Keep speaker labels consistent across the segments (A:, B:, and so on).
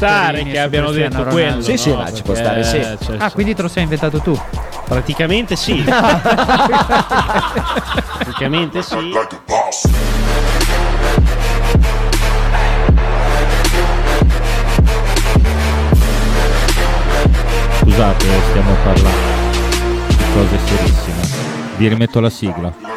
A: stare che abbiano detto quello.
B: Sì, sì,
A: no?
B: ma ci può stare,
A: Perché,
B: sì.
A: eh, cioè,
C: Ah, quindi te lo sei inventato tu.
A: Praticamente sì. Praticamente sì.
D: Scusate, stiamo parlando di cose serissime. Vi rimetto la sigla.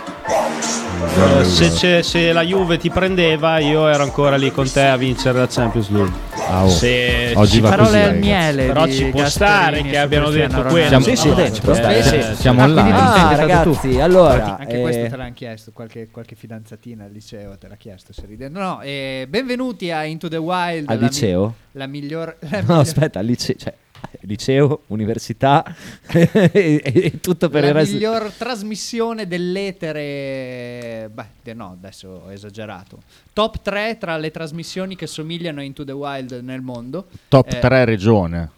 A: Eh, se, c'è- se la Juve ti prendeva, io ero ancora lì con te a vincere la Champions League.
D: Ah, oh.
A: Se
D: Oggi
A: ci-
D: va
C: Eh, Parole
D: così,
C: al
D: ragazzi.
C: miele.
A: Però
C: di
A: ci può
C: Gasperini
A: stare
C: su
A: che abbiano
C: Cristiano
A: detto
C: Ronaldo.
A: quello.
B: Sì, sì,
A: No,
B: dai, ci può
A: eh,
B: stare, sì.
A: sì.
D: Siamo
C: Ah, quindi
D: online.
C: tu sei
E: Ah,
C: inventato
E: ragazzi,
C: Allora,
E: allora.
C: anche questo
E: eh,
C: te l'hanno chiesto, qualche, qualche fidanzatina al liceo te l'ha chiesto, se ridendo. No, eh, benvenuti a Into the Wild.
E: Al
C: la mi-
E: liceo?
C: La miglior... la
E: No,
C: miglior-
E: aspetta, lice- cioè, liceo, università e, e- e tutto per
C: la
E: il resto.
C: miglior trasmissione dell'etere. Beh, de- no, adesso ho esagerato. Top 3 tra le trasmissioni che somigliano a Into the Wild nel mondo.
F: Top
C: Eh,
F: 3 regione.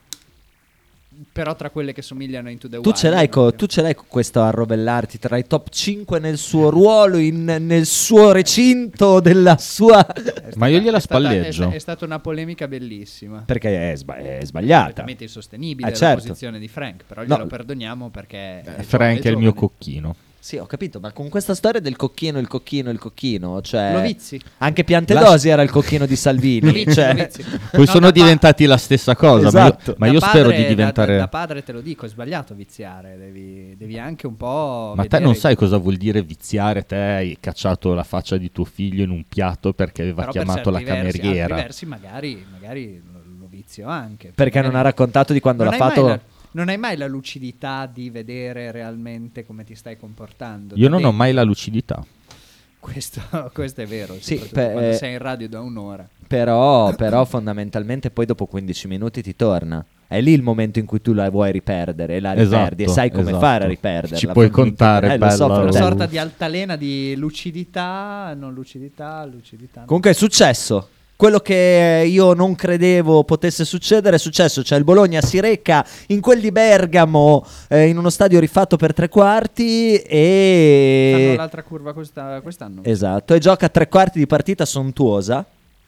C: Però tra quelle che somigliano a Into the
E: Tu
C: Wild.
E: ce, l'hai co-
C: proprio.
E: tu ce l'hai con questo arrovellarti tra i top 5 nel suo ruolo, in- nel suo recinto, della sua...
C: È
F: Ma io gliela
C: Eh, è stata- è
F: spalleggio.
C: sta- È, stata una polemica bellissima.
E: Perché è, sba- è sbagliata.
C: Completamente insostenibile
E: Ah, certo.
C: la posizione di Frank. Però
E: No.
C: glielo perdoniamo perché.
F: Eh, Frank è il mio cocchino.
E: Sì, ho capito, ma con questa storia del cocchino, il cocchino, il cocchino, cioè...
C: Lo vizi.
E: Anche Piantedosi era il cocchino di Salvini. cioè...
F: Poi sono diventati la stessa cosa, ma io-
E: Esatto.
F: ma io, spero di diventare...
C: Da, da padre te lo dico, è sbagliato viziare. Devi, devi anche un po'.
F: Ma te
C: vedere-
F: non sai cosa vuol dire viziare? Te hai cacciato la faccia di tuo figlio in un piatto perché aveva
C: però per
F: chiamato la
C: certi versi-
F: cameriera.
C: altri versi magari, magari lo, lo vizio anche.
E: Perché non ha raccontato di quando
C: Non
E: l'ha
C: hai mai
E: fatto...
C: la- non hai mai la lucidità di vedere realmente come ti stai comportando.
F: Io
C: Da
F: non ho
C: dentro.
F: mai la lucidità.
C: Questo, questo è vero.
E: Sì, eh,
C: soprattutto
E: per-
C: quando sei in radio da un'ora.
E: Però, però fondamentalmente poi dopo 15 minuti ti torna. È lì il momento in cui tu la vuoi riperdere e la riperdi e
F: Esatto,
E: sai come
F: esatto.
E: fare a riperderla.
F: Ci puoi contare,
E: Eh, lo
F: bella
E: so, fratello.
C: Una
F: Allora.
C: sorta di altalena di lucidità, non lucidità, lucidità. no.
E: Comunque è successo. Quello che io non credevo potesse succedere è successo, cioè il Bologna si reca in quel di Bergamo eh, in uno stadio rifatto per tre quarti
C: Fanno
E: e...
C: l'altra curva questa- quest'anno.
E: Esatto, e gioca tre quarti di partita sontuosa,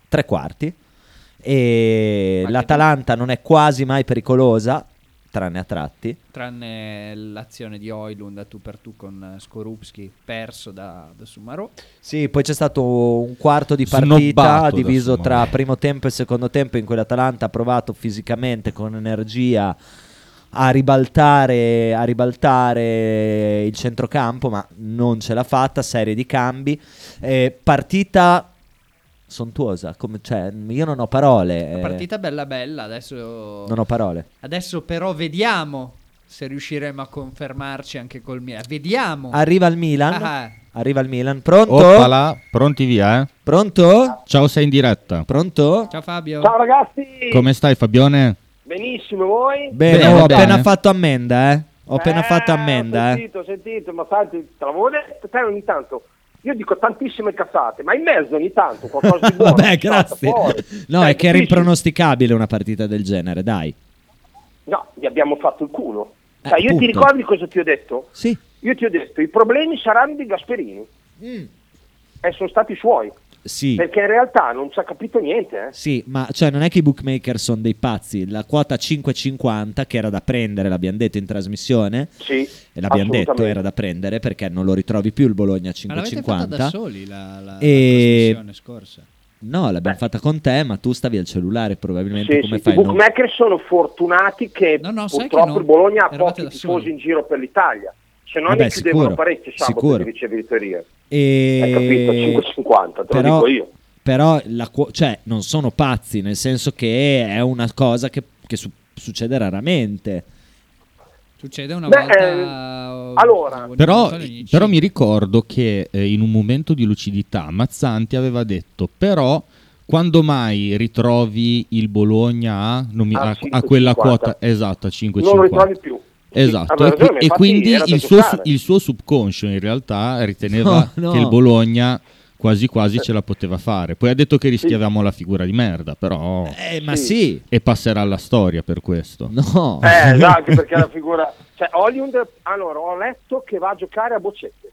E: tre quarti, e
C: Ma che
E: l'Atalanta non è quasi mai pericolosa, tranne a tratti.
C: Tranne l'azione di Oilund a tu per tu con Skorupski, perso da, da Sumarò.
E: Sì, poi c'è stato un quarto di partita
F: Snobbato da eh.
E: diviso
F: Simone.
E: tra primo tempo e secondo tempo in cui l'Atalanta ha provato fisicamente con energia a ribaltare, a ribaltare il centrocampo, ma non ce l'ha fatta, serie di cambi. Eh, partita sontuosa, come- cioè, io non ho parole. eh,
C: Partita bella bella, adesso,
E: Non ho parole.
C: adesso però vediamo se riusciremo a confermarci anche col Milan. Vediamo.
E: Arriva il Milan.
C: Ah.
E: Arriva il Milan. Pronto?
F: Oppala, pronti via, eh?
E: Pronto?
F: Ciao, sei in diretta.
E: Pronto?
C: Ciao Fabio.
G: Ciao ragazzi,
F: Come stai Fabione?
G: benissimo voi? Eh,
E: Bene,
F: Bene,
E: ho
F: bene.
E: appena fatto ammenda, eh. Ho appena fatto
G: Ho
E: ammenda, eh.
G: sentito, ho sentito, ma tanti, te l'avevo detto, te ogni tanto, io dico tantissime cazzate, ma in mezzo ogni tanto qualcosa di buono.
E: Vabbè,
G: ci salta
E: grazie.
G: fuori.
E: No,
G: Cioè,
E: è che era
G: difficile.
E: impronosticabile una partita del genere, dai.
G: No, gli abbiamo fatto il culo.
E: Eh,
G: Cioè, io
E: appunto.
G: ti ricordi cosa ti ho detto?
E: Sì.
G: Io ti ho detto, i problemi saranno di Gasperini. E sono stati suoi,
E: Mm. Sì.
G: perché in realtà non ci ha capito niente. eh.
E: Sì, ma cioè non è che i bookmaker sono dei pazzi, la quota 5,50 che era da prendere, l'abbiamo detto in trasmissione,
G: Sì,
E: e l'abbiamo detto
G: assolutamente.
E: era da prendere perché non lo ritrovi più il Bologna a
H: eh,
C: Ma l'avete fatta da
E: 5,50.
C: soli la, la,
E: E-
C: la trasmissione scorsa.
E: No, l'abbiamo fatta con te, ma tu stavi al cellulare probabilmente
G: Eh. Sì,
E: come
G: sì,
E: fai
G: I
E: non-
G: bookmaker sono fortunati che
C: No, no, sai
G: purtroppo
C: che no.
G: il Bologna ha
C: Eravate
G: pochi
C: da
G: tifosi
C: soli. Eh
G: in giro per l'Italia, se no
E: Vabbè,
G: ne chiudevano
E: sicuro,
G: parecchio sabato
E: sicuro.
G: di ricevitoria.
E: E...
G: Hai capito? 5,50, te lo
E: però,
G: dico io.
E: Però la quo- cioè, non sono pazzi, nel senso che è una cosa che, che su- succede raramente.
C: Succede una
G: Beh,
C: volta.
G: eh,
C: ogni-
G: allora.
C: ogni
F: Però,
C: volta, ogni
F: però mi
C: cinque.
F: ricordo che eh, in un momento di lucidità Mazzanti aveva detto però quando mai ritrovi il Bologna a, non mi-
G: A
F: a- a quella
G: 5,50.
F: quota esatto a 5,50
G: Ah, Non lo ritrovi più. Sì,
F: Esatto,
G: aveva
F: e, qui-
G: ragione,
F: e
G: infatti
F: quindi
G: era da
F: il suo,
G: giocare.
F: il suo subconscio in realtà riteneva
E: No, no.
F: che il Bologna quasi
G: Eh.
F: quasi ce la poteva fare. Poi ha detto che rischiavamo la figura di merda, però...
E: Eh, ma
G: Sì.
E: sì,
F: E passerà alla storia per questo.
E: no.
C: Oh.
G: Eh, esatto, anche perché la figura... Cioè, Oliund, allora, ho letto che va a giocare a boccette.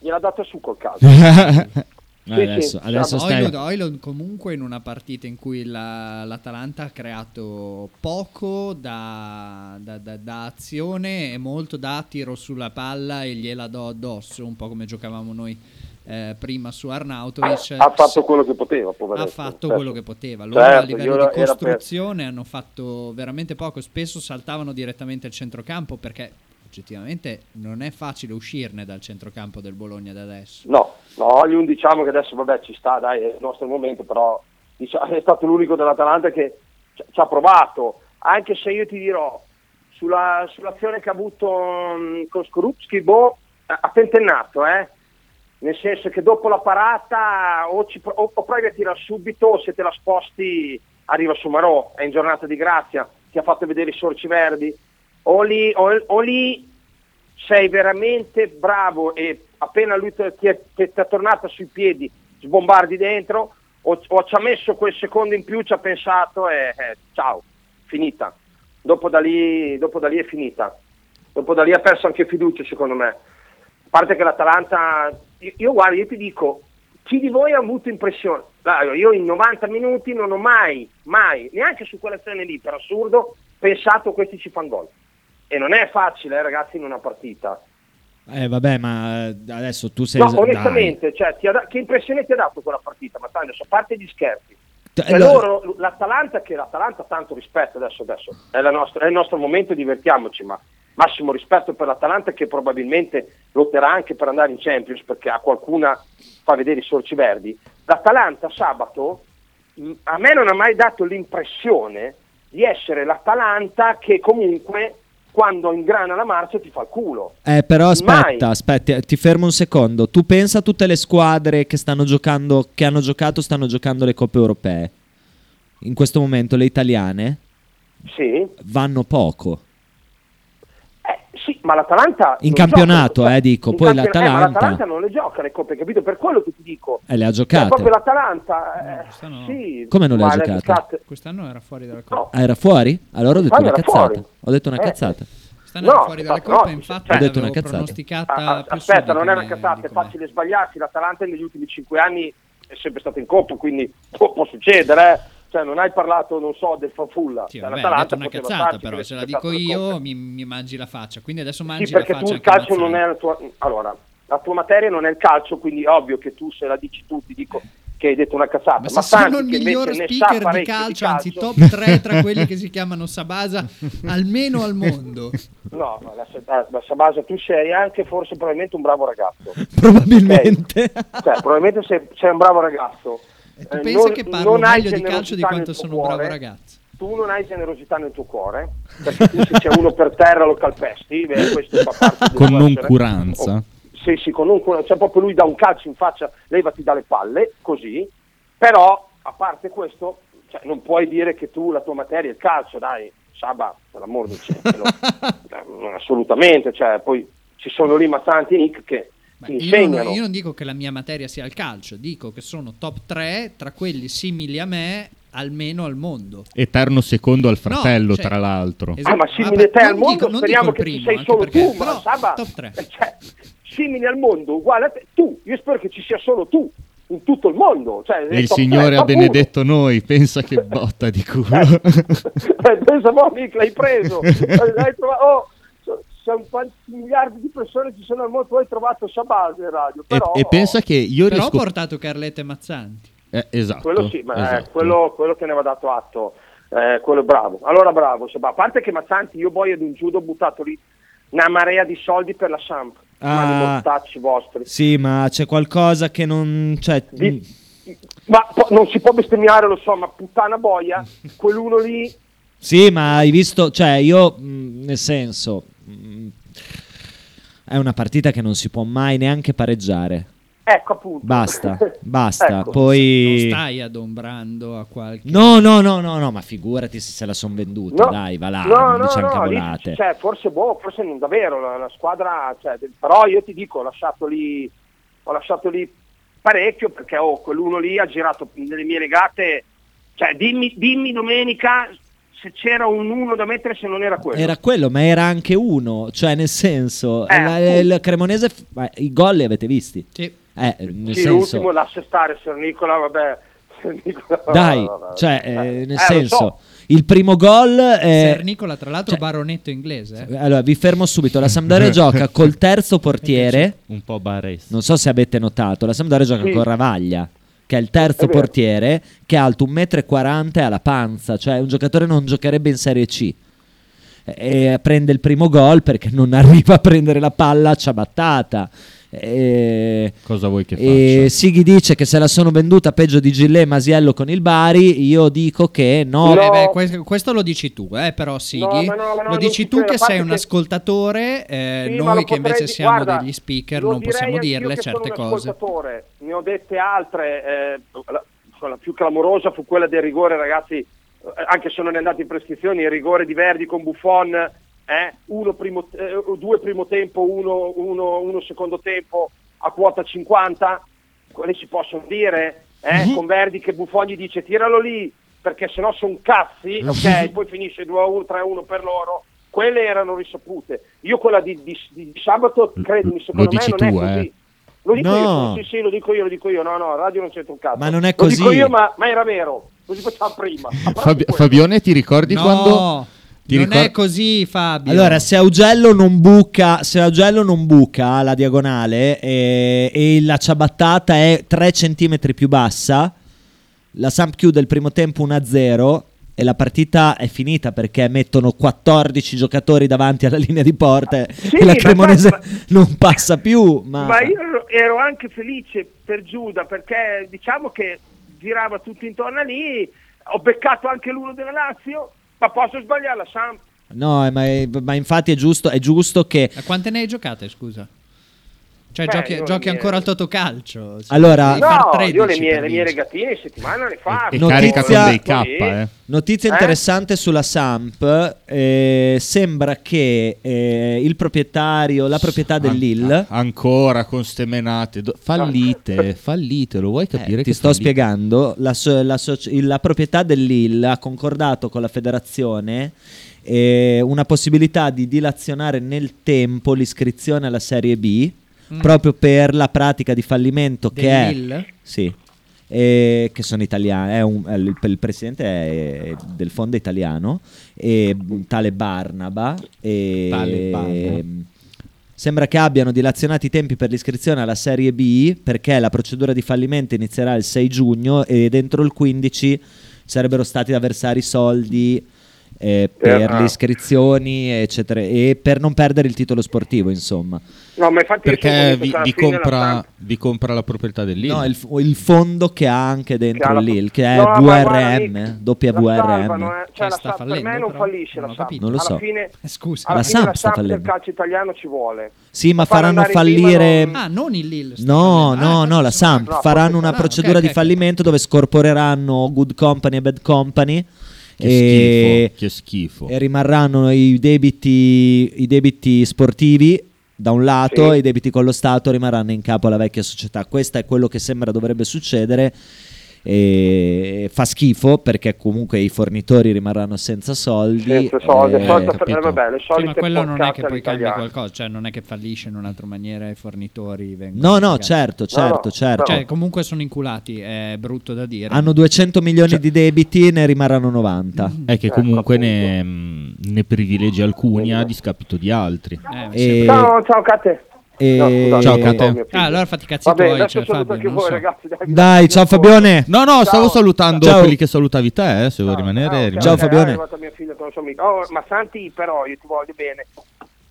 G: Gliel'ha data su col caso. Sì,
E: Eh, adesso
G: sì.
E: adesso stai...
C: Oilund, Oilund comunque in una partita in cui la- l'Atalanta ha creato poco da, da- da- da azione e molto da tiro sulla palla e gliela do addosso, un po' come giocavamo noi eh, prima su Arnautovic.
G: ha fatto quello che poteva,
C: ha
G: poveretto.
C: fatto
G: Certo.
C: quello che poteva. Loro a
G: Certo, io
C: livello
G: era-
C: di
G: era per-
C: costruzione hanno fatto veramente poco. Spesso saltavano direttamente il centrocampo perché oggettivamente non è facile uscirne dal centrocampo del Bologna da adesso.
G: No, no, Liun diciamo che adesso vabbè ci sta, dai, è il nostro momento, però diciamo, è stato l'unico dell'Atalanta che ci, ci ha provato, anche se io ti dirò, sulla- sull'azione che ha avuto mh, con Skorupski, boh, ha ha tentennato, eh? nel senso che dopo la parata o, ci pro- o- o provi a tirare subito o se te la sposti arriva su Marò, è in giornata di grazia, ti ha fatto vedere i sorci verdi, o lì, o- o lì sei veramente bravo e appena lui te- ti è, ti è tornata sui piedi sbombardi dentro o, o ci ha messo quel secondo in più, ci ha pensato e eh, ciao, finita. Dopo da, lì, dopo da lì è finita. Dopo da lì ha perso anche fiducia secondo me. A parte che l'Atalanta, io, io guarda, io ti dico, chi di voi ha avuto impressione? Dai, Io in 90 minuti non ho mai, mai, neanche su quell'azione lì, per assurdo, pensato questi ci fanno gol. E non è facile, eh, ragazzi, in una partita.
E: Eh, vabbè, ma eh, adesso tu sei...
G: No,
E: dai.
G: onestamente, cioè, ti ha da- che impressione ti ha dato quella partita? Ma tanto, adesso, a parte gli scherzi.
E: T-
G: Cioè,
E: allora-
G: loro, l'Atalanta, che l'Atalanta ha tanto rispetto adesso, adesso è, la nostra- è il nostro momento, divertiamoci, ma massimo rispetto per l'Atalanta che probabilmente lotterà anche per andare in Champions perché a qualcuna fa vedere i sorci verdi. L'Atalanta sabato mh, a me non ha mai dato l'impressione di essere l'Atalanta che comunque quando ingrana la marcia ti fa il culo.
E: Eh, però aspetta,
G: Mai.
E: aspetta, ti fermo un secondo. Tu pensa a tutte le squadre che stanno giocando, che hanno giocato, stanno giocando le coppe europee. In questo momento le italiane
G: Sì,
E: vanno poco.
G: Eh, sì, ma l'Atalanta.
E: In
G: non
E: campionato,
G: gioca-
E: eh, dico,
G: in
E: poi
G: campionato- eh, ma
E: l'Atalanta-
G: l'Atalanta non le gioca le coppe, capito? Per quello che ti dico.
E: Eh, le ha
G: Cioè,
E: giocate.
G: proprio l'Atalanta. eh,
C: No, no.
G: sì,
E: Come non le ha
G: ma
E: giocate?
C: Quest'anno era fuori dalla Coppa.
G: No,
E: Ah, era fuori? Allora ho detto
G: Ah,
E: una
G: era
E: cazzata.
G: fuori.
E: Ho detto una
G: Eh.
E: cazzano
C: Quest'anno era
G: No,
C: fuori dalla
G: infatti,
C: Coppa,
G: no,
C: infatti
G: cioè-
E: Ho detto una
C: l'avevo
E: cazzata.
C: pronosticata
G: a- a-
C: più su
G: aspetta, non
C: di
G: è una
C: come-
G: cazzata,
C: di
G: è
C: com'è.
G: facile sbagliarsi. L'Atalanta negli ultimi cinque anni è sempre stata in coppa, quindi può, può succedere. eh. Cioè, non hai parlato, non so, del fanfulla.
C: Sì,
G: Cioè,
C: vabbè, hai detto
G: l'Atalanta
C: una
G: poteva
C: cazzata
G: starci,
C: però,
G: perché
C: se la
G: è
C: dico
G: stata le coppe.
C: io mi, mi mangi la faccia, quindi adesso mangi
G: Sì,
C: la
G: perché
C: faccia
G: tu il
C: anche
G: calcio
C: Mazzani.
G: non è la tua. Allora, la tua materia non è il calcio, quindi è ovvio che tu se la dici tu ti dico che hai detto una cazzata.
C: Ma
G: Ma,
C: se sono
G: Santi,
C: il
G: che
C: miglior
G: invece ne sa
C: speaker di
G: parecchio
C: calcio, anzi top 3 tra quelli che si chiamano Sabasa, almeno al mondo.
G: No, ma la, la, la Sabasa, tu sei anche forse probabilmente un bravo ragazzo.
E: Probabilmente.
G: Cioè, probabilmente sei, sei un bravo ragazzo.
C: E tu
G: Eh,
C: pensa
G: non-
C: che parlo
G: non hai
C: meglio di calcio di
G: generosità
C: quanto
G: nel tuo
C: sono un bravo
G: cuore.
C: ragazzo.
G: Tu non hai generosità nel tuo cuore, perché tu se c'è uno per terra lo calpesti, beh, questo fa parte del
D: Con
G: suo essere.
D: noncuranza.
G: Oh, sì, sì, con noncuranza, cioè proprio lui dà un calcio in faccia, levati dalle palle, così, però a parte questo, cioè, non puoi dire che tu la tua materia è il calcio, dai, Saba, per l'amor del cielo, Eh, assolutamente, cioè, poi ci sono lì Mazzanti e Nick che
C: Beh,
G: ti
C: io,
G: insegnano.
C: non, io non dico che la mia materia sia il calcio, dico che sono top 3 tra quelli simili a me, almeno al mondo.
D: Eterno secondo al
C: No,
D: fratello,
C: cioè,
D: tra l'altro.
C: esatto.
G: Ah, ma simile
C: Vabbè,
G: te al
C: non
G: mondo,
C: dico- non
G: speriamo che
C: dico il
G: tu
C: primo,
G: sei solo
C: anche perché-
G: tu, ma
C: però
G: Saba,
C: top 3.
G: cioè, simile al mondo, uguale a te, tu, io spero che ci sia solo tu, in tutto il mondo. Cioè,
D: E il
G: top
D: Signore
G: tre,
D: ha
G: top
D: benedetto noi, pensa che botta di
G: uno.
D: culo.
G: Eh, eh, pensa mo, Nick, l'hai preso, l'hai trovato, oh, so- sono quanti miliardi di persone ci sono al mondo, tu hai trovato Sabase in radio,
D: E,
G: però...
D: e pensa che io
C: Però ho
D: riesco...
C: portato Carletta e Mazzanti.
D: Eh, esatto.
G: quello sì, ma eh,
D: esatto.
G: quello, quello te ne va dato atto, eh, quello è bravo. Allora bravo, Seba. a parte che Mazzanti, io poi ad un giudo ho buttato lì una marea di soldi per la Samp, ma di
E: Ah.
G: mortacci vostri.
E: Sì, ma c'è qualcosa che non... Cioè,
G: Di- Ma po- non si può bestemmiare, lo so, ma puttana boia, quell'uno lì...
E: Sì, ma hai visto, cioè io mh, nel senso
D: Mm.
E: mh, è una partita che non si può mai neanche pareggiare.
G: Ecco appunto.
E: Basta, basta.
G: Ecco.
E: Poi
C: Non stai adombrando a qualche...
E: No, no, no, no, no, ma figurati se se la son venduta,
G: No,
E: dai, va là,
G: no,
E: non
G: no,
E: dice
G: no,
E: incavolate.
G: dici- cioè, forse boh, forse non davvero la, la squadra, cioè, de- però io ti dico, ho lasciato lì, ho lasciato lì parecchio perché oh, quell'uno lì ha girato nelle mie legate, cioè dimmi, dimmi domenica se c'era un uno da mettere se non era quello.
E: Era quello, ma era anche uno, cioè nel senso,
G: Eh,
E: la- il Cremonese, ma i gol li avete visti?
C: Sì.
E: Eh, Eh, nel
G: Sì,
E: senso...
G: l'ultimo lascia stare, signor Nicola, vabbè. signor Nicola,
E: Dai,
G: vabbè.
E: cioè, eh,
G: Eh,
E: nel
G: lo
E: senso,
G: so.
E: il primo gol. eh,
C: Ser Nicola, tra l'altro,
E: cioè-
C: baronetto inglese. eh.
E: allora, vi fermo subito. La Sampdoria gioca col terzo portiere.
D: Un po' barresta.
E: Non so se avete notato, la Sampdoria gioca
G: Sì.
E: con Ravaglia, che è il terzo
G: È vero.
E: portiere, che è alto 1,40 m e ha la panza, cioè un giocatore non giocherebbe in Serie C. E- E prende il primo gol perché non arriva a prendere la palla a ciabattata. E...
D: Cosa vuoi che
E: E
D: faccia?
E: Sighi dice che se la sono venduta peggio di Gillet e Masiello con il Bari. Io dico che no,
G: No,
C: Eh beh, que- questo lo dici tu, eh, però Sighi,
G: No, ma no, ma no,
C: lo
G: non
C: dici
G: ci
C: tu
G: credo, a
C: che
G: parte
C: sei un
G: che-
C: ascoltatore, eh,
G: Sì, ma lo
C: noi che invece
G: potrei-
C: siamo
G: guarda,
C: degli speaker
G: lo
C: non
G: direi
C: possiamo
G: anch'io
C: dirle
G: che sono
C: certe
G: un
C: cose.
G: ascoltatore. Ne ho dette altre, eh, la, insomma, la più clamorosa fu quella del rigore, ragazzi, eh, anche se non è andato in prescrizione, il rigore di Verdi con Buffon, eh, uno primo- eh, due primo tempo, uno, uno- uno secondo tempo a quota 50, quelle si possono dire, eh,
C: Mhm.
G: con Verdi che Buffon gli dice tiralo lì perché sennò sono cazzi, ok, poi finisce 2-1, 3-1 per loro. Quelle erano risapute. Io quella di, di- di sabato,
D: L-
G: credimi,
D: lo
G: secondo me
D: dici
G: non
D: tu,
G: è così.
D: eh.
G: Lo dico
E: No.
G: io, sì, sì, lo dico io, lo dico io. No, no, radio non c'entra un cazzo.
E: Ma non è
G: Lo
E: così.
G: dico io, ma, ma era vero. Così facciamo prima. A parte
D: Fabi-
G: quello.
D: Fabione, ti ricordi
C: no,
D: quando... ti
C: non
D: ricor-
C: è così Fabio.
E: Allora, se Augello non buca, se Augello non buca la diagonale eh, e, la ciabattata è 3 cm più bassa, la Samp chiude il primo tempo 1-0 e la partita è finita perché mettono 14 giocatori davanti alla linea di porta
G: Sì,
E: e la
G: ma-
E: Cremonese
G: ma-
E: non passa più. Ma,
G: Ma io ero- ero anche felice per Giuda perché diciamo che girava tutto intorno a lì. Ho beccato anche l'uno della Lazio, ma posso sbagliare la Samp.
E: No, eh, ma, è- ma infatti è giusto, è giusto che...
C: Eh, Quante ne hai giocate, scusa? Cioè,
G: Beh,
C: giochi,
G: io
C: giochi
G: le mie-
C: ancora al totocalcio? Sì.
E: Allora-
C: Devi far
G: No,
C: 13
G: io le mie,
C: per
G: le mie
C: vincere.
G: regatine in settimana le
D: E,
G: faccio.
D: e
E: Esatto. Notizia-
D: carica con dei K,
G: Sì.
D: eh.
E: Notizia
G: Eh?
E: interessante sulla Samp, eh, sembra che eh, il proprietario, la proprietà
D: An-
E: dell'IL,
D: a- ancora con ste menate. Do- Fallite, fallite, lo vuoi
E: Eh,
D: capire?
E: ti
D: che
E: sto
D: fallite?
E: spiegando, la, so- la soci- il- la proprietà dell'IL ha concordato con la federazione eh, una possibilità di dilazionare nel tempo l'iscrizione alla Serie B
C: Mm.
E: proprio per la pratica di fallimento che è...
C: Dell'IL?
E: Sì. eh, che sono italiani, è un- è il, il presidente è del fondo italiano, e, mh, tale Barnaba. E,
D: Tale Barnaba.
E: mh, Sembra che abbiano dilazionato i tempi per l'iscrizione alla Serie B perché la procedura di fallimento inizierà il 6 giugno e dentro il 15 sarebbero stati da versare i soldi eh, per
G: ah.
E: le iscrizioni, eccetera, e per non perdere il titolo sportivo, insomma.
G: No, ma infatti io sono
D: Perché
G: convinto
D: vi,
G: che alla
D: vi
G: fine la
D: compra,
G: Samp-
D: vi compra la proprietà dell'IL.
E: No, il, il fondo che ha anche
G: Che ha
E: dentro
G: la-
E: l'IL, che è
G: No, ma guarda,
E: WRM,
G: Nick, la salvano,
E: WRM.
G: eh. Cioè,
C: Eh,
G: la
C: sta
G: Samp- per me
C: fallendo,
G: non
C: però.
G: fallisce
C: Non
G: la
C: ho
G: Samp.
C: capito.
E: Non lo so.
G: Alla fine,
C: Eh, Scusa.
G: alla
E: La
G: fine
E: Samp
G: la
E: sta
G: Samp del
E: fallendo.
G: calcio italiano ci vuole.
E: Sì, ma
G: Far
E: faranno
G: andare in Lima
E: fallire...
G: non-
C: Ah, non il Lille. sta
E: No,
C: facendo.
E: no,
C: Ah,
E: no, la
C: sono-
E: Samp
G: no,
E: faranno
G: forse-
E: una
C: ah,
E: procedura
C: ok,
E: di
C: ok.
E: fallimento dove scorporeranno Good Company e Bad Company
D: Che
E: e,
D: schifo, che schifo.
E: e rimarranno i debiti, i debiti sportivi da un lato e
G: Sì.
E: i debiti con lo Stato rimarranno in capo alla vecchia società. Questo è quello che sembra dovrebbe succedere e fa schifo perché comunque i fornitori rimarranno senza soldi.
G: Senza soldi,
E: eh,
G: solita-
E: capito?
G: eh, vabbè, le
C: Sì, ma
G: solite
C: quello non è
G: porcate
C: che poi cambia
G: all'italiana.
C: qualcosa, cioè non è che fallisce in un'altra maniera e i fornitori vengono.
E: No, no,
C: pagati.
E: certo, certo,
G: no,
E: certo.
C: Cioè, comunque sono inculati, è brutto da dire.
E: Hanno 200 milioni di debiti, ne rimarranno 90.
D: Cioè È che
G: Ecco,
D: comunque ne, mh, ne privilegia alcuni a discapito di altri.
C: Eh, mi
E: E-
C: sembra-
G: Ciao, ciao Cate.
E: E-
G: scusate,
D: Ciao,
G: sono
D: Cate.
G: mio figlio.
C: Ah, allora fatti i cazzi
G: Vabbè,
C: tuoi,
G: adesso
C: cioè,
G: saluto
C: Fabio,
G: anche
C: non
G: voi,
C: so.
G: ragazzi.
E: Dai, ciao Fabione.
D: No, no, stavo
G: Ciao.
D: salutando
E: Ciao.
D: quelli che salutavi te, eh, se vuoi rimanere. rimani.
E: Ciao, Fabione.
G: È arrivato mio figlio che non so mica. Oh, ma Santi, però, io ti voglio bene.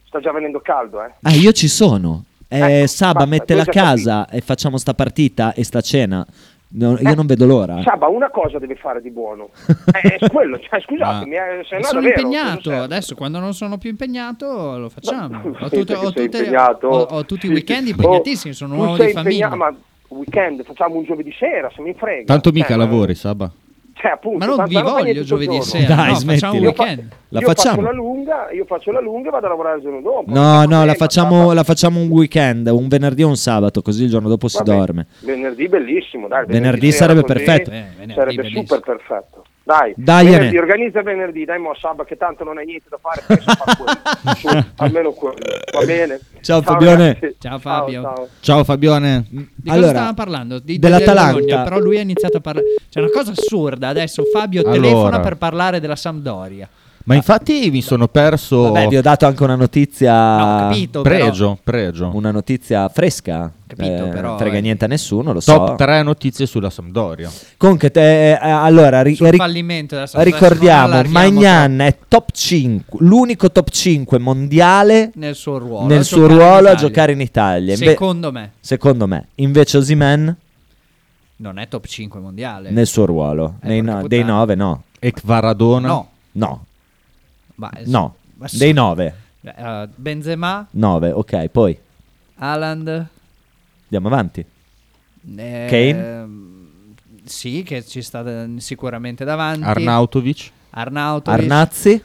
G: Sta già venendo caldo, eh.
E: Ah, io ci sono. Eh,
G: Ecco,
E: Saba,
G: basta,
E: mette
G: io
E: la
G: già
E: casa e facciamo sta partita e sta cena. No,
G: Eh,
E: io non vedo l'ora.
G: Saba, una cosa deve fare di buono. Eh, è quello, cioè, scusatemi, eh, se no
C: sono
G: davvero,
C: impegnato,
G: cosa serve?
C: adesso quando non sono più impegnato lo facciamo.
G: Ma-
C: Ho,
G: Sì,
C: tutte- ho
G: sei
C: tutte-
G: impegnato.
C: ho- ho tutti i
G: Sì,
C: weekend
G: sì.
C: impegnatissimi, sono un
G: Oh, Tu
C: uomo
G: sei
C: di famiglia.
G: impegnato, Ma weekend, facciamo un giovedì sera, se mi frega.
D: Tanto mica
G: Eh,
D: lavori, Saba.
G: Cioè, appunto,
C: Ma non
G: tanta
C: vi
G: roba niente
C: voglio
G: tutto
C: giovedì
G: il giorno.
C: sera,
E: Dai,
C: no, facciamo un
E: smettila.
G: Io fa-
C: weekend.
E: La
G: io
E: facciamo.
G: Faccio la lunga, io faccio la lunga e vado a lavorare il giorno dopo.
E: No, no, la
G: Eh, ma
E: facciamo,
G: Saba-
E: la facciamo un weekend, un venerdì o un sabato, così il giorno dopo si
G: Vabbè,
E: dorme.
G: Venerdì bellissimo, dai.
E: Venerdì
G: sera
E: sarebbe
G: così
E: perfetto.
C: Eh, venerdì
G: Sarebbe
C: bellissimo.
G: super perfetto. Dai,
E: Dai,
G: venerdì,
E: Ian.
G: organizza venerdì, dai mo a sabato che tanto non hai niente da fare, penso a far quello. Su, almeno quello, va bene.
E: Ciao, Fabione.
G: ragazzi.
C: Ciao, Fabio.
G: ciao.
D: Ciao Fabione.
C: Di
E: Allora,
C: cosa stavamo parlando? Di,
E: dell'Atalanta.
C: del Bologna, però lui ha iniziato a parlare. C'è una cosa assurda adesso. Fabio
D: Allora.
C: telefona per parlare della Sampdoria.
D: Ma infatti mi sono perso
E: Vabbè, vi ho dato anche una notizia.
C: No, ho capito,
D: pregio, pregio.
E: Una notizia fresca.
C: Capito,
E: Eh,
C: però,
E: Non frega
C: eh.
E: niente a nessuno, lo
D: Top
E: so.
D: 3 notizie sulla Sampdoria.
E: Comunque, te- eh, allora, ri-
C: Sul
E: ri-
C: fallimento della Sampdoria. non
E: ricordiamo:
C: allarghiamo
E: Magnan è top 5, l'unico top 5 mondiale
C: troppo nel suo ruolo.
E: nel
C: a
E: suo
C: giocare in
E: ruolo a
C: Italia.
E: giocare in Italia. Inve-
C: Secondo me
E: secondo me, invece, Osimen
C: non è top 5 mondiale.
E: nel suo ruolo,
C: Eh,
E: Nei
C: porca
E: no-
C: puttana.
E: dei 9, no,
D: E Kvaradona.
C: No,
E: no,
C: ma-
E: no,
C: ma-
E: dei 9,
C: Eh, Benzema,
E: 9, ok, poi
C: Haaland,
E: andiamo avanti.
C: eh,
E: Kane?
C: Sì, che ci sta eh, sicuramente davanti.
D: Arnautovic.
C: Arnautovic.
E: Arnazzi,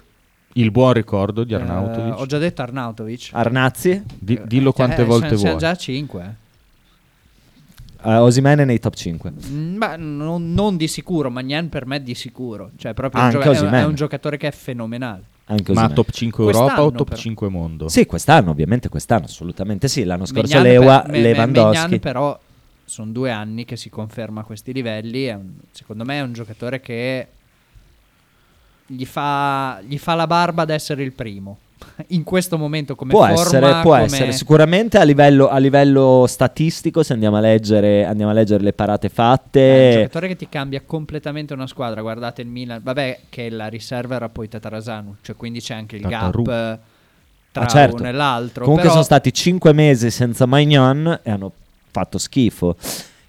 D: Il buon ricordo di
C: Eh,
D: Arnautovic.
C: ho già detto Arnautovic.
E: Arnazzi, Cioè,
D: Di- dillo quante
C: Eh,
D: volte
C: siamo-
D: vuoi.
C: Siamo già a 5.
E: Osimen Eh, è nei top 5.
C: Ma Mm, non, non di sicuro, Magnan per me di sicuro. Cioè, proprio un
E: Anche
C: gioca- è, un,
E: Osimhen.
C: è un giocatore che è fenomenale.
D: Ma
E: Anche Osimhen.
D: top 5 Europa o
C: Quest'anno,
D: top
C: però.
D: 5 mondo?
E: Sì, quest'anno, ovviamente, quest'anno, assolutamente sì. L'anno scorso
C: Maignan
E: Lewa,
C: per- me- me-
E: Lewandowski.
C: Maignan però sono due anni che si conferma a questi livelli. è un- secondo me è un giocatore che gli fa, gli fa la barba ad essere il primo. In questo momento come
E: Può
C: forma,
E: essere, può
C: come-
E: essere. Sicuramente a livello, a livello statistico, se andiamo a leggere, andiamo a leggere le parate
C: È un
E: fatte,
C: giocatore che ti cambia completamente una squadra. Guardate il Milan, vabbè, che la riserva era poi Tatarasanu, cioè quindi c'è anche il
D: Tataru.
C: gap eh, tra
E: Ah, certo.
C: uno e l'altro.
E: Comunque
C: però
E: sono stati 5 mesi senza Magnon e hanno fatto schifo.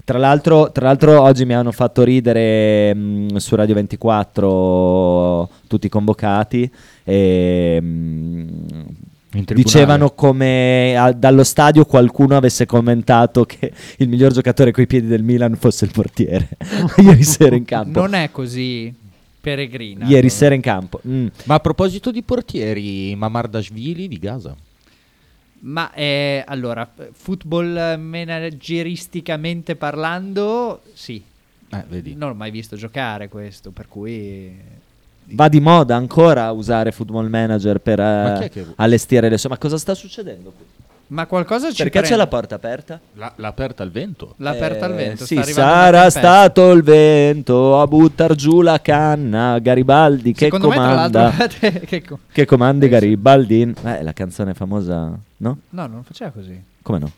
E: Tra l'altro, tra l'altro oggi mi hanno fatto ridere mh, su Radio 24 tutti i convocati e, mh,
D: In tribunale.
E: dicevano come a- dallo stadio qualcuno avesse commentato che il miglior giocatore coi piedi del Milan fosse il portiere ieri sera in campo.
C: non è così peregrina.
E: eh, Ieri sera in campo. Mm.
D: Ma a proposito di portieri, Mamardashvili di Gaza.
C: Ma eh, allora, f- football eh, manageristicamente parlando, sì,
D: Eh, vedi.
C: non l'ho mai visto giocare questo, per cui
E: Va di moda ancora usare Football Manager per
D: Ma
E: eh,
D: chi è che-
E: allestire le sue. Ma cosa sta succedendo qui?
C: ma qualcosa ci
E: Perché c'è
C: prende.
E: la porta aperta?
D: La- l'ha aperta al vento.
C: l'aperta al
E: Eh,
C: vento,
E: Sì,
C: sta arrivando una
E: sarà
C: tempesta.
E: stato il vento a buttar giù la canna. Garibaldi che
C: Secondo
E: comanda.
C: me, tra l'altro, eh, che co-
E: che comandi Garibaldi. Eh, la canzone famosa, no?
C: no, non faceva così.
E: Come no?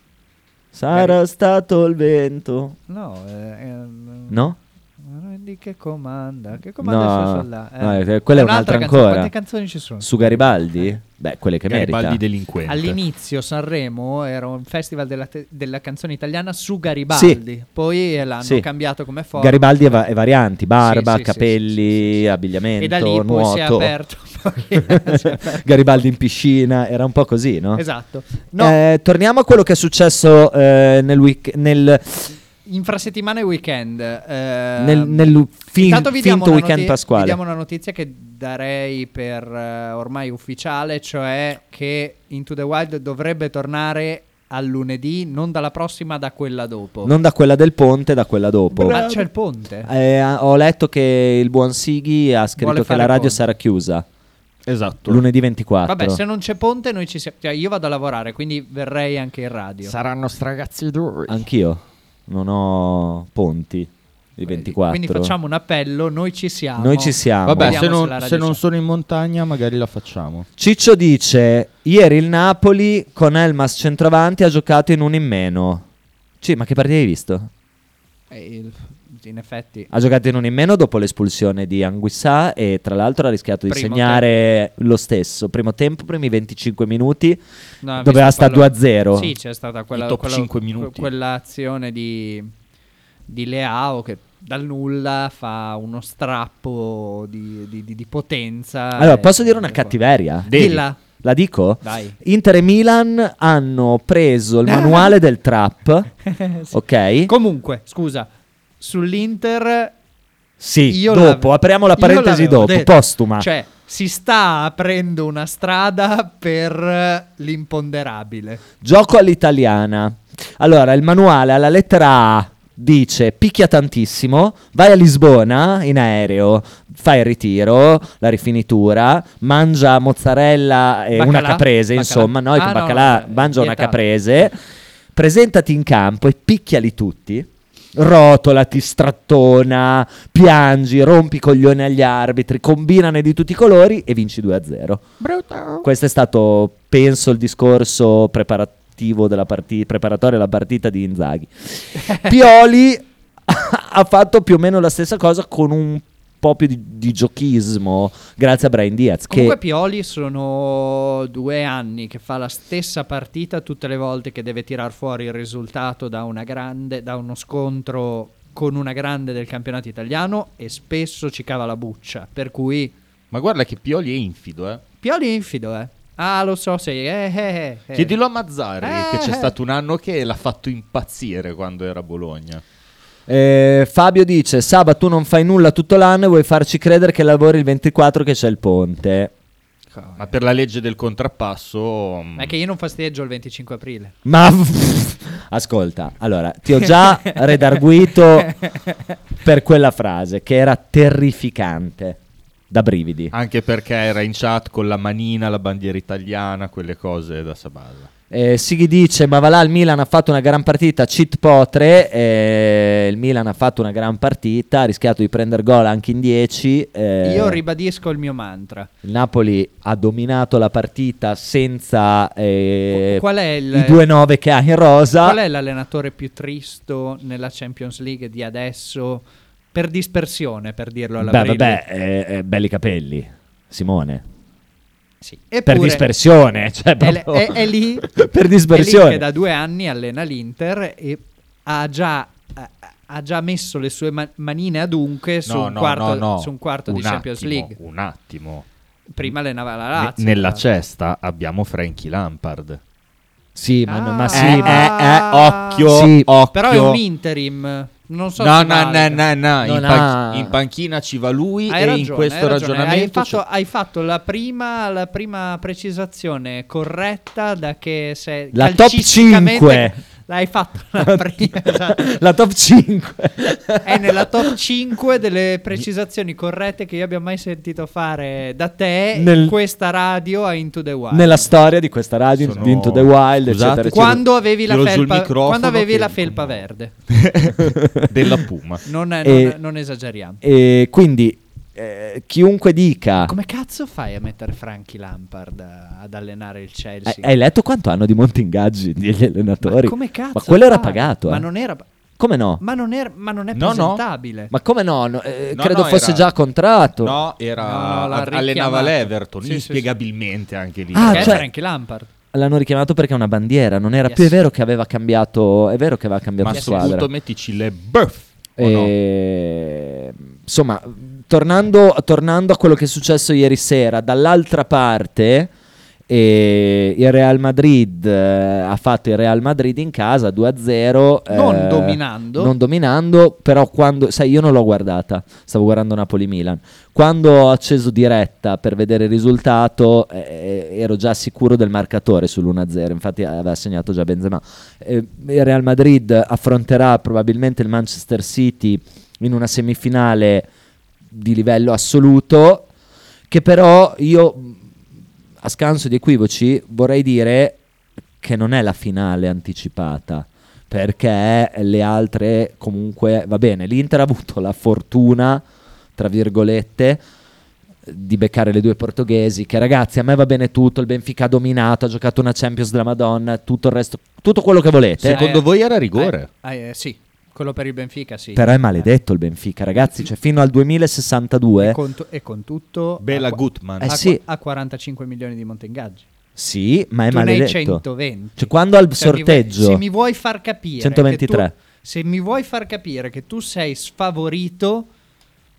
E: Sarà stato il vento.
C: No, eh, ehm,
E: No?
C: ma non di che comanda? Che comanda
E: No,
C: c'è sulla-
E: no, eh, quella è un'altra
C: canzone.
E: ancora.
C: Quante canzoni ci sono? Eh.
E: Su Garibaldi? Beh, quelle che
D: Garibaldi
E: merita.
D: delinquente.
C: All'inizio Sanremo era un festival della, te- della canzone italiana su Garibaldi, poi l'hanno
E: Sì.
C: cambiato come forma
E: Garibaldi e, va- e varianti, barba,
C: Sì, sì, sì,
E: capelli,
C: sì, sì, sì.
E: abbigliamento,
C: e da lì poi
E: nuoto.
C: si è aperto. poi si è aperto.
E: Garibaldi in piscina, era un po' così, no?
C: esatto. No,
E: Eh, torniamo a quello che è successo eh, nel, week- nel,
C: infrasettimana e weekend. ehm,
E: nel- nel fin-
C: intanto vi diamo
E: finto
C: una
E: weekend
C: noti-
E: pasquale.
C: Vi diamo una notizia che darei per eh, ormai ufficiale, cioè che Into the Wild dovrebbe tornare al lunedì, non dalla prossima, da quella dopo.
E: Non da quella del ponte, da quella dopo.
C: Ah, c'è il ponte.
E: Eh, ho letto che il buon Sighi ha scritto che
C: fare
E: la
C: il
E: radio
C: ponte.
E: sarà chiusa
D: Esatto.
E: lunedì 24.
C: Vabbè, se non c'è ponte, noi ci siamo. cioè, io vado a lavorare, quindi verrei anche in radio.
D: Saranno stragazzi duri.
E: Anch'io non ho ponti di 24.
C: Quindi facciamo un appello, noi ci siamo.
E: Noi ci siamo.
D: Vabbè,
C: Vediamo
D: se non,
C: se la radio
D: se non
C: c'è.
D: sono in montagna, magari la facciamo.
E: Ciccio dice: Ieri il Napoli con Elmas centravanti ha giocato in un in meno. Sì, ma che partita hai visto?
C: Eh, il- In effetti,
E: Ha giocato in un in meno dopo l'espulsione di Anguissà e tra l'altro ha rischiato di
C: Primo
E: segnare lo stesso. Primo tempo, primi 25 minuti,
C: No, ha
E: doveva
C: visto
E: sta
C: il pallone.
E: 2-0.
C: Sì, c'è stata quella,
D: I top
C: quella-
D: cinque minuti.
C: quella azione di, di Leao che dal nulla fa uno strappo di, di- di- di potenza.
E: Allora,
C: E-
E: posso dire una
C: e poi-
E: cattiveria?
C: Dilla,
E: La dico?
C: dai.
E: Inter e Milan hanno preso il manuale del trap,
C: Sì.
E: ok?
C: Comunque, Eh, scusa, sull'Inter...
E: Sì,
C: io
E: dopo,
C: l'av-
E: apriamo la
C: io
E: parentesi
C: l'avevo
E: dopo,
C: detto.
E: postuma.
C: Cioè, si sta aprendo una strada per eh, l'imponderabile.
E: Gioco all'italiana. Allora, il manuale alla lettera A, dice picchia tantissimo, vai a Lisbona in aereo, fai il ritiro, la rifinitura, mangia mozzarella e
C: Baccalà?
E: una caprese,
C: Baccalà?
E: insomma, noi che
C: Ah, no,
E: baccalà
C: no,
E: mangia una
C: vietato.
E: caprese, presentati in campo e picchiali tutti. Rotolati, strattona, piangi, rompi i coglioni agli arbitri, combinane di tutti i colori e vinci 2-0. Questo è stato, penso, il discorso preparativo della parti- preparatorio alla partita di Inzaghi. Pioli ha fatto più o meno la stessa cosa con un po' più di, di giochismo, grazie a Brian Diaz.
C: Comunque
E: che
C: Pioli sono due anni che fa la stessa partita tutte le volte che deve tirar fuori il risultato da, una grande, da uno scontro con una grande del campionato italiano e spesso ci cava la buccia. Per cui
I: Ma guarda che Pioli è infido, eh.
C: Pioli è infido, eh. Ah, lo so, sei... Eh, eh, eh.
I: Chiedilo a Mazzari,
C: Eh,
I: che c'è
C: eh.
I: stato un anno che l'ha fatto impazzire quando era a Bologna.
E: Eh, Fabio dice: Saba, tu non fai nulla tutto l'anno e vuoi farci credere che lavori il 24 che c'è il ponte.
I: Ma per la legge del contrappasso...
D: mm,
C: Ma è che io non fastidio il 25 aprile.
E: Ma ascolta, allora ti ho già redarguito per quella frase che era terrificante da brividi.
I: Anche perché era in chat con la manina, la bandiera italiana, quelle cose da Saballa.
E: Eh, Sighi dice: Ma va là, il Milan ha fatto una gran partita. Cheat potre. eh, il Milan ha fatto una gran partita. Ha rischiato di prendere gol anche in 10. eh,
C: Io ribadisco il mio mantra.
E: il Napoli ha dominato la partita senza eh,
C: Qual è il...
E: i due 9 che ha in rosa.
C: Qual è l'allenatore più tristo nella Champions League di adesso? Per dispersione, per dirlo alla
E: Beh,
C: Brilli.
E: vabbè, eh, eh, belli capelli, Simone.
C: Sì.
E: Per
C: Eppure-
E: dispersione, cioè
C: È, le-
E: proprio-
C: è- è lì, è
E: per
C: lì
E: dispersione.
C: che da due anni allena l'Inter e ha già, ha- ha già messo le sue ma- manine adunque su un quarto, su un quarto di
I: Un
C: Champions
I: attimo,
C: League.
I: Un attimo.
C: Prima allenava la
I: Ne-
C: Lazio.
I: nella
C: cesta
I: cesta abbiamo Frankie Lampard.
E: Sì, ma, ma
C: Ah.
E: sì,
I: Eh,
E: ma-
I: eh, eh, occhio,
E: Sì,
I: occhio.
C: Però è un interim. Non so
I: No,
C: se
I: no, no,
C: vale.
I: no, no. In,
E: Non
I: pan-
E: ha-
I: in panchina ci va lui
C: Hai
I: e
C: ragione,
I: in questo
C: hai ragione. hai
I: ragionamento...
C: fatto, hai fatto la, prima, la prima precisazione corretta da che se
E: La top
C: calcisticamente-
E: 5.
C: L'hai fatto la prima. esatto.
E: la top 5.
C: È nella top 5 delle precisazioni corrette che io abbia mai sentito fare da te in
E: Nel-
C: questa radio a Into the Wild.
E: Nella storia di questa radio,
I: Sono-
E: di Into the Wild,
I: Scusate,
E: eccetera,
C: quando avevi la
I: Tiro giù il
C: felpa,
I: microfono
C: quando avevi
I: che-
C: la felpa verde.
I: della Puma.
C: Non, non-
E: E-
C: non esageriamo.
E: eccetera. E quindi, eh, chiunque dica...
C: Come cazzo fai a mettere Frankie Lampard a- ad allenare il Chelsea?
E: Hai- Eh, Hai letto quanto hanno di montingaggi degli
C: Ma
E: allenatori?
C: come cazzo?
E: Ma quello era
C: fai?
E: pagato, eh.
C: Ma non era
E: Come no?
C: ma non, era- ma non è
I: No, no.
C: presentabile.
E: Ma come no? No, eh,
I: No,
E: credo
I: no,
E: fosse
I: era-
E: già a contratto.
I: No, era
C: No, no, l'ha
I: a- allenava
C: richiamato.
I: l'Everton,
C: Sì, sì, sì.
I: inspiegabilmente anche lì.
E: Ah,
C: Perché è
E: cioè-
C: Frankie Lampard.
E: L'hanno richiamato perché è una bandiera, non era
C: Yes.
E: più è vero che aveva cambiato, è vero che aveva cambiato
I: Ma a
C: Yes,
I: questo
E: squadra.
I: punto mettici le buff. o no?
E: E- Eh, Insomma, tornando, tornando a quello che è successo ieri sera, dall'altra parte eh, il Real Madrid eh, ha fatto il Real Madrid in casa 2-0. eh,
C: Non dominando.
E: Non dominando, però quando... Sai, io non l'ho guardata, stavo guardando Napoli-Milan. Quando ho acceso diretta per vedere il risultato eh, ero già sicuro del marcatore sull'1-0, infatti aveva segnato già Benzema. Eh, il Real Madrid affronterà probabilmente il Manchester City in una semifinale di livello assoluto, che però io mh, a scanso di equivoci vorrei dire che non è la finale anticipata. Perché le altre comunque va bene. L'Inter ha avuto la fortuna, tra virgolette, di beccare le due portoghesi. Che ragazzi, a me va bene tutto. Il Benfica ha dominato, ha giocato una Champions della Madonna, tutto il resto, tutto quello che volete.
I: Secondo voi era rigore?
C: Ah, eh, sì, quello per il Benfica, sì. Eh,
E: Però è maledetto il Benfica, ragazzi. Cioè, fino al 2062.
C: E con, tu- e con tutto
I: Bella
C: a, qua-
I: Gutman.
E: Eh,
C: a,
E: sì.
C: qua- a 45 milioni di montingaggi.
E: Sì, ma è
C: tu ne hai
E: maledetto.
C: 120.
E: Cioè, quando al
C: Cioè, mi vuoi-
E: sorteggio.
C: se mi vuoi far capire
E: 123.
C: che tu- se mi vuoi far capire che tu sei sfavorito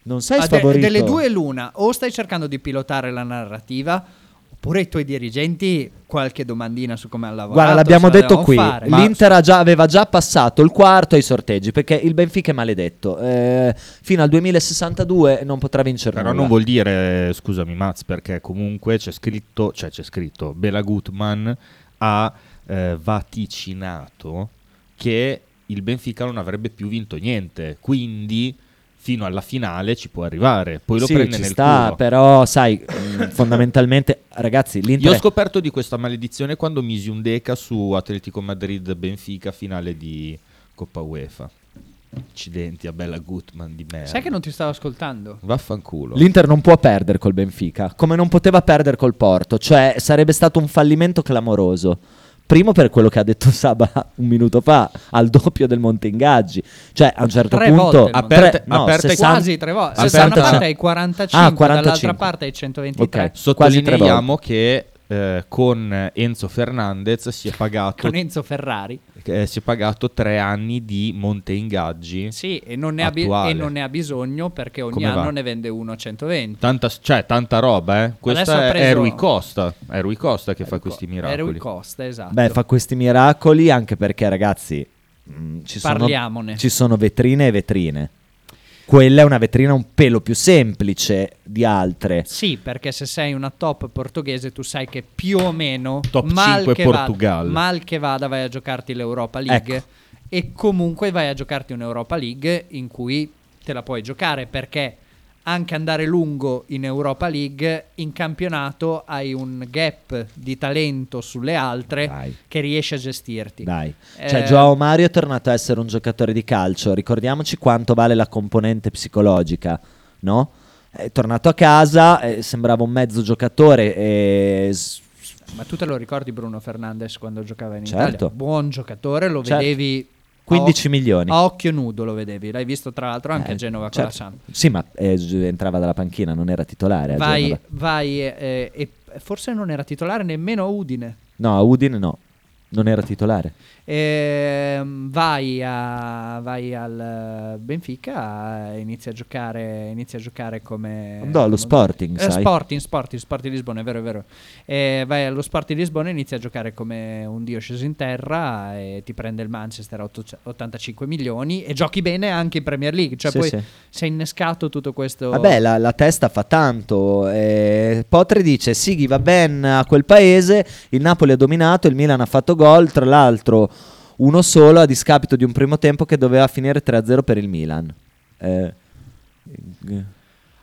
E: Non sei
C: Ah, de-
E: sfavorito.
C: delle due l'una, o stai cercando di pilotare la narrativa, oppure i tuoi dirigenti qualche domandina su come hanno lavorato.
E: Guarda, l'abbiamo
C: se la
E: detto
C: devono
E: qui.
C: fare.
E: L'Inter ha già- aveva già passato il quarto ai sorteggi perché il Benfica è maledetto. Eh, fino al 2062 non potrà vincere
I: Però
E: nulla.
I: non vuol dire, scusami Maz, perché comunque c'è scritto, cioè c'è scritto, Bela Gutman ha eh, vaticinato che il Benfica non avrebbe più vinto niente. Quindi fino alla finale ci può arrivare. Poi lo
E: sì,
I: prende
E: ci
I: nel
E: sta,
I: culo.
E: però sai, mh, fondamentalmente, ragazzi,
I: Io
E: l'Inter
I: ho scoperto di questa maledizione quando misi un deca su Atletico Madrid Benfica finale di Coppa UEFA. Accidenti a bella Gutman di merda.
C: Sai che non ti stavo ascoltando?
I: Vaffanculo.
E: L'Inter non può perdere col Benfica, come non poteva perdere col Porto, cioè sarebbe stato un fallimento clamoroso. Primo per quello che ha detto Saba un minuto fa, al doppio del monte ingaggi. Cioè, a un certo
C: Tre
E: punto...
C: volte il monte
E: tre-
I: ingaggi.
E: no,
I: Aperte-
E: 60
C: Quasi tre volte. Se da una
E: 60
C: parte hai 45,
E: Ah, 45.
C: dall'altra parte hai 123.
E: Ok. quasi tre
I: Sottolineiamo che eh, con Enzo Fernandez si è pagato
C: Con Enzo Ferrari.
I: eh, si è pagato tre anni di monte ingaggi.
C: Sì, e non ne, ha, bi-
I: Attuale.
C: e non ne ha bisogno perché ogni
I: Come
C: anno
I: va?
C: ne vende uno a 120.
I: Tanta, cioè, tanta roba, eh.
C: Adesso
I: Questa è,
C: ha
I: è
C: preso-
I: Rui Costa. È Rui Costa che fa
C: Rui
I: questi
C: Co-
I: miracoli.
C: è Rui Costa, esatto.
E: Beh, fa questi miracoli anche perché, ragazzi, mh, ci sono,
C: Parliamone.
E: Ci sono vetrine e vetrine. Quella è una vetrina un pelo più semplice di altre.
C: Sì, perché se sei una top portoghese tu sai che più o meno
I: Top
C: mal,
I: 5
C: che
I: Portogallo.
C: Vada, mal che vada vai a giocarti l'Europa League
E: Ecco.
C: e comunque vai a giocarti un'Europa League in cui te la puoi giocare perché anche andare lungo in Europa League in campionato hai un gap di talento sulle altre
E: Dai.
C: che riesci a gestirti.
E: Dai.
C: Eh,
E: Cioè, Joao Mario è tornato a essere un giocatore di calcio. Ricordiamoci quanto vale la componente psicologica, no? È tornato a casa, eh, sembrava un mezzo giocatore. eh, s-
C: Ma tu te lo ricordi Bruno Fernandes quando giocava in
E: Certo.
C: Italia? Buon giocatore, lo
E: Certo.
C: vedevi a
E: 15
C: oc-
E: milioni.
C: A occhio nudo lo vedevi, l'hai visto tra l'altro anche
E: eh,
C: a Genova
E: certo.
C: con la Samp.
E: Sì, ma eh, gi- entrava dalla panchina, non era titolare. a
C: Vai,
E: Genova.
C: vai eh, e forse non era titolare nemmeno a Udine.
E: No, a Udine no, non era titolare.
C: Ehm, vai, a- vai al eh, Benfica, eh, inizi a giocare, inizi a giocare come...
E: Andò allo
C: come-
E: Sporting,
C: Eh,
E: sai.
C: Sporting, Sporting, Sporting Lisbona, è vero, è vero. Eh, vai allo Sporting Lisbona e inizi a giocare come un dio sceso in terra e ti prende il Manchester a otto- 85 milioni e giochi bene anche in Premier League. Cioè
E: Sì,
C: poi
E: sì.
C: si è innescato tutto questo...
E: Vabbè, la, la testa fa tanto. eh, Potri dice: Sighi va ben a quel paese. Il Napoli ha dominato, il Milan ha fatto gol. Tra l'altro, uno solo a discapito di un primo tempo che doveva finire 3-0 per il Milan. Eh, eh,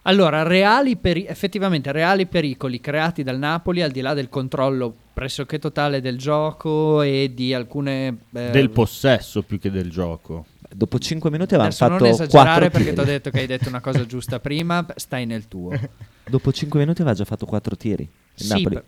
C: Allora, reali peri- effettivamente reali pericoli creati dal Napoli al di là del controllo pressoché totale del gioco e di alcune... eh,
I: Del possesso più che del gioco.
E: dopo 5 minuti avevano
C: Adesso non
E: fatto 4
C: esagerare perché
E: tiri.
C: ti ho detto che hai detto una cosa giusta prima, stai nel tuo.
E: Dopo 5 minuti aveva già fatto 4 tiri. Il
C: Sì,
E: Napoli.
C: per-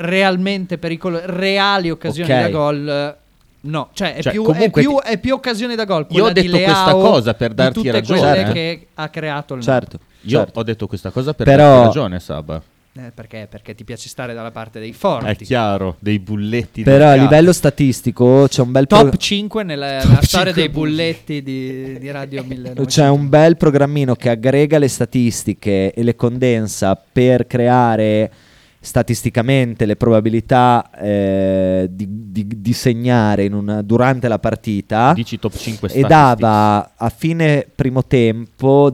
C: realmente pericolo, reali occasioni
E: Ok.
C: da gol. eh, No, cioè è,
I: Cioè,
C: più, è,
I: comunque
C: più,
I: ti-
C: è più occasione da gol.
I: Io ho
C: quella di
I: detto
C: Leao,
I: questa cosa per
C: di
I: darti
C: tutte
I: ragione,
C: quelle
I: eh.
C: che ha creato il
E: Certo,
I: Io
E: certo.
I: ho detto questa cosa per
E: Però-
I: darti ragione, Saba.
C: Eh, perché? Perché ti piace stare dalla parte dei forti.
I: È chiaro, dei bulletti. del
E: Però a
I: cazzo.
E: livello statistico c'è un bel
C: Top
E: pro-
C: 5 nella
I: Top
C: nella
I: 5
C: storia dei bulletti di, di Radio 1900.
E: C'è un bel programmino che aggrega le statistiche e le condensa per creare statisticamente le probabilità eh, di, di- di segnare in una- durante la partita
I: Dici top 5
E: e
I: statistiche.
E: dava a fine primo tempo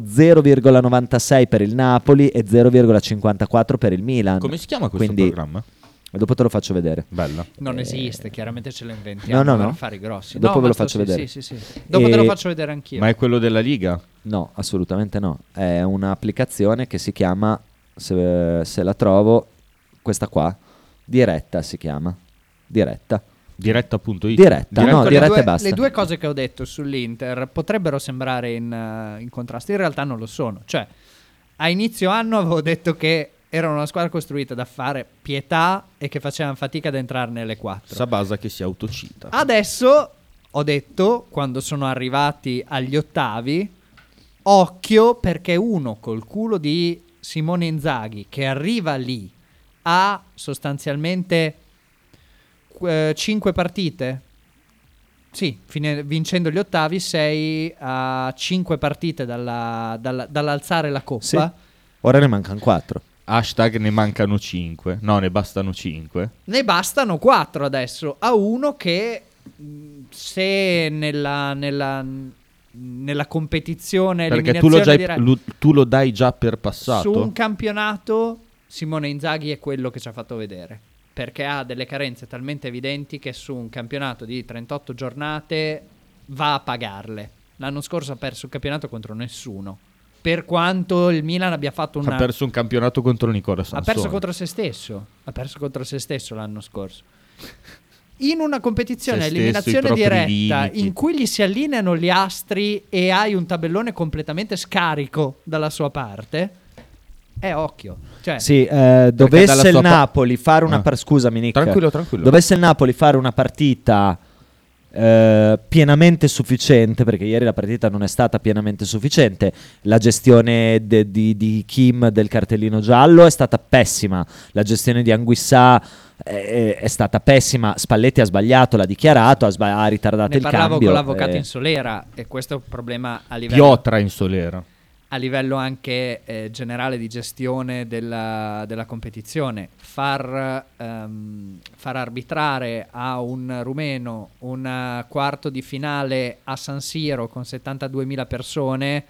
E: 0,96 per il Napoli e 0,54 per il Milan.
I: Come si chiama questo
E: Quindi,
I: programma?
E: Dopo te lo faccio vedere.
I: Bella.
C: Non
E: Eh,
C: esiste, chiaramente ce lo inventiamo
E: no, no,
C: per
E: no.
C: fare i grossi.
E: Dopo ve
C: No,
E: lo
C: ma sto-
E: faccio
C: sì,
E: vedere.
C: sì, sì, sì. Dopo te lo
E: E-
C: faccio vedere anch'io.
I: Ma è quello della Liga?
E: No, assolutamente no. È un'applicazione che si chiama, se, se la trovo, questa qua, diretta si chiama. Diretta.
I: Diretta.it.
E: Diretta, no,
I: Diretta-
C: Ecco,
E: diretta
C: le, due,
E: e basta.
C: le due cose che ho detto sull'Inter potrebbero sembrare in, eh, in contrasto, in realtà non lo sono. Cioè, a inizio anno avevo detto che era una squadra costruita da fare pietà e che facevano fatica ad entrare nelle quattro.
I: Sabasa che si autocita.
C: Adesso ho detto, quando sono arrivati agli ottavi, occhio perché uno col culo di Simone Inzaghi che arriva lì a sostanzialmente 5 partite. Sì, fine- vincendo gli ottavi sei a 5 partite dalla- dalla- dall'alzare la coppa.
E: Sì. Ora ne mancano quattro.
I: Hashtag ne mancano 5. No, ne bastano 5.
C: Ne bastano 4 adesso a uno che mh, se nella, nella, nella competizione
I: Perché tu lo,
C: Eh, eliminazione
I: già-
C: diretta,
I: lu- tu lo dai già per passato.
C: su un campionato Simone Inzaghi è quello che ci ha fatto vedere perché ha delle carenze talmente evidenti che su un campionato di 38 giornate va a pagarle. L'anno scorso ha perso il campionato contro nessuno. Per quanto il Milan abbia fatto una
I: Ha perso un campionato contro Nicola
C: ha
I: Sansone.
C: perso contro se stesso. Ha perso contro se stesso l'anno scorso. In una competizione a
I: Se stesso,
C: eliminazione
I: i propri
C: diretta
I: limiti.
C: in cui gli si allineano gli astri e hai un tabellone completamente scarico dalla sua parte, è occhio. Cioè,
E: Sì, eh, dovesse
I: dalla
E: il
I: sua pa-
E: Napoli fare una
I: Ah.
E: partita. Scusami, Nick.
I: Tranquillo, tranquillo.
E: Dovesse il Napoli fare una partita eh, pienamente sufficiente, perché ieri la partita non è stata pienamente sufficiente. La gestione de- di, di Kim del cartellino giallo è stata pessima. La gestione di Anguissà eh, è, stata pessima. Spalletti ha sbagliato, l'ha dichiarato, ha, sba- ha ritardato
C: ne
E: il
C: parlavo
E: cambio.
C: con l'avvocato
E: eh.
C: in solera e questo è un problema a livello
I: Piotra in solera.
C: a livello anche eh, generale di gestione della, della competizione. Far, ehm, far arbitrare a un rumeno un eh, quarto di finale a San Siro con 72.000 persone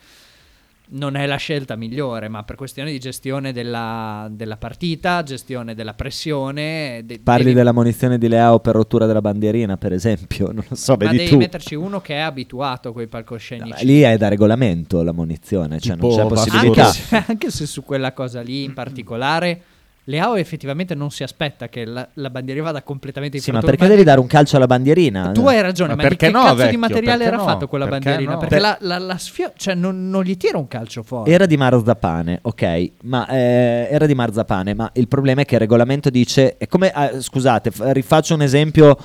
C: non è la scelta migliore, ma per questione di gestione della, della partita, gestione della pressione... de-
E: Parli
C: devi-
E: della munizione di Leao per rottura della bandierina, per esempio. Non lo so,
C: Ma
E: vedi
C: devi
E: tu.
C: metterci uno che è abituato a quei palcoscenici.
E: No, lì è da regolamento la munizione, cioè non
I: Tipo
E: c'è
I: Vasco
E: possibilità.
C: Boh, Anche se, anche se su quella cosa lì in particolare, Leao effettivamente non si aspetta che la, la bandiera vada completamente in
E: Sì, ma
C: fronte,
E: perché devi dare un calcio alla bandierina?
C: Tu hai ragione,
I: Ma
C: ma, di
I: perché
C: che
I: no,
C: cazzo di
I: vecchio?
C: materiale
I: Perché
C: era
I: no?
C: fatto quella
I: Perché
C: bandierina?
I: no?
C: Perché
I: Per-
C: la, la- la sfio- cioè non, non gli tira un calcio fuori.
E: Era di marzapane, ok, ma eh, era di marzapane, ma il problema è che il regolamento dice, è come, ah, scusate, f- rifaccio un esempio,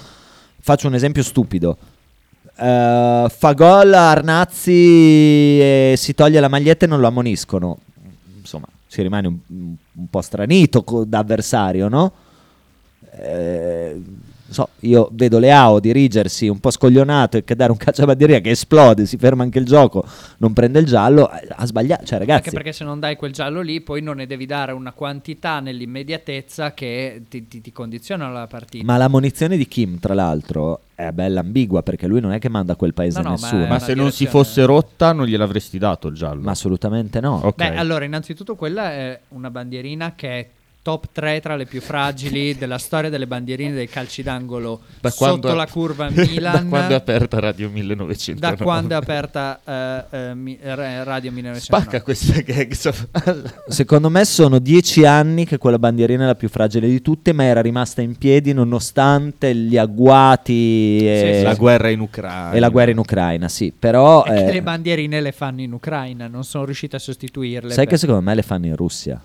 E: faccio un esempio stupido. Eh, fa gol a Arnazzi e si toglie la maglietta e non lo ammoniscono. Insomma, si rimane un, un po' stranito co- da avversario, no? Eh, non so, io vedo Leao dirigersi un po' scoglionato e che dare un calcio a bandierina che esplode, si ferma anche il gioco, non prende il giallo, eh, ha sbagliato, cioè
C: Anche
E: ragazzi,
C: perché se non dai quel giallo lì, poi non ne devi dare una quantità nell'immediatezza che ti, ti- ti condizionano la partita.
E: ma la munizione di Kim tra l'altro è bella ambigua perché lui non è che manda a quel paese
C: No, no, ma-
E: nessuno,
C: Eh,
I: Ma
C: una
E: ma,
I: se non si
C: direzione-
I: fosse rotta non gliel'avresti dato il giallo.
E: assolutamente no.
I: Ok.
C: Beh, allora, innanzitutto quella è una bandierina che è top 3 tra le più fragili della storia delle bandierine dei calci d'angolo
I: Da
C: sotto
I: quando-
C: la curva a Milan.
I: da quando è aperta Radio 1900.
C: da quando è aperta eh, eh, mi- eh, Radio 1909.
I: Spacca questa gag.
E: Secondo me sono dieci anni che quella bandierina è la più fragile di tutte, ma era rimasta in piedi nonostante gli agguati e,
I: la guerra in Ucraina.
E: e la guerra in Ucraina, sì, però...
C: È che
E: eh,
C: le bandierine le fanno in Ucraina, non sono riuscite a sostituirle.
E: sai
C: per-
E: che secondo me le fanno in Russia.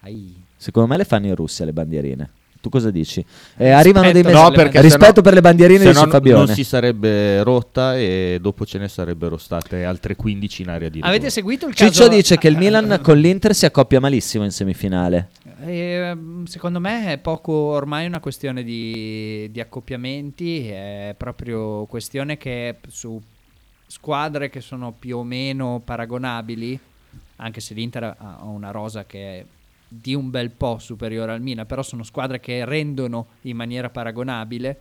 C: Ai.
E: Secondo me le fanno in Russia le bandierine. Tu cosa dici? Eh, arrivano dei
C: Rispetto-
E: messaggi.
I: No,
C: le
I: perché
E: rispetto
I: sennò-
E: per le bandierine
I: se
E: di
I: no
E: San Fabione.
I: Non si sarebbe rotta e dopo ce ne sarebbero state altre 15 in area di rigore.
C: Avete seguito il caso?
E: Ciccio dice che il Milan con l'Inter si accoppia malissimo in semifinale.
C: Ehm, secondo me è poco ormai una questione di, di accoppiamenti, è proprio questione che su squadre che sono più o meno paragonabili, anche se l'Inter ha- ha una rosa che è di un bel po' superiore al Milan, però sono squadre che rendono in maniera paragonabile.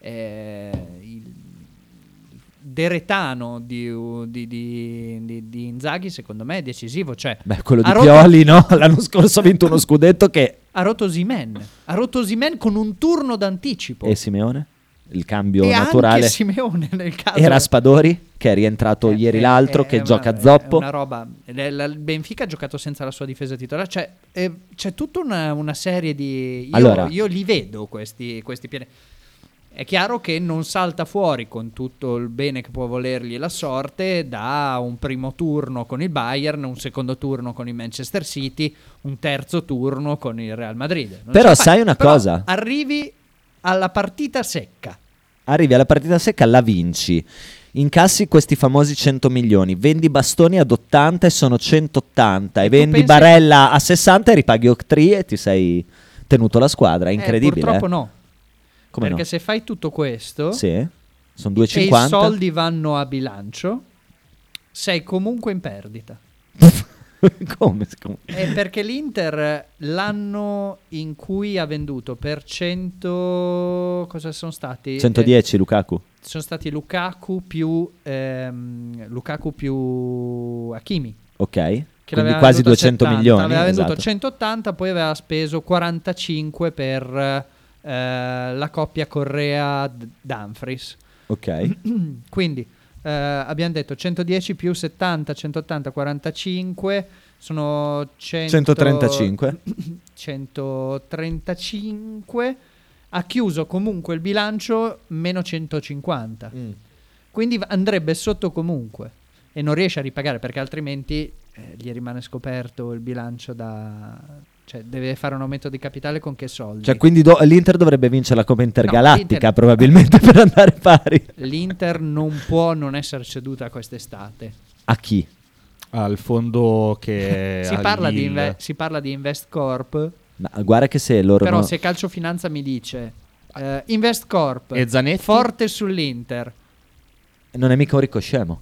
C: eh, il deretano di, di- di- di- di Inzaghi secondo me è decisivo, cioè
E: Beh, quello di
C: ha rotto-
E: Pioli, no? L'anno scorso ha vinto uno scudetto che...
C: ha rotto Simen. Ha rotto Simen con un turno d'anticipo.
E: E Simeone? Il cambio
C: E
E: naturale.
C: anche Simeone nel caso.
E: Era Spadori, che è rientrato
C: Eh,
E: ieri
C: eh,
E: l'altro,
C: eh,
E: che
C: è
E: gioca
C: una-
E: a zoppo.
C: È una roba. Il la- il Benfica ha giocato senza la sua difesa titolare. Cioè, eh, c'è tutta una, una serie di. Io,
E: Allora.
C: io li vedo questi, questi piani. È chiaro che non salta fuori con tutto il bene che può volergli la sorte da un primo turno con il Bayern, un secondo turno con il Manchester City, un terzo turno con il Real Madrid. Non
E: Però
C: ce la fai.
E: sai una
C: Però
E: cosa?
C: Arrivi alla partita secca.
E: Arrivi alla partita secca, la vinci. Incassi questi famosi 100 milioni, vendi bastoni ad 80 e sono 180, e,
C: E tu
E: vendi
C: pensi-
E: Barella a 60 e ripaghi Octree e ti sei tenuto la squadra. È incredibile.
C: Eh, purtroppo no.
E: Come
C: perché
E: no?
C: se fai tutto questo
E: Sì, sono
C: e i
E: 2,50.
C: soldi vanno a bilancio, sei comunque in perdita.
E: Come? Come?
C: È perché l'Inter eh, l'anno in cui ha venduto per 100 cosa sono stati?
E: 110 Lukaku.
C: Eh, sono stati Lukaku più ehm, Lukaku più Hakimi.
E: Ok.
C: che
E: Quindi
C: l'aveva
E: quasi
C: venduto a
E: 200 milioni.
C: Aveva venduto
E: esatto.
C: 180, poi aveva speso 45 per eh, la coppia Correa-Danfries.
E: Ok.
C: Quindi eh, abbiamo detto 110 più 70, 180, 45, sono 100
E: 135.
C: 135, ha chiuso comunque il bilancio meno 150.
E: Mm.
C: Quindi v- andrebbe sotto comunque e non riesce a ripagare perché altrimenti eh, gli rimane scoperto il bilancio da... Cioè, deve fare un aumento di capitale con che soldi?
E: Cioè, quindi do- l'Inter dovrebbe vincerla come intergalattica,
C: l'Inter-
E: probabilmente, per andare pari.
C: L'Inter non può non essere ceduta quest'estate.
E: A chi?
D: Al fondo che...
C: Si
D: ha
C: parla, di
D: Eh, Lille.
C: Inve- si parla di InvestCorp,
E: Ma guarda che se loro...
C: però
E: no-
C: se Calciofinanza mi dice eh, InvestCorp
D: E Zanetti?
C: forte sull'Inter,
E: Non è mica un ricoscemo.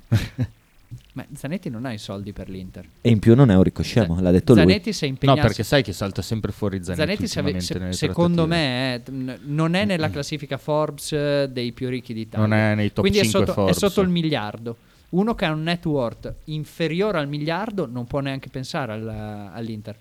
C: ma Zanetti non ha i soldi per l'Inter.
E: E in più non è un ricoscemo, l'ha detto lui.
C: Zanetti si è
D: No,
C: impegnato.
D: perché sai che salta sempre fuori Zanetti.
C: Zanetti, se ave-
D: ultimamente
C: se-
D: nelle
C: secondo
D: trattative.
C: me eh, t- n- non è nella classifica Forbes eh, dei più ricchi d'Italia.
D: Non è nei top
C: Quindi è
D: 5
C: sotto,
D: Forbes.
C: è sotto il miliardo. Uno che ha un net worth inferiore al miliardo non può neanche pensare al- all'Inter.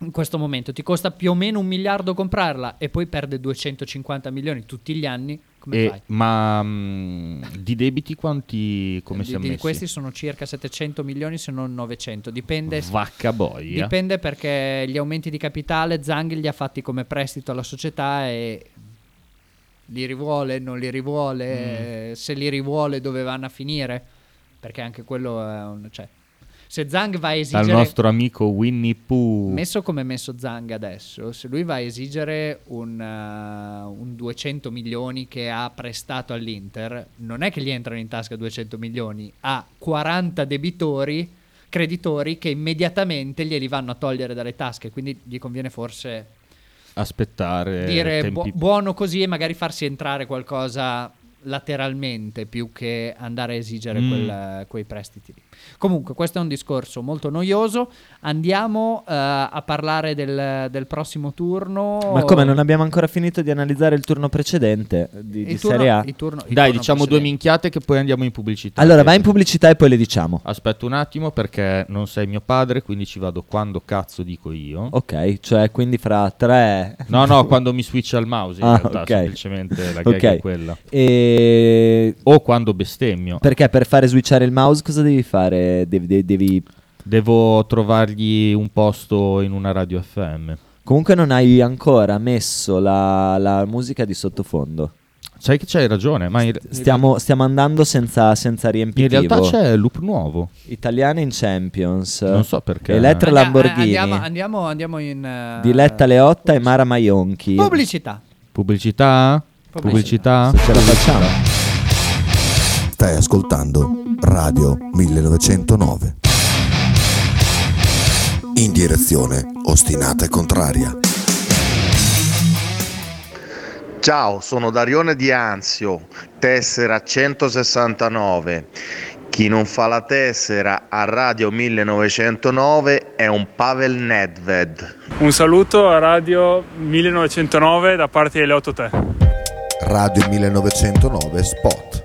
C: In questo momento ti costa più o meno un miliardo comprarla e poi perde 250 milioni tutti gli anni. Come
D: E-
C: fai?
D: ma mh, di debiti quanti come
C: Di-
D: siamo
C: di
D: messi?
C: questi sono circa 700 milioni se non 900. Dipende se-
D: Vacca boia.
C: Dipende perché gli aumenti di capitale Zanghi li ha fatti come prestito alla società e li rivuole, non li
D: Mm.
C: rivuole, eh, se li rivuole dove vanno a finire, perché anche quello è un... Cioè, se Zang va a
D: Dal
C: esigere,
D: nostro amico Winnie Pooh.
C: messo come è messo Zang adesso, se lui va a esigere un, eh, un 200 milioni che ha prestato all'Inter, non è che gli entrano in tasca 200 milioni, ha 40 debitori creditori che immediatamente glieli vanno a togliere dalle tasche, quindi gli conviene forse
A: eh,
D: Aspettare.
C: dire
D: tempi-
C: bu- buono così e magari farsi entrare qualcosa lateralmente più che andare a esigere
D: Mm.
C: quel- quei prestiti lì. Comunque questo è un discorso molto noioso, andiamo eh, a parlare del, del prossimo turno.
E: Ma come, non abbiamo ancora finito di analizzare il turno precedente di,
C: Il
E: di
C: turno-
E: Serie A?
C: il turno- il
D: Dai,
C: turno
D: diciamo due
C: precedente.
D: minchiate che poi andiamo in pubblicità.
E: Allora,
D: Pietro.
E: vai in pubblicità e poi le diciamo.
D: Aspetta un attimo perché non sei mio padre, quindi ci vado quando cazzo dico io.
E: Ok, cioè quindi fra tre...
D: No, no, quando mi switcha il mouse in
E: Ah,
D: realtà,
E: ok.
D: semplicemente la gag è
E: Ok.
D: quella.
E: E...
D: O quando bestemmio.
E: Perché per fare switchare il mouse cosa devi fare? Devi, devi- devi-
D: Devo trovargli un posto in una radio FM.
E: Comunque non hai ancora messo la, la musica di sottofondo.
D: Sai che c'hai ragione, ma in,
E: Stiamo, stiamo andando senza, senza
D: in
E: riempitivo.
D: realtà c'è Loop nuovo.
E: Italiane in Champions.
D: Non so perché.
E: Elettra
C: Andia-
E: Lamborghini.
C: Andiamo, andiamo, andiamo in... eh,
E: Diletta Leotta e Mara Maionchi.
C: Pubblicità.
D: Pubblicità? Pubblicità?
E: Ce la facciamo.
J: Stai ascoltando Radio 1909. In direzione ostinata e contraria.
K: Ciao, sono Darione Di Anzio, tessera 169. Chi non fa la tessera a Radio 1909 è un Pavel Nedved.
L: Un saluto a Radio 1909 da parte delle 8.3.
J: Radio 1909 Spot.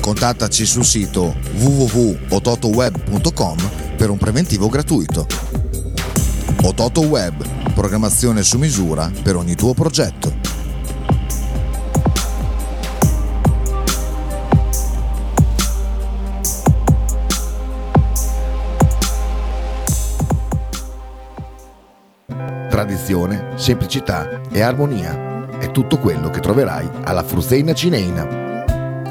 J: Contattaci sul sito www.ototoweb.com per un preventivo gratuito. Ototo Web, programmazione su misura per ogni tuo progetto. Tradizione, semplicità e armonia è tutto quello che troverai alla Fruzeina Cineina.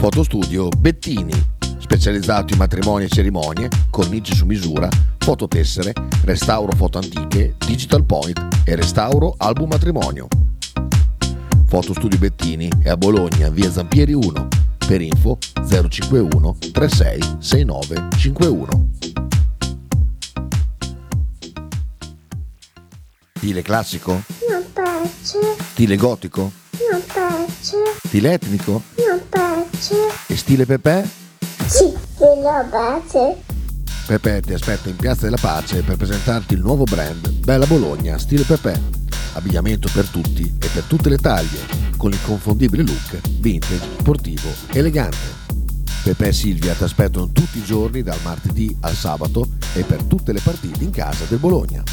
J: Fotostudio Bettini, specializzato in matrimoni e cerimonie, cornici su misura, fototessere, restauro foto antiche, digital point e restauro album matrimonio. Fotostudio Bettini è a Bologna, via Zampieri 1, per info 051 36 69 51. Stile classico?
M: Non piace,
J: Stile gotico?
M: non piace,
J: Stile etnico?
M: non piace.
J: E stile Pepe?
M: Sì, della base.
J: Pepe ti aspetta in Piazza della Pace per presentarti il nuovo brand Bella Bologna Stile Pepe. Abbigliamento per tutti e per tutte le taglie, con l'inconfondibile look vintage, sportivo, elegante. Pepe e Silvia ti aspettano tutti i giorni dal martedì al sabato e per tutte le partite in casa del Bologna.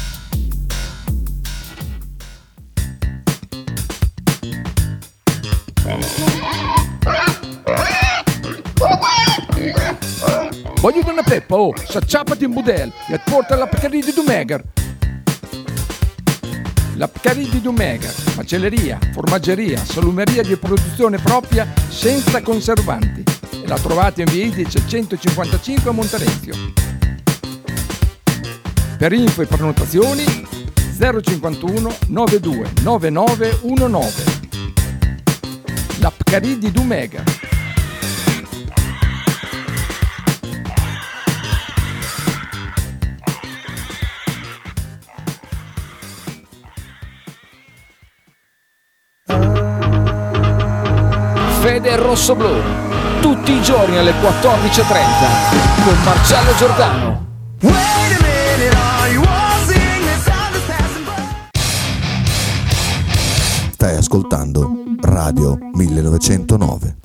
N: Voglio una peppa, oh, s'acciappati in budel e porta la Pcarì di Dumegar. La Pcarì di Dumegar, macelleria, formaggeria, salumeria di produzione propria senza conservanti. E la trovate in via Idice 155 a Monterezio. Per info e prenotazioni 051 92 9919. La Pcarì di Dumegar.
O: Fede Rossoblu, tutti i giorni alle 14.30 con Marcello Giordano.
P: Stai ascoltando Radio 1909.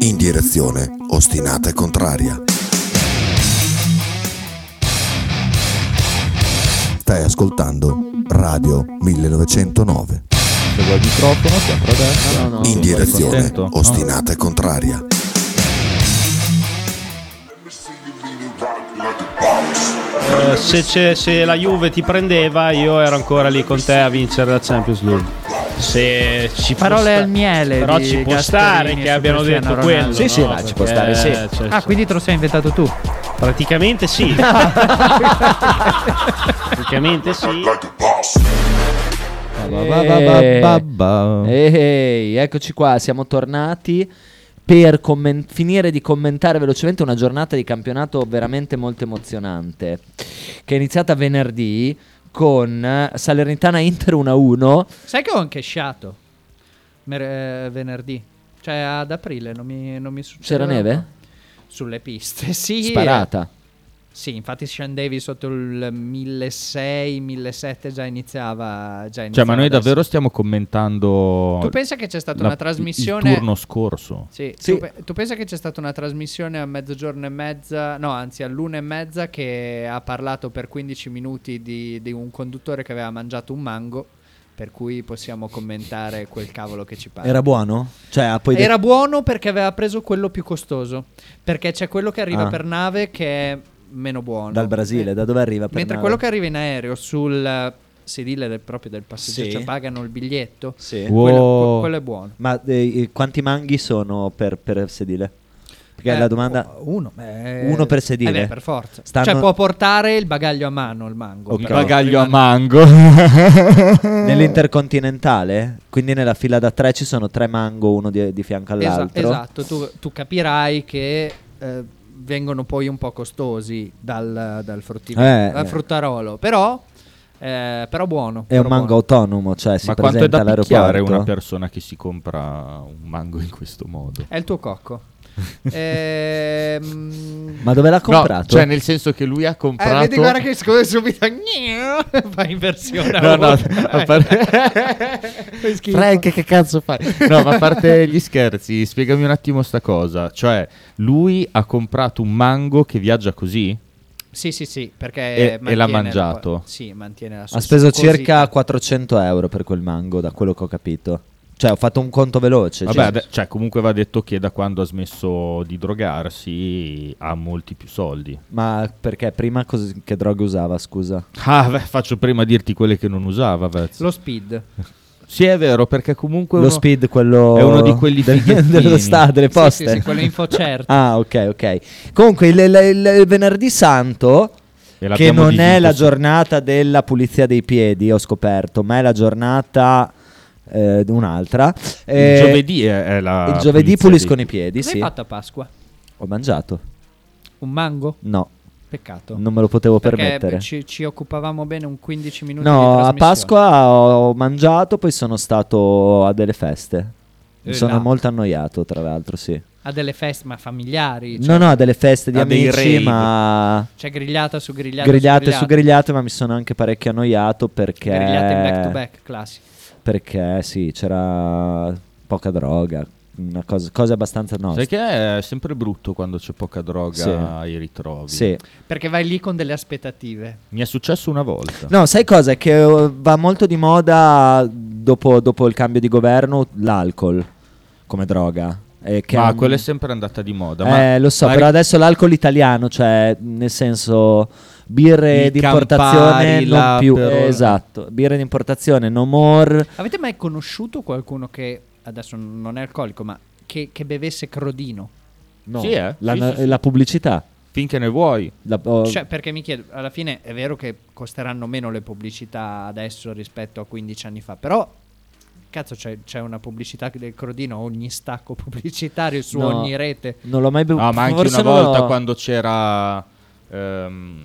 P: In direzione ostinata e contraria. Stai ascoltando Radio 1909.
D: Seguo il microfono, sempre a destra.
P: In direzione
D: Contento? No.
P: ostinata e contraria.
A: Eh, se, c'è- se la Juve ti prendeva, io ero ancora lì con te a vincere la Champions League. Se ci può
Q: Parole
A: sta-
Q: al miele.
A: Però
Q: di
A: ci può
Q: Gasperini
A: stare che
Q: su
A: abbiano
Q: Cristiano
A: detto
Q: Ronaldo.
A: quello. no? Perché, cioè,
Q: ah, quindi te lo sei inventato tu.
A: Praticamente sì. Praticamente sì.
H: Eh. Ehi, eccoci qua, siamo tornati per commen- finire di commentare velocemente una giornata di campionato veramente molto emozionante, che è iniziata venerdì con eh, Salernitana-Inter 1-1.
C: Sai che ho anche sciato Mer- eh, venerdì, cioè ad aprile, non mi, non mi succedeva.
H: C'era neve?
C: Sulle piste, sì.
H: Sparata.
C: Sì, infatti scendevi sotto il 1600, 1700 già iniziava.
D: Cioè,
C: Già
D: ma
C: iniziava
D: noi
C: ad
D: davvero stiamo commentando.
C: Tu pensa che c'è stata
D: la-
C: una trasmissione.
D: Il turno scorso.
C: Sì, Tu, pe- tu pensa che c'è stata una trasmissione a mezzogiorno e mezza, no, anzi all'una e mezza, che ha parlato per 15 minuti di, di un conduttore che aveva mangiato un mango. Per cui possiamo commentare quel cavolo che ci pare.
E: Era buono? Cioè, ha poi
C: Era buono perché aveva preso quello più costoso. Perché c'è quello che arriva
E: Ah.
C: per nave che è meno buono.
E: Dal Brasile,
C: Eh,
E: da dove arriva per
C: Mentre
E: nave?
C: quello che arriva in aereo sul sedile del, proprio del passeggio,
E: Sì.
C: cioè pagano il biglietto,
E: Sì.
C: quello, que- quello è buono.
E: Ma eh, quanti manghi sono per, per sedile? Perché
C: Eh,
E: la domanda...
C: Uno, eh,
E: Uno per sedile.
C: eh beh, per forza.
E: Stanno-
C: Cioè può portare il bagaglio a mano il mango.
E: Ok.
C: però
D: Bagaglio a
C: rimane-
D: mango.
E: Nell'intercontinentale? Quindi nella fila da tre ci sono tre mango, uno di, di fianco
C: Esa-
E: all'altro.
C: esatto, tu, tu capirai che eh, vengono poi un po' costosi dal, dal, frutti-
E: Eh,
C: dal
E: eh.
C: fruttarolo, però, eh, però buono.
E: È un
C: però
E: mango
C: buono.
E: autonomo, cioè si
D: ma quanto è
E: presenta
D: da picchiare
E: all'aeroporto.
D: una persona che si compra un mango in questo modo?
C: È il tuo cocco. Ehm,
E: Ma dove l'ha comprato?
D: cioè, nel senso che lui ha
C: eh,
D: comprato.
C: vedi, guarda che scusa subito fa inversione.
D: No, no,
C: Eh.
D: a parte-
C: Fai schifo.
D: Frank, che cazzo fai? No, ma a parte gli scherzi, spiegami un attimo sta cosa. Cioè, lui ha comprato un mango che viaggia così?
C: Sì, sì, sì, perché
D: E- e
C: mantiene
D: l'ha
C: la-
D: mangiato.
C: sì, mantiene la
E: Ha speso
C: succosi-
E: circa 400 euro per quel mango, da quello che ho capito. Cioè, ho fatto un conto veloce.
D: Vabbè,
E: cioè-
D: ade- cioè, comunque va detto che da quando ha smesso di drogarsi ha molti più soldi.
E: Ma perché prima cos- che droghe usava, scusa?
D: Ah, beh, faccio prima dirti quelle che non usava, Vez.
C: Lo speed.
D: Sì, è vero, perché comunque
E: Lo
D: uno-
E: speed, quello
D: è uno di quelli
E: del-
D: fighettini.
E: dello sta- delle
D: Sì, sì,
E: poste.
D: sì, quello
C: infocerto.
E: ah, ok, ok. Comunque, il, il- il venerdì santo,
D: E
E: che
D: l'abbiamo
E: non è
D: divinto,
E: la
D: sì.
E: giornata della pulizia dei piedi, ho scoperto, ma è la giornata. eh, un'altra Eh,
D: giovedì è- è la
E: il giovedì
D: pulizia
E: puliscono
D: dei
E: i piedi
C: Cosa
E: sì.
C: hai fatto a Pasqua?
E: ho mangiato
C: Un mango?
E: no
C: Peccato.
E: non me lo potevo
C: Perché
E: permettere
C: Ci, ci occupavamo bene un 15 minuti di
E: No, a
C: trasmissione.
E: Pasqua ho ho mangiato, poi sono stato a delle feste. Mi
C: Eh,
E: sono
C: là.
E: molto annoiato, tra l'altro, sì.
C: A delle feste, ma familiari.
E: No, no, a delle feste di
C: a dei
E: amici,
C: rave.
E: ma
C: Cioè grigliata su grigliata.
E: grigliate su
C: grigliata.
E: grigliate, ma mi sono anche parecchio annoiato perché...
C: Grigliate in back to back, classico.
E: Perché sì, c'era poca droga, una cosa, cose abbastanza nostre.
D: Sai che è sempre brutto quando c'è poca droga
E: Ah, Sì.
D: ai ritrovi.
E: Sì.
C: Perché vai lì con delle aspettative.
D: Mi è successo una volta.
E: No, sai cosa? È Che eh, va molto di moda dopo, dopo il cambio di governo l'alcol come droga. eh, che
D: ma
E: è un-
D: quella è sempre andata di moda.
E: eh,
D: ma-
E: lo so,
D: ma
E: però
D: ri-
E: adesso l'alcol italiano, cioè nel senso birre
D: Il
E: di
D: Campari,
E: importazione non più,
D: l'Aperol.
E: eh, esatto, birre di importazione no more.
C: Avete mai conosciuto qualcuno che adesso non è alcolico, ma che, che bevesse crodino?
E: No,
D: Sì, eh,
E: la,
D: sì, sì, sì.
E: la pubblicità.
D: Finché ne vuoi.
E: La- oh,
C: Cioè, perché mi chiedo, alla fine è vero che costeranno meno le pubblicità adesso rispetto a 15 anni fa, però cazzo c'è, c'è una pubblicità del crodino, ogni stacco pubblicitario su
E: no,
C: ogni rete.
E: Non l'ho mai bevuto.
D: Ah, ma anche
E: Forse
D: una
E: non
D: volta
E: l'ho-
D: quando c'era. ehm,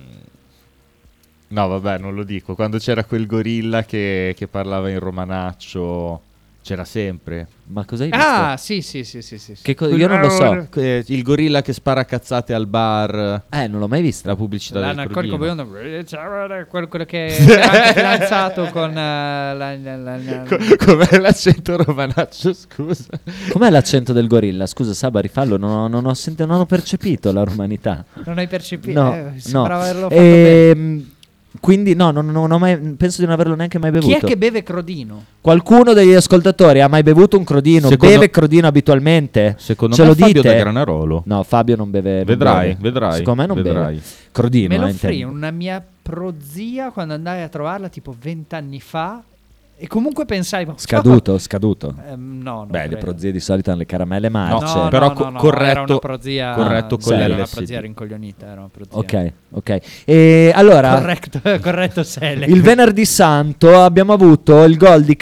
D: No, vabbè, non lo dico. Quando c'era quel gorilla che, che parlava in romanaccio, c'era sempre.
E: Ma cos'hai
C: Ah, sì, sì, sì, sì, sì. sì.
E: Che cosa- io non lo so.
D: Eh, Il gorilla che spara cazzate al bar.
E: Eh, non l'ho mai visto.
D: La pubblicità del
C: L'analcolico
D: crodino.
C: biondo, quello, quello eh, che era anche fidanzato con eh, la, la- la- la-
D: Co- Com'è l'accento romanaccio, scusa?
E: Com'è l'accento del gorilla? Scusa, Saba, rifallo, non ho, non ho senti- non ho percepito la romanità.
C: Non hai percepito?
E: No,
C: Eh,
E: no.
C: sembrava averlo fatto bene.
E: Ehm, quindi no, non, non ho mai, penso di non averlo neanche mai bevuto.
C: Chi è che beve crodino?
E: Qualcuno degli ascoltatori ha mai bevuto un crodino?
D: Secondo-
E: Beve crodino abitualmente?
D: Secondo
E: Ce
D: me
E: lo
D: Fabio
E: dite?
D: da Granarolo.
E: No, Fabio non beve. non
D: Vedrai,
E: beve.
D: vedrai,
E: Secondo me non
D: vedrai.
E: beve. Crodino,
C: Me lo
E: eh,
C: offrì
E: intendo.
C: una mia prozia quando andai a trovarla tipo vent'anni fa e comunque pensai... ma-
E: Scaduto, scaduto.
C: Ehm, no, non
E: Beh, le
C: credo.
E: prozie cioè, di solito hanno le caramelle
C: No,
E: marce.
C: no,
D: però
C: no,
D: co-
C: no,
D: corretto-
C: era una prozia,
D: corretto con
C: sì, era una
D: l'LSD.
C: prozia rincoglionita, era una prozia.
E: Ok, ok. E allora...
C: Corretto, corretto Selec.
E: Il venerdì santo abbiamo avuto il gol di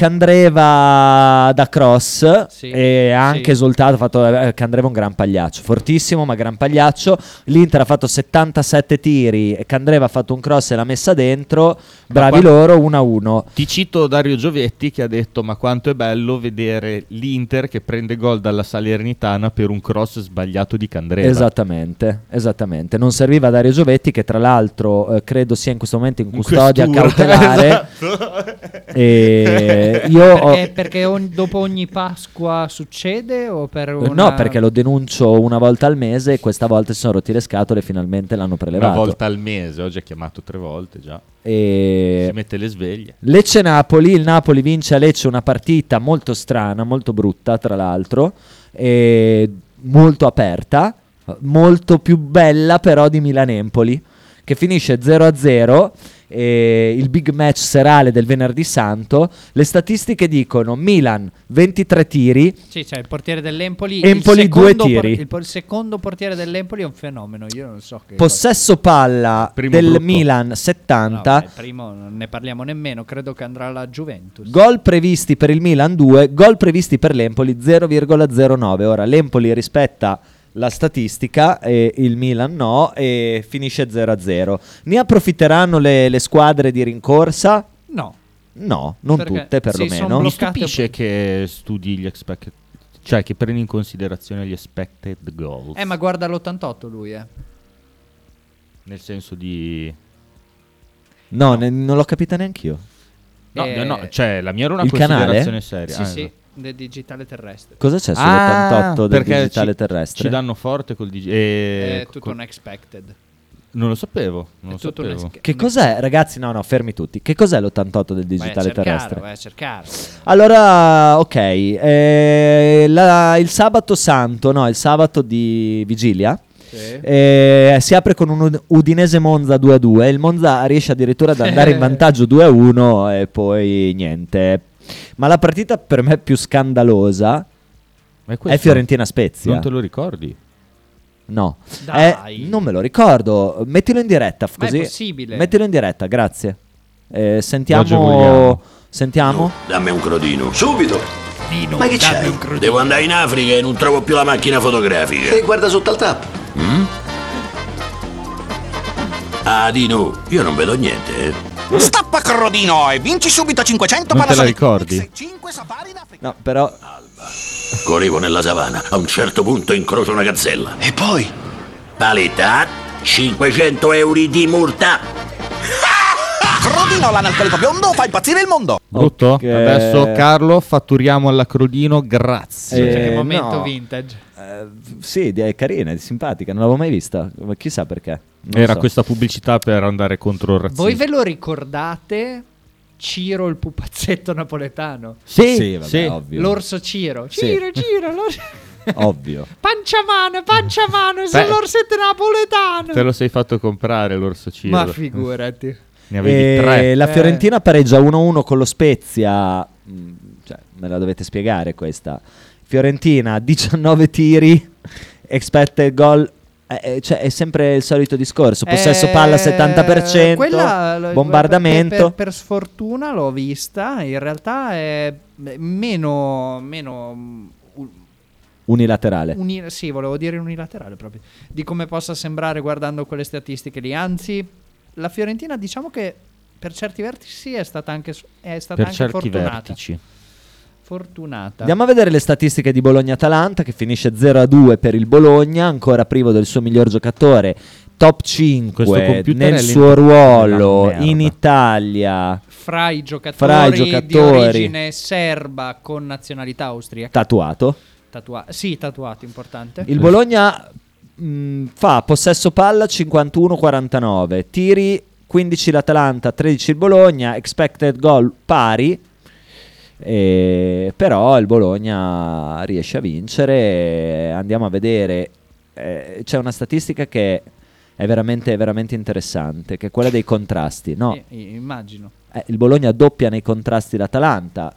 E: Candreva da cross
C: Sì,
E: e ha anche
C: sì.
E: esultato, ha fatto eh, Candreva è un gran pagliaccio, fortissimo ma gran pagliaccio. L'Inter ha fatto 77 tiri, e Candreva ha fatto un cross e l'ha messa dentro, bravi
D: qua-
E: loro 1-1.
D: Ti cito Dario Giovetti che ha detto: Ma quanto è bello vedere l'Inter che prende gol dalla Salernitana per un cross sbagliato di Candreva.
E: Esatto, Esattamente, esattamente. Non serviva Dario Giovetti che tra l'altro eh, credo sia in questo momento in custodia
D: questura, Esatto.
E: cautelare. E io ho-
C: Esatto. perché, perché ogni- dopo ogni Pasqua succede o per una...
E: Eh, No, perché lo denuncio una volta al mese e questa volta si sono rotti le scatole e finalmente l'hanno prelevato.
D: Una volta al mese, oggi ha chiamato tre volte già.
E: E-
D: Si mette le sveglie.
E: Lecce Napoli, il Napoli vince a Lecce una partita molto strana, molto brutta tra l'altro, e molto aperta, molto più bella però di Milan Empoli, che finisce 0-0, e il big match serale del venerdì santo, le statistiche dicono Milan 23 tiri,
C: Sì, cioè il portiere dell'Empoli...
E: Empoli
C: il secondo
E: due tiri.
C: por- il, por- il secondo portiere dell'Empoli è un fenomeno, io non so che... cosa-
E: possesso palla
D: Primo
E: del
D: brutto.
E: Milan
C: No,
E: 70,
C: beh, primo non ne parliamo nemmeno, credo che andrà alla Juventus.
E: Gol previsti per il Milan 2, gol previsti per l'Empoli 0,09. Ora l'Empoli rispetta la statistica e il Milan no e finisce 0-0. Ne approfitteranno le, le squadre di rincorsa?
C: No.
E: No, non
C: Perché
E: tutte
C: si
E: perlomeno.
C: son
D: Mi
C: bloccate-
D: stupisce che studi gli expected, cioè che prendi in considerazione gli expected goals.
C: Eh, ma guarda l'88 lui, eh.
D: Nel senso di.
E: No, ne- non l'ho capita neanch'io.
D: No,
C: Eh,
D: no, cioè la mia era una
E: il canale?
D: considerazione seria.
C: Sì,
D: Ah,
C: sì,
D: no.
C: del digitale terrestre.
E: Cosa c'è
D: Ah,
E: sull'88 del
D: perché
E: digitale
D: ci-
E: terrestre?
D: Ci danno forte col digitale.
C: È Eh, tutto un expected.
D: Non lo sapevo. Non
C: È
D: lo
C: tutto un
D: sapevo.
C: esche-
E: Che cos'è? Ragazzi, no, no, fermi tutti. Che cos'è l'88 del
C: Vai a
E: digitale
C: cercarlo,
E: terrestre?
C: vai a cercarlo.
E: Allora, ok, eh, la- il sabato santo, no, il sabato di vigilia. eh, si apre con un Ud- Udinese Monza 2 a 2. Il Monza riesce addirittura ad andare in vantaggio 2 a 1 e poi niente. Ma la partita per me più scandalosa
D: Ma
E: è,
D: è questo?
E: Fiorentina Spezia.
D: Non te lo ricordi?
E: No, Eh, non me lo ricordo. Mettilo in diretta
C: Ma è
E: così.
C: possibile?
E: Mettilo in diretta, grazie. Eh,
D: Lo agevoliamo.
E: sentiamo. Sentiamo.
H: Dammi un crodino, subito!
C: Nino,
H: Ma che
C: dammi
H: c'è?
C: un crodino.
H: Devo andare in Africa e non trovo più la macchina fotografica.
C: E
H: guarda sotto al tappo. Ah, Dino, io non vedo niente, eh.
G: Stappa Crodino e vinci subito
H: Non te
G: 500
H: la
G: Panasonic.
H: ricordi?
G: 5 safari in Africa.
E: No, però.
H: Correvo nella savana, a un certo punto incrocio una gazzella. E poi? Paletta, 500 euro di multa.
G: Crodino, l'analcolico biondo, fa impazzire il mondo.
D: Brutto?
E: Ok.
D: Adesso Carlo fatturiamo all'acrodino, grazie.
E: Eh,
C: cioè, momento
E: no.
C: vintage.
E: Eh, f- sì, di- è carina, è simpatica. Non l'avevo mai vista. ma Chissà perché. Non
D: Era
E: so.
D: questa pubblicità per andare contro il razzismo.
C: Voi ve lo ricordate? Ciro il pupazzetto napoletano.
D: Sì, Sì, vabbè, sì. ovvio.
C: L'orso Ciro.
D: Sì.
C: Ciro, Ciro, l'orso...
E: Ovvio.
C: Panciamano, panciamano,
D: sei
C: sei
D: Beh.
C: l'orsetto napoletano.
D: Te lo sei fatto comprare l'orso Ciro.
C: Ma figurati.
D: Ne avevi
E: E
D: tre.
E: La
C: Eh.
E: Fiorentina pareggia 1-1 con lo Spezia. Mm, Cioè, me la dovete spiegare questa. Fiorentina 19 tiri, expected goal. eh, eh, cioè, è sempre il solito discorso: possesso
C: Eh,
E: palla 70%,
C: quella, lo-
E: bombardamento.
C: Per, per- per sfortuna l'ho vista, in realtà è meno... meno mm, u-
E: unilaterale.
C: uni- sì, volevo dire unilaterale proprio. Di come possa sembrare guardando quelle statistiche lì. Anzi, la Fiorentina diciamo che per certi vertici è stata anche, s- è stata
D: Per
C: anche
D: certi
C: fortunata.
D: vertici.
C: Fortunata.
E: Andiamo a vedere le statistiche di Bologna-Atalanta che finisce 0-2 per il Bologna, ancora privo del suo miglior giocatore, top 5
D: computer è
E: nel
D: lento-
E: suo ruolo
D: Una merda.
E: in Italia.
C: fra i giocatori,
E: Fra i
C: di
E: giocatori.
C: origine serba con nazionalità austriaca.
E: Tatuato.
C: Tatua- sì, tatuato, importante.
E: Il Bologna mh, fa possesso palla 51-49, tiri 15 l'Atalanta, 13 il Bologna, expected goal pari. E però il Bologna riesce a vincere. Andiamo a vedere. eh, c'è una statistica che è veramente, veramente interessante, che è quella dei contrasti. No?
C: Eh, eh, immagino.
E: Eh, il Bologna doppia nei contrasti l'Atalanta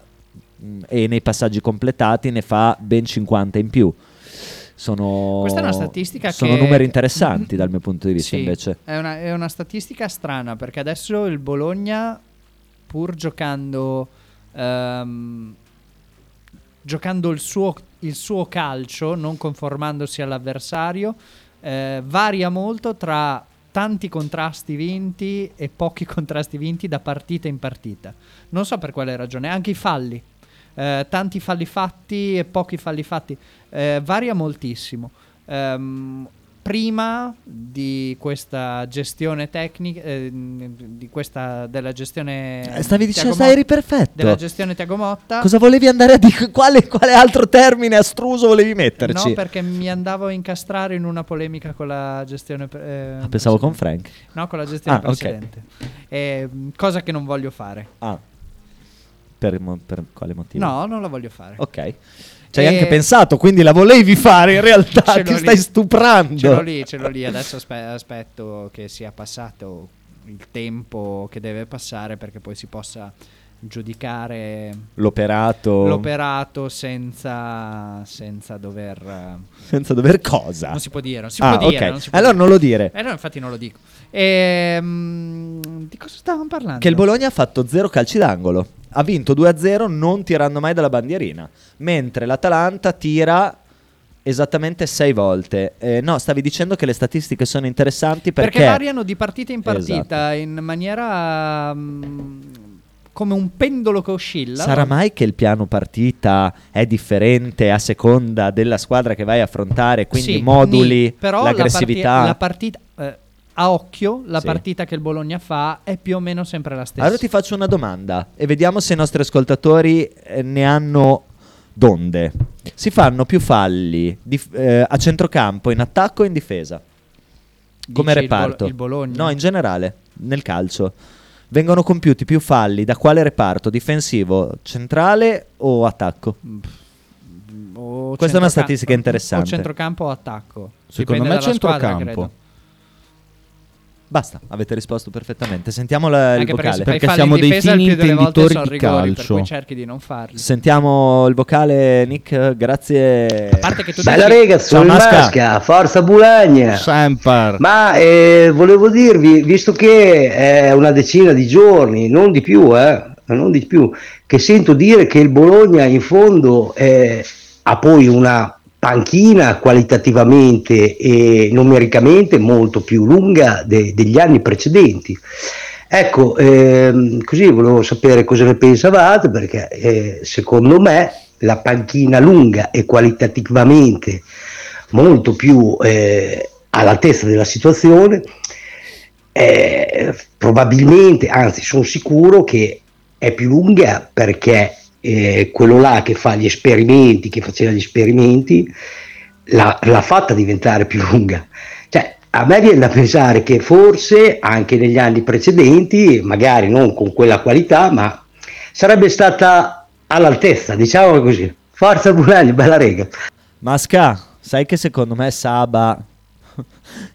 E: mh, e nei passaggi completati ne fa ben 50 in più. Sono,
C: Questa è una statistica
E: sono
C: che-
E: numeri interessanti dal mio punto di vista
C: Sì,
E: invece.
C: È una, è una statistica strana perché adesso il Bologna, pur giocando, ehm, giocando il, suo, il suo calcio, non conformandosi all'avversario, eh, varia molto tra tanti contrasti vinti e pochi contrasti vinti da partita in partita. Non so per quale ragione, anche i falli. Eh, tanti falli fatti e pochi falli fatti. Eh, varia moltissimo. Ehm, prima di questa gestione tecnica, ehm, di questa della gestione.
E: Eh, stavi dicendo,
C: Thiago Mo-
E: stai eri perfetto.
C: Della gestione Tiago Motta.
E: Cosa volevi andare a dire? Quale, quale altro termine astruso volevi metterci?
C: No, perché mi andavo a incastrare in una polemica con la gestione. pre- eh,
E: Ah, Pensavo con Frank.
C: No, con la gestione
E: Ah, ok.
C: precedente. Ehm, cosa che non voglio fare.
E: Ah. Per, mo- per quale motivo?
C: No, non la voglio fare.
E: Ok. Ci hai
C: E-
E: anche pensato, quindi la volevi fare in realtà.
C: Ce
E: Ah, Ti
C: l'ho
E: stai
C: lì.
E: stuprando.
C: Ce l'ho lì, ce l'ho lì. Adesso aspe- aspetto che sia passato il tempo che deve passare perché poi si possa giudicare
E: L'operato.
C: l'operato senza, senza dover... eh,
E: Senza dover cosa?
C: Non si può dire, non si
E: Ah,
C: può dire.
E: ok.
C: non si può
E: Allora
C: dire.
E: non lo dire.
C: Eh no, infatti non lo dico.
O: Eh,
C: Ehm, di cosa stavamo parlando?
E: Che il Bologna ha fatto 0 calci d'angolo. Ha vinto 2-0 non tirando mai dalla bandierina. Mentre l'Atalanta tira esattamente 6 volte. Eh, no, stavi dicendo che le statistiche sono interessanti perché... Esatto.
C: Perché, variano di partita in partita in maniera... mm, come un pendolo che oscilla.
E: Sarà mai che il piano partita è differente a seconda della squadra che vai a affrontare, quindi
C: Sì,
E: moduli,
C: ni- però la
E: l'aggressività?
C: parti- la partita, eh, a occhio, la
E: Sì.
C: partita che il Bologna fa è più o meno sempre la stessa.
E: Allora ti faccio una domanda e vediamo se i nostri ascoltatori eh, ne hanno donde. Si fanno più falli dif- eh, a centrocampo, in attacco e in difesa? Come
C: Dici il Bol-
E: reparto?
C: il Bologna?
E: No, in generale, nel calcio. Vengono compiuti più falli da quale reparto? Difensivo, centrale o attacco?
C: Mm, O
E: Questa è una
C: centrocampo-
E: statistica interessante.
C: O centrocampo o attacco.
D: Secondo
C: Dipende
D: me
C: dalla squadra,
D: centrocampo.
C: credo.
E: Basta, avete risposto perfettamente. Sentiamo la, il
C: Anche perché
E: vocale.
C: se fai falli in difesa, il più delle volte sono rigori, per cui cerchi di non farli.
E: Sentiamo il vocale, Nick. Grazie. A parte
C: che
E: tu
R: Bella rega, sono il Masca, forza Bulagna. Ma eh, volevo dirvi, visto che è una decina di giorni, non di più, eh, non di più, che sento dire che il Bologna in fondo eh, ha poi una panchina qualitativamente e numericamente molto più lunga de- degli anni precedenti. Ecco, ehm, così volevo sapere cosa ne pensavate perché eh, secondo me la panchina lunga e qualitativamente molto più eh, all'altezza della situazione eh, probabilmente, anzi sono sicuro che è più lunga perché eh, quello là che fa gli esperimenti, che faceva gli esperimenti, l'ha, l'ha fatta diventare più lunga. Cioè, a me viene da pensare che forse anche negli anni precedenti, magari non con quella qualità, ma sarebbe stata all'altezza, diciamo così. Forza Bulani, bella rega.
E: Masca, sai che secondo me Saba,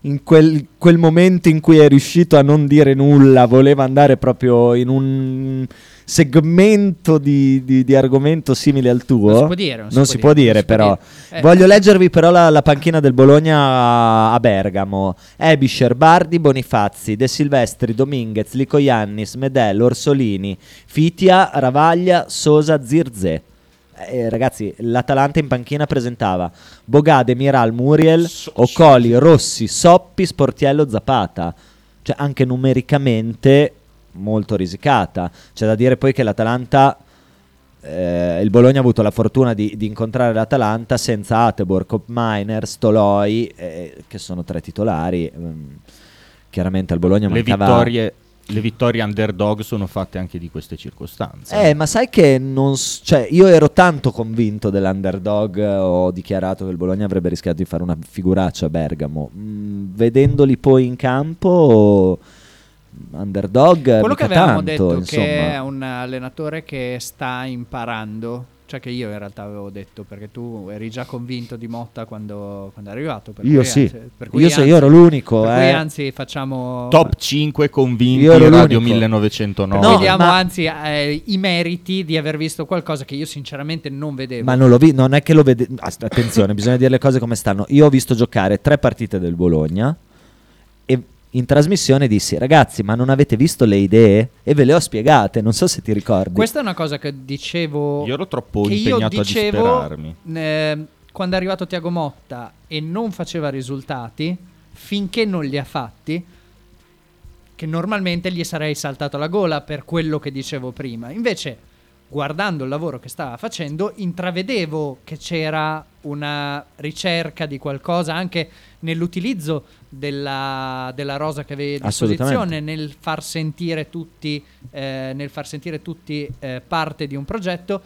E: in quel, quel momento in cui è riuscito a non dire nulla, voleva andare proprio in un segmento di, di- di argomento simile al tuo.
C: Non si può dire, non si può
E: si può dire, però.
C: dire. Eh.
E: Voglio leggervi però la, la panchina del Bologna a Bergamo. Ebischer, Bardi, Bonifazzi, De Silvestri, Dominguez, Licoiannis, Medel, Orsolini, Fitia, Ravaglia, Sosa, Zirze. Eh, ragazzi, l'Atalanta in panchina presentava Bogade, Miral, Muriel, Ocoli, Rossi, Soppi, Sportiello, Zapata. Cioè, anche numericamente molto risicata. C'è da dire poi che l'Atalanta. eh, il Bologna ha avuto la fortuna di, di incontrare l'Atalanta senza Atebor, Kopminer, Stoloi, eh, che sono tre titolari. Mm, Chiaramente al Bologna
D: Le
E: mancava
D: vittorie, le vittorie underdog sono fatte anche di queste circostanze.
E: Eh, ma sai che non s- cioè, io ero tanto convinto dell'underdog, eh, ho dichiarato che il Bologna avrebbe rischiato di fare una figuraccia a Bergamo. Mm, vedendoli poi in campo, underdog, eh,
C: Quello che
E: mica
C: avevamo
E: tanto,
C: detto
E: insomma.
C: che è un allenatore che sta imparando, cioè che io in realtà avevo detto perché tu eri già convinto di Motta quando, quando è arrivato. per
E: Io
C: cui,
E: sì.
C: anzi- per cui
E: Io so-
C: anzi-
E: io ero l'unico,
C: Per cui
E: eh.
C: anzi facciamo...
D: Top 5 convinti
E: Io ero
D: Radio
E: l'unico.
D: 1909.
C: Vediamo anzi eh, i meriti di aver visto qualcosa che io sinceramente non vedevo.
E: Ma non, lo vi- non è che lo vede. Ast- Attenzione, bisogna dire le cose come stanno. Io ho visto giocare tre partite del Bologna e in trasmissione dissi: Ragazzi, ma non avete visto le idee? E ve le ho spiegate. Non so se ti ricordi.
C: Questa è una cosa che dicevo.
D: Io ero troppo
C: che io
D: impegnato a
C: dicevo,
D: disperarmi.
C: eh, quando è arrivato Tiago Motta e non faceva risultati, finché non li ha fatti, che normalmente gli sarei saltato la gola per quello che dicevo prima. Invece, guardando il lavoro che stava facendo, intravedevo che c'era una ricerca di qualcosa anche nell'utilizzo della, della rosa che avevi a disposizione, nel far sentire tutti, eh, nel far sentire tutti eh, parte di un progetto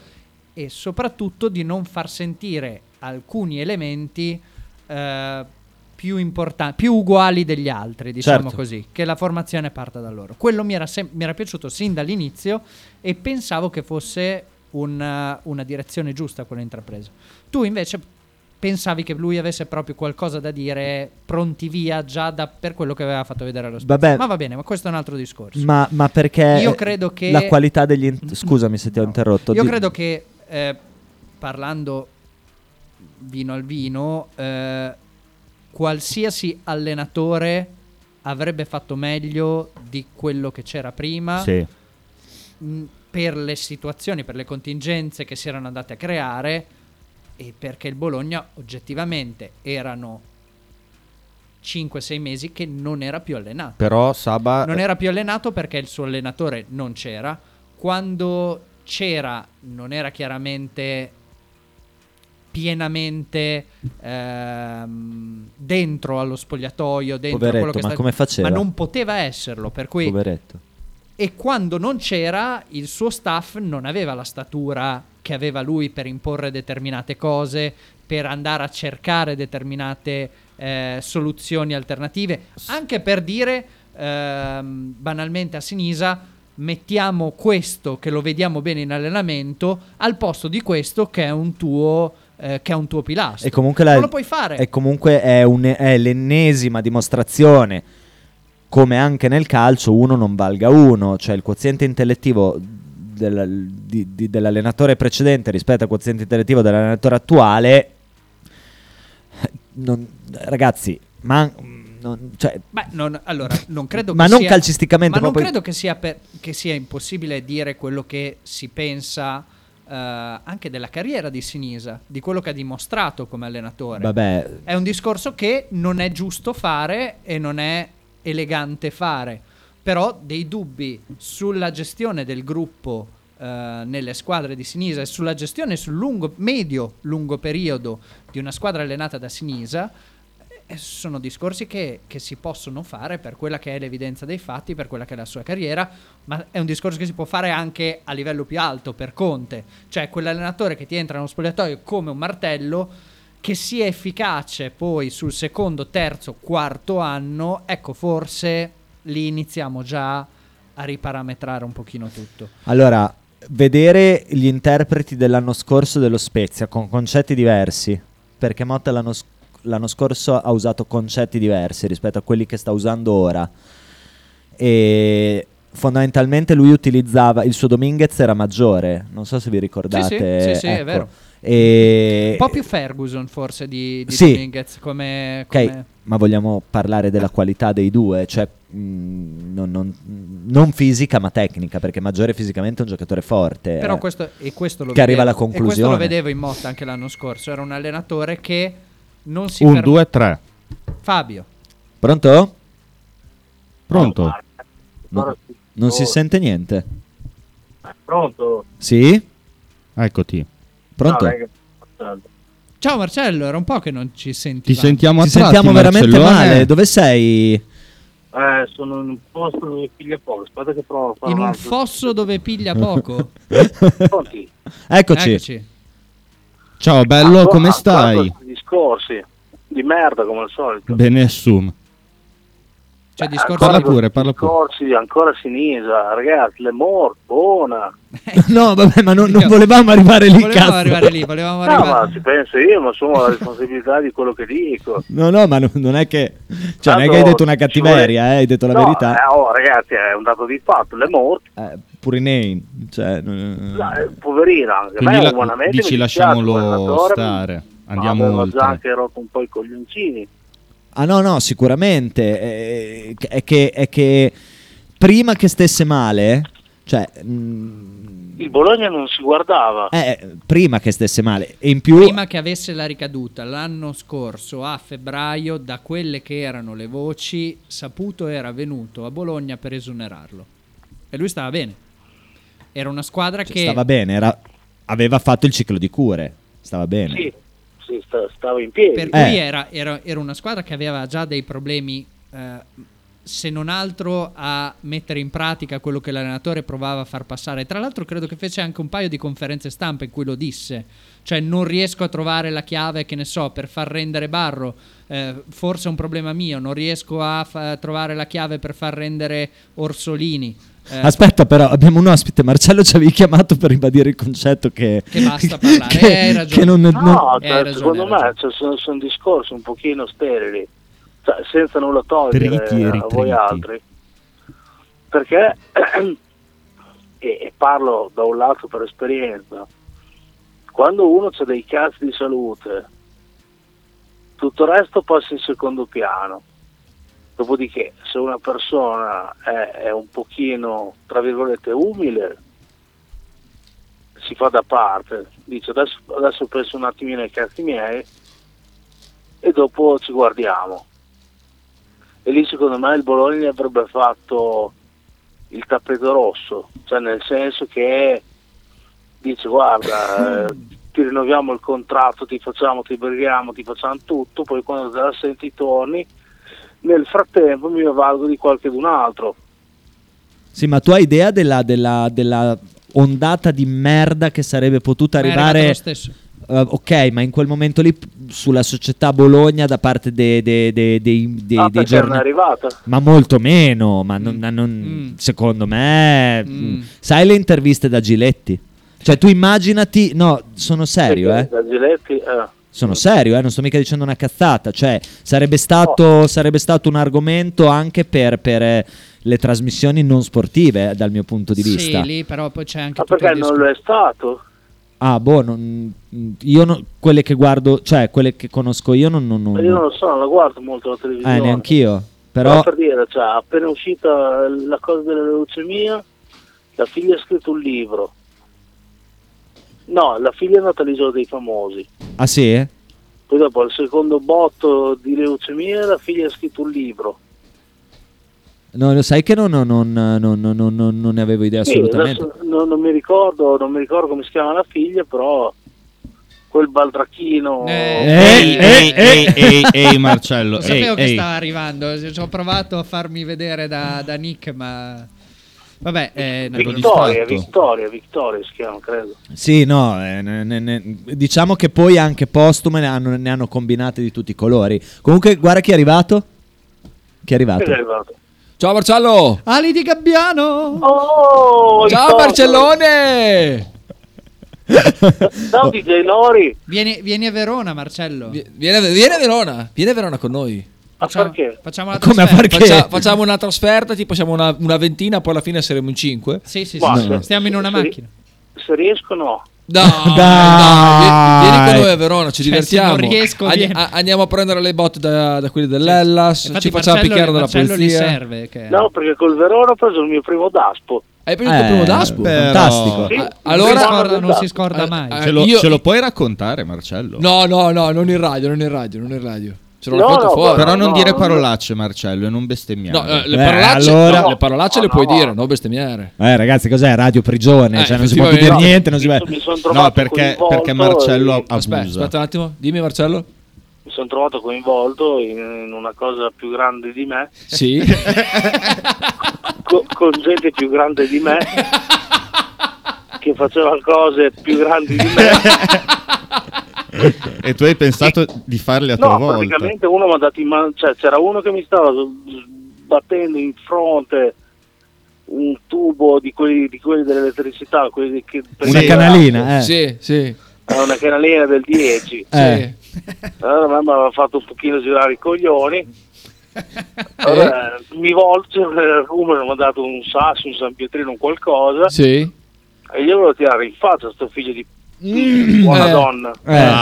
C: e soprattutto di non far sentire alcuni elementi eh, più importanti, più uguali degli altri, diciamo
E: Certo.
C: così, che la formazione parta da loro. Quello mi era, sem- mi era piaciuto sin dall'inizio e pensavo che fosse una, una direzione giusta quella intrapresa. Tu invece pensavi che lui avesse proprio qualcosa da dire pronti via già da- per quello che aveva fatto vedere allo spazio.
E: Vabbè.
C: Ma va bene, ma questo è un altro discorso.
E: Ma, ma perché
C: Io credo che-
E: la qualità degli. int- Scusami se ti ho interrotto. certo,
C: Io
E: di-
C: credo che eh, parlando vino al vino, eh, qualsiasi allenatore avrebbe fatto meglio di quello che c'era prima
D: Sì.
C: mh, per le situazioni, per le contingenze che si erano andate a creare e perché il Bologna oggettivamente erano 5-6 mesi che non era più allenato.
D: Però Saba
C: Non era più allenato perché il suo allenatore non c'era. Quando c'era, non era chiaramente pienamente ehm, dentro allo spogliatoio, dentro
E: Poveretto,
C: quello che
E: ma come faceva?
C: Ma non poteva esserlo, per cui
E: Poveretto.
C: e quando non c'era, il suo staff non aveva la statura che aveva lui per imporre determinate cose, per andare a cercare determinate eh, soluzioni alternative, anche per dire ehm, banalmente a Sinisa mettiamo questo che lo vediamo bene in allenamento al posto di questo che è un tuo eh, che è un tuo pilastro.
E: E comunque la-
C: non lo puoi fare.
E: E comunque è, un- è l'ennesima dimostrazione come anche nel calcio uno non valga uno, cioè il quoziente intellettivo della- di- di- dell'allenatore precedente rispetto al quoziente intellettivo dell'allenatore attuale, non- ragazzi, ma... non- cioè,
C: Beh, non, allora, non credo
E: Ma
C: che
E: non
C: sia-
E: calcisticamente,
C: ma non
E: proprio-
C: credo che sia, per- che sia impossibile dire quello che si pensa eh, anche della carriera di Sinisa, di quello che ha dimostrato come allenatore.
E: Vabbè.
C: È un discorso che non è giusto fare e non è elegante fare, però dei dubbi sulla gestione del gruppo eh, nelle squadre di Sinisa e sulla gestione sul lungo, medio-lungo periodo di una squadra allenata da Sinisa eh, sono discorsi che, che si possono fare per quella che è l'evidenza dei fatti, per quella che è la sua carriera, ma è un discorso che si può fare anche a livello più alto per Conte, cioè quell'allenatore che ti entra nello spogliatoio come un martello, che sia efficace poi sul secondo, terzo, quarto anno, ecco forse lì iniziamo già a riparametrare un pochino tutto.
E: Allora, vedere gli interpreti dell'anno scorso dello Spezia con concetti diversi, perché Motta l'anno, sc- l'anno scorso ha usato concetti diversi rispetto a quelli che sta usando ora. E fondamentalmente lui utilizzava il suo Dominguez era maggiore, non so se vi ricordate.
C: sì, sì, è
E: ecco.
C: vero.
E: E-
C: Un po' più Ferguson forse di, di
E: Sì.
C: Dominguez come...
E: Ok,
C: come-
E: ma vogliamo parlare della qualità dei due, cioè mh, non, non- non fisica ma tecnica, perché Maggiore fisicamente è un giocatore forte.
C: Però
E: eh,
C: questo, e questo lo
E: che arriva alla
C: vedevo- e questo lo
E: conclusione.
C: vedevo in Motta anche l'anno scorso. Era un allenatore che non si.
D: Un,
C: ferm-
D: due, tre.
C: Fabio,
E: Pronto?
D: Pronto?
E: No, non
D: Oh.
E: si sente niente.
S: Pronto?
E: Sì?
D: Eccoti.
E: Pronto?
S: No, raga, bastardo.
C: ciao Marcello, era un po' che non ci
E: Ti
C: sentivamo.
E: sentiamo,
D: a tratti,
E: veramente
D: Marcellone.
E: male. Dove sei?
S: Eh, sono in un posto dove piglia poco. Aspetta che provo a fare
C: In un
S: altro.
C: fosso dove piglia poco.
S: Pronti?
E: Eccoci.
D: Ciao, bello,
S: Ancora-
D: come
S: ancora
D: stai?
S: questi Discorsi di merda come al solito.
D: Benessum.
C: Cioè,
S: discorsi,
D: Parla pure, parla pure.
S: discorsi ancora a sinistra, ragazzi, le mor, buona.
E: no, vabbè, ma non, non volevamo arrivare lì,
S: Volevamo
E: cazzo.
S: arrivare lì,
C: volevamo
S: No, ma ci penso io, ma sono la responsabilità di quello che dico.
E: No, no, ma non, non è che cioè, non è
S: Tanto
E: che hai detto una
S: ci
E: cattiveria, eh, hai detto la
S: No,
E: verità.
S: eh, oh, ragazzi, è un dato di fatto, le mor,
D: Eh,
E: Pure Nein, cioè non-
S: eh, poverina, anche a me
D: mm. Quindi la-
S: umanamente mi
D: dici
S: dispiace,
D: lasciamolo
S: guardatore,
D: stare,
S: ma
D: andiamo
S: avevo
D: oltre.
S: già anche rotto un po' i coglioncini.
E: Ah no, no, sicuramente. eh, È che, è che prima che stesse male, cioè mh,
S: Il Bologna non si guardava.
E: eh, prima che stesse male, e in più
C: Prima che avesse la ricaduta l'anno scorso a febbraio, da quelle che erano le voci, Saputo era venuto a Bologna per esonerarlo. E lui stava bene. Era una squadra che.
E: Cioè, stava bene, era- aveva fatto il ciclo di cure, stava bene. Eh.
S: Sì, sì, sta- stava in piedi.
C: Per cui era, era- era una squadra che aveva già dei problemi, eh, se non altro, a mettere in pratica quello che l'allenatore provava a far passare. Tra l'altro, credo che fece anche un paio di conferenze stampa in cui lo disse: cioè, non riesco a trovare la chiave, che ne so, per far rendere barro. eh, forse è un problema mio, non riesco a fa- trovare la chiave per far rendere Orsolini. eh,
E: Aspetta, però, abbiamo un ospite. Marcello ci avevi chiamato per ribadire il concetto che,
C: Che basta parlare,
E: che-
C: eh, hai ragione. Eh,
E: che non,
S: No,
E: non-
S: cioè, secondo me cioè, sono, sono discorsi un pochino sterili, cioè, senza nulla togliere
D: Triti e
S: a
D: ritriti.
S: voi altri. Perché, e, e parlo da un lato per esperienza, quando uno ha dei cazzi di salute, tutto il resto passa in secondo piano. Dopodiché, se una persona è, è un pochino, tra virgolette, umile, si fa da parte, dice adesso, adesso penso un attimino ai cazzi miei e dopo ci guardiamo. E lì secondo me il Bologna avrebbe fatto il tappeto rosso, cioè nel senso che dice guarda eh, ti rinnoviamo il contratto, ti facciamo, ti brighiamo, ti facciamo tutto, poi quando te la senti torni, nel frattempo mi avvalgo di qualche d'un altro.
E: Sì, ma tu hai idea della, della- della ondata di merda che sarebbe potuta
C: Ma è
E: arrivare?
C: arrivato lo stesso.
E: Eh, ok, ma in quel momento lì p- sulla società Bologna da parte de- de- de- dei, dei,
S: Ah,
E: dei
S: perché non è
E: giorna-
S: arrivata?
E: Ma molto meno, ma
C: Mm.
E: non- ma non- secondo me... mh, Sai le interviste da Giletti? Cioè tu immaginati... No, sono serio, eh.
S: Da Giletti, eh.
E: Sono serio, eh, non sto mica dicendo una cazzata. Cioè, sarebbe stato, sarebbe stato un argomento anche per, per, eh, le trasmissioni non sportive, eh, dal mio punto di vista.
C: Sì, lì però poi c'è anche
S: Ma
C: tutto il
S: perché non lo è stato?
E: Ah, boh, non- io no- quelle che guardo, cioè quelle che conosco io non... non, non-
S: Ma Io non lo so, non la guardo molto la televisione.
E: eh, neanch'io.
S: Però
E: Però...
S: per dire, cioè, appena uscita la cosa della leucemia, la figlia ha scritto un libro. No, la figlia è andata all'isola dei famosi.
E: Ah sì?
S: Poi dopo al secondo botto di leucemia la figlia ha scritto un libro.
E: No, lo sai che non, non- non- non- non- non- non ne avevo idea
S: Sì,
E: assolutamente.
S: adesso non, non mi ricordo, non mi ricordo come si chiama la figlia, però quel
C: Eh,
S: baldracchino.
E: Eh,
D: Ehi, ehi, eii, ehi, ehi, Marcello.
C: Lo sapevo
D: ehi,
C: che
D: ehi.
C: stava arrivando, ci ho provato a farmi vedere da, da Nick, ma... Vabbè, eh, ne avevo
S: Vittoria,
C: disfatto.
S: Vittoria, Vittoria si chiama, credo.
O: Ah,
E: Sì, no, eh, ne- ne- ne- diciamo che poi anche postume ne hanno, ne hanno combinate di tutti i colori. Comunque, guarda chi è arrivato. Chi è arrivato?
O: Ciao Marcello!
C: Ali di Gabbiano!
O: Ciao
S: ricordo.
O: Barcellone!
S: Ciao DJ Lori!
C: Vieni, vieni a Verona, Marcello.
O: Vieni, a- vieni a Verona, vieni a Verona con noi.
C: facciamo, Facciamo la
O: Come
C: trasferta.
O: facciamo una trasferta, tipo siamo una, una ventina, poi alla fine saremo in cinque.
C: Sì, sì,
S: Guarda, sì. se-
C: Stiamo in una
S: se-
C: macchina.
S: Se riesco no.
O: No,
S: Dai.
O: dai, vie-
E: Ah,
O: vieni con
E: ecco.
O: noi a Verona, ci
C: Cioè,
O: divertiamo.
C: se non riesco,
O: Andi-
C: vieni.
O: a- andiamo a prendere le botte da, da quelli dell'Ellas,
C: Infatti
O: ci facciamo
C: Marcello-
O: picchiare dalla
C: Marcello
O: polizia.
C: gli serve, che-
S: No, perché col Verona ho preso il mio primo Daspo.
O: Hai preso il tuo primo Daspo?
S: Sì,
O: Ah,
C: Non
O: allora,
C: si scorda- non si scorda
O: Ah,
C: mai.
O: ah,
D: Ce lo,
O: io-
D: ce lo puoi raccontare, Marcello?
O: No, no, no, non in radio, non in radio, non in radio. Ce lo
D: No,
O: racconto
D: no,
O: fuori.
D: Però non dire
O: parolacce
D: parolacce, Marcello, e non bestemmiare.
O: No, eh, le parolacce, no, le, parolacce le puoi dire, non bestemmiare.
E: Eh, ragazzi, cos'è? Radio Prigione?
O: Eh,
E: cioè, non si può più dire
O: effettivamente.
E: niente. Non si può...
S: Mi sono trovato coinvolto e-
O: Aspetta, aspetta un attimo, dimmi Marcello.
S: Mi sono trovato coinvolto in, in una cosa più grande di me.
O: Sì.
S: Co- con gente più grande di me. che faceva cose più grandi di me.
H: e tu hai pensato di farle a tua
S: No,
H: volta.
S: praticamente uno mi ha dato in mano, cioè c'era uno che mi stava sbattendo in fronte un tubo di quelli, di quelli dell'elettricità, quelli che
E: Una canalina, eh.
O: Sì, sì.
S: Era una canalina del 10.
E: Eh.
S: Allora mamma aveva fatto un pochino girare i coglioni. Allora, mi eh, volto, il rumore mi ha dato un sasso, un San Pietrino, un qualcosa.
O: Sì.
S: E io volevo tirare in faccia sto figlio di buona
E: Eh.
S: donna.
E: Eh,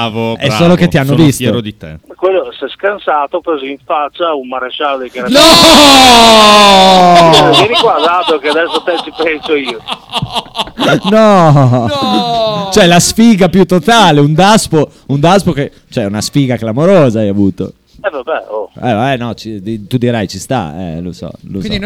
E: È solo che ti hanno
H: sono
E: visto.
H: fiero di te.
S: Quello si è scansato, ha preso in faccia un maresciallo dei carabinieri.
E: No!
S: Vieni qua, dato che adesso te ci penso io.
E: No. Cioè, la sfiga più totale. Un daspo, un daspo che. Cioè, una sfiga clamorosa hai avuto.
S: Eh vabbè, oh.
E: Eh, vabbè, no, ci- di- tu dirai ci sta, eh, lo so. lo so.
S: Dai,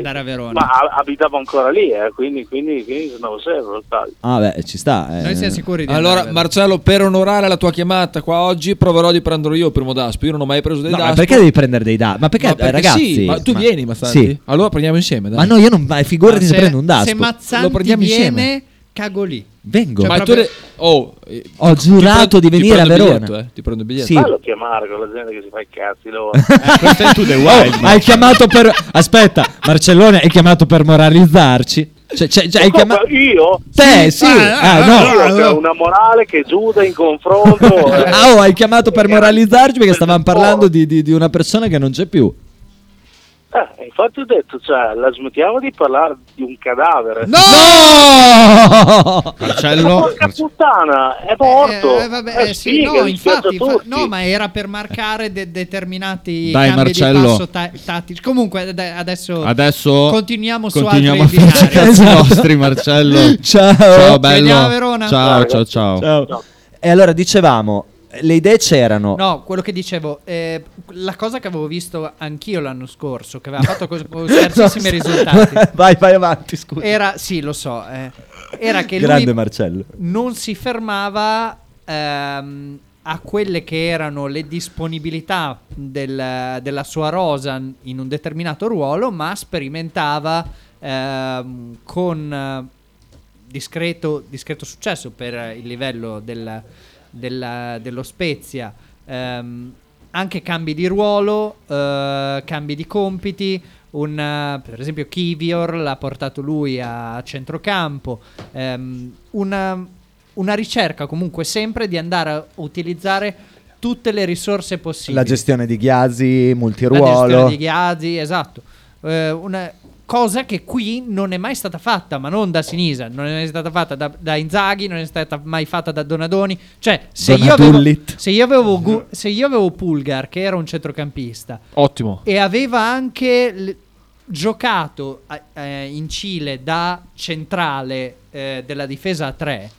S: dai. Ma a- abitavo ancora lì, eh, quindi, quindi, quindi andavo sempre. dai.
E: Ah, beh, ci sta. eh.
O: Allora, Marcello, per onorare la tua chiamata qua oggi, proverò di prenderlo io il primo Daspo. Io non ho mai preso dei
E: No, ma
O: Daspo.
E: perché devi prendere dei dati? Ma perché,
O: Ma perché
E: ragazzi?
O: sì, ma tu vieni, Mazzanti?
E: Sì.
O: Allora prendiamo insieme, dai.
E: Ma no, io non. Ma figurati se, prendo un daspo.
C: Se
O: Lo
C: Mazzanti
O: prendiamo
C: viene,
O: insieme.
C: cago lì.
E: Vengo.
C: Cioè,
O: Ma tu
C: proprio-
O: re- oh, eh,
E: Ho
O: ti
E: giurato
O: pre-
E: di
O: ti
E: venire a
O: prendo il
E: Verona.
O: biglietto, eh, Ti prendo il biglietto.
E: Sì.
O: Eh,
S: Fallo chiamare con la gente che si fa i cazzi loro.
H: questo è Eh, tu the wild.
E: Oh, hai chiamato per. Aspetta, Marcellone, hai chiamato per moralizzarci. Cioè, cioè, cioè, hai
S: Ma come,
E: chiamato.
S: Io?
E: Te, sì. Ah, no.
S: Io che ho una morale che Giuda in confronto. eh.
E: Ah, oh, hai chiamato per moralizzarci perché stavamo parlando di, di- di una persona che non c'è più.
S: Eh, infatti ho detto, cioè, la smettiamo di parlare di un cadavere.
E: No!
H: Marcello,
S: Porca puttana, è morto.
C: Eh, vabbè,
S: Eh,
C: eh, sì,
S: sfiga,
C: no,
S: dispiace
C: infatti,
S: a
C: fa-
S: tutti.
C: no, ma era per marcare de- determinati
D: Dai,
C: cambi di
D: Marcello.
C: passo ta- tattici. Comunque, ad- adesso,
D: Adesso
C: continuiamo,
D: continuiamo
C: su
D: a
C: altri
D: fare i
C: binari.
D: cazzi nostri, Marcello.
E: Ciao.
D: ciao
C: Ci
D: bello.
C: vediamo a Verona.
D: Ciao, ciao, ciao.
E: E allora dicevamo, le idee c'erano.
C: No, quello che dicevo, eh, la cosa che avevo visto anch'io l'anno scorso, che aveva fatto cos- scarsissimi risultati,
E: vai, vai avanti, scusa.
C: era, sì, lo so, eh, era che lui
E: Grande Marcello.
C: non si fermava ehm, a quelle che erano le disponibilità del- della sua rosa in un determinato ruolo, ma sperimentava ehm, con eh, discreto, discreto successo per il livello del- della- dello Spezia. ehm, anche cambi di ruolo, eh, cambi di compiti. un, eh, per esempio, Kivior l'ha portato lui a centrocampo. ehm, una- una ricerca comunque sempre di andare a utilizzare tutte le risorse possibili.
E: La gestione di Ghiazzi,
C: La gestione
E: multiruolo.
C: di Ghiazzi, esatto. Eh, una cosa che qui non è mai stata fatta, ma non da Sinisa, non è mai stata fatta da, da Inzaghi, non è stata mai fatta da Donadoni. Cioè, se, io avevo,
E: Donatullit.
C: se, io avevo Gu- se io avevo Pulgar, che era un centrocampista,
O: Ottimo.
C: e aveva anche l- giocato eh, in Cile da centrale eh, della difesa a 3.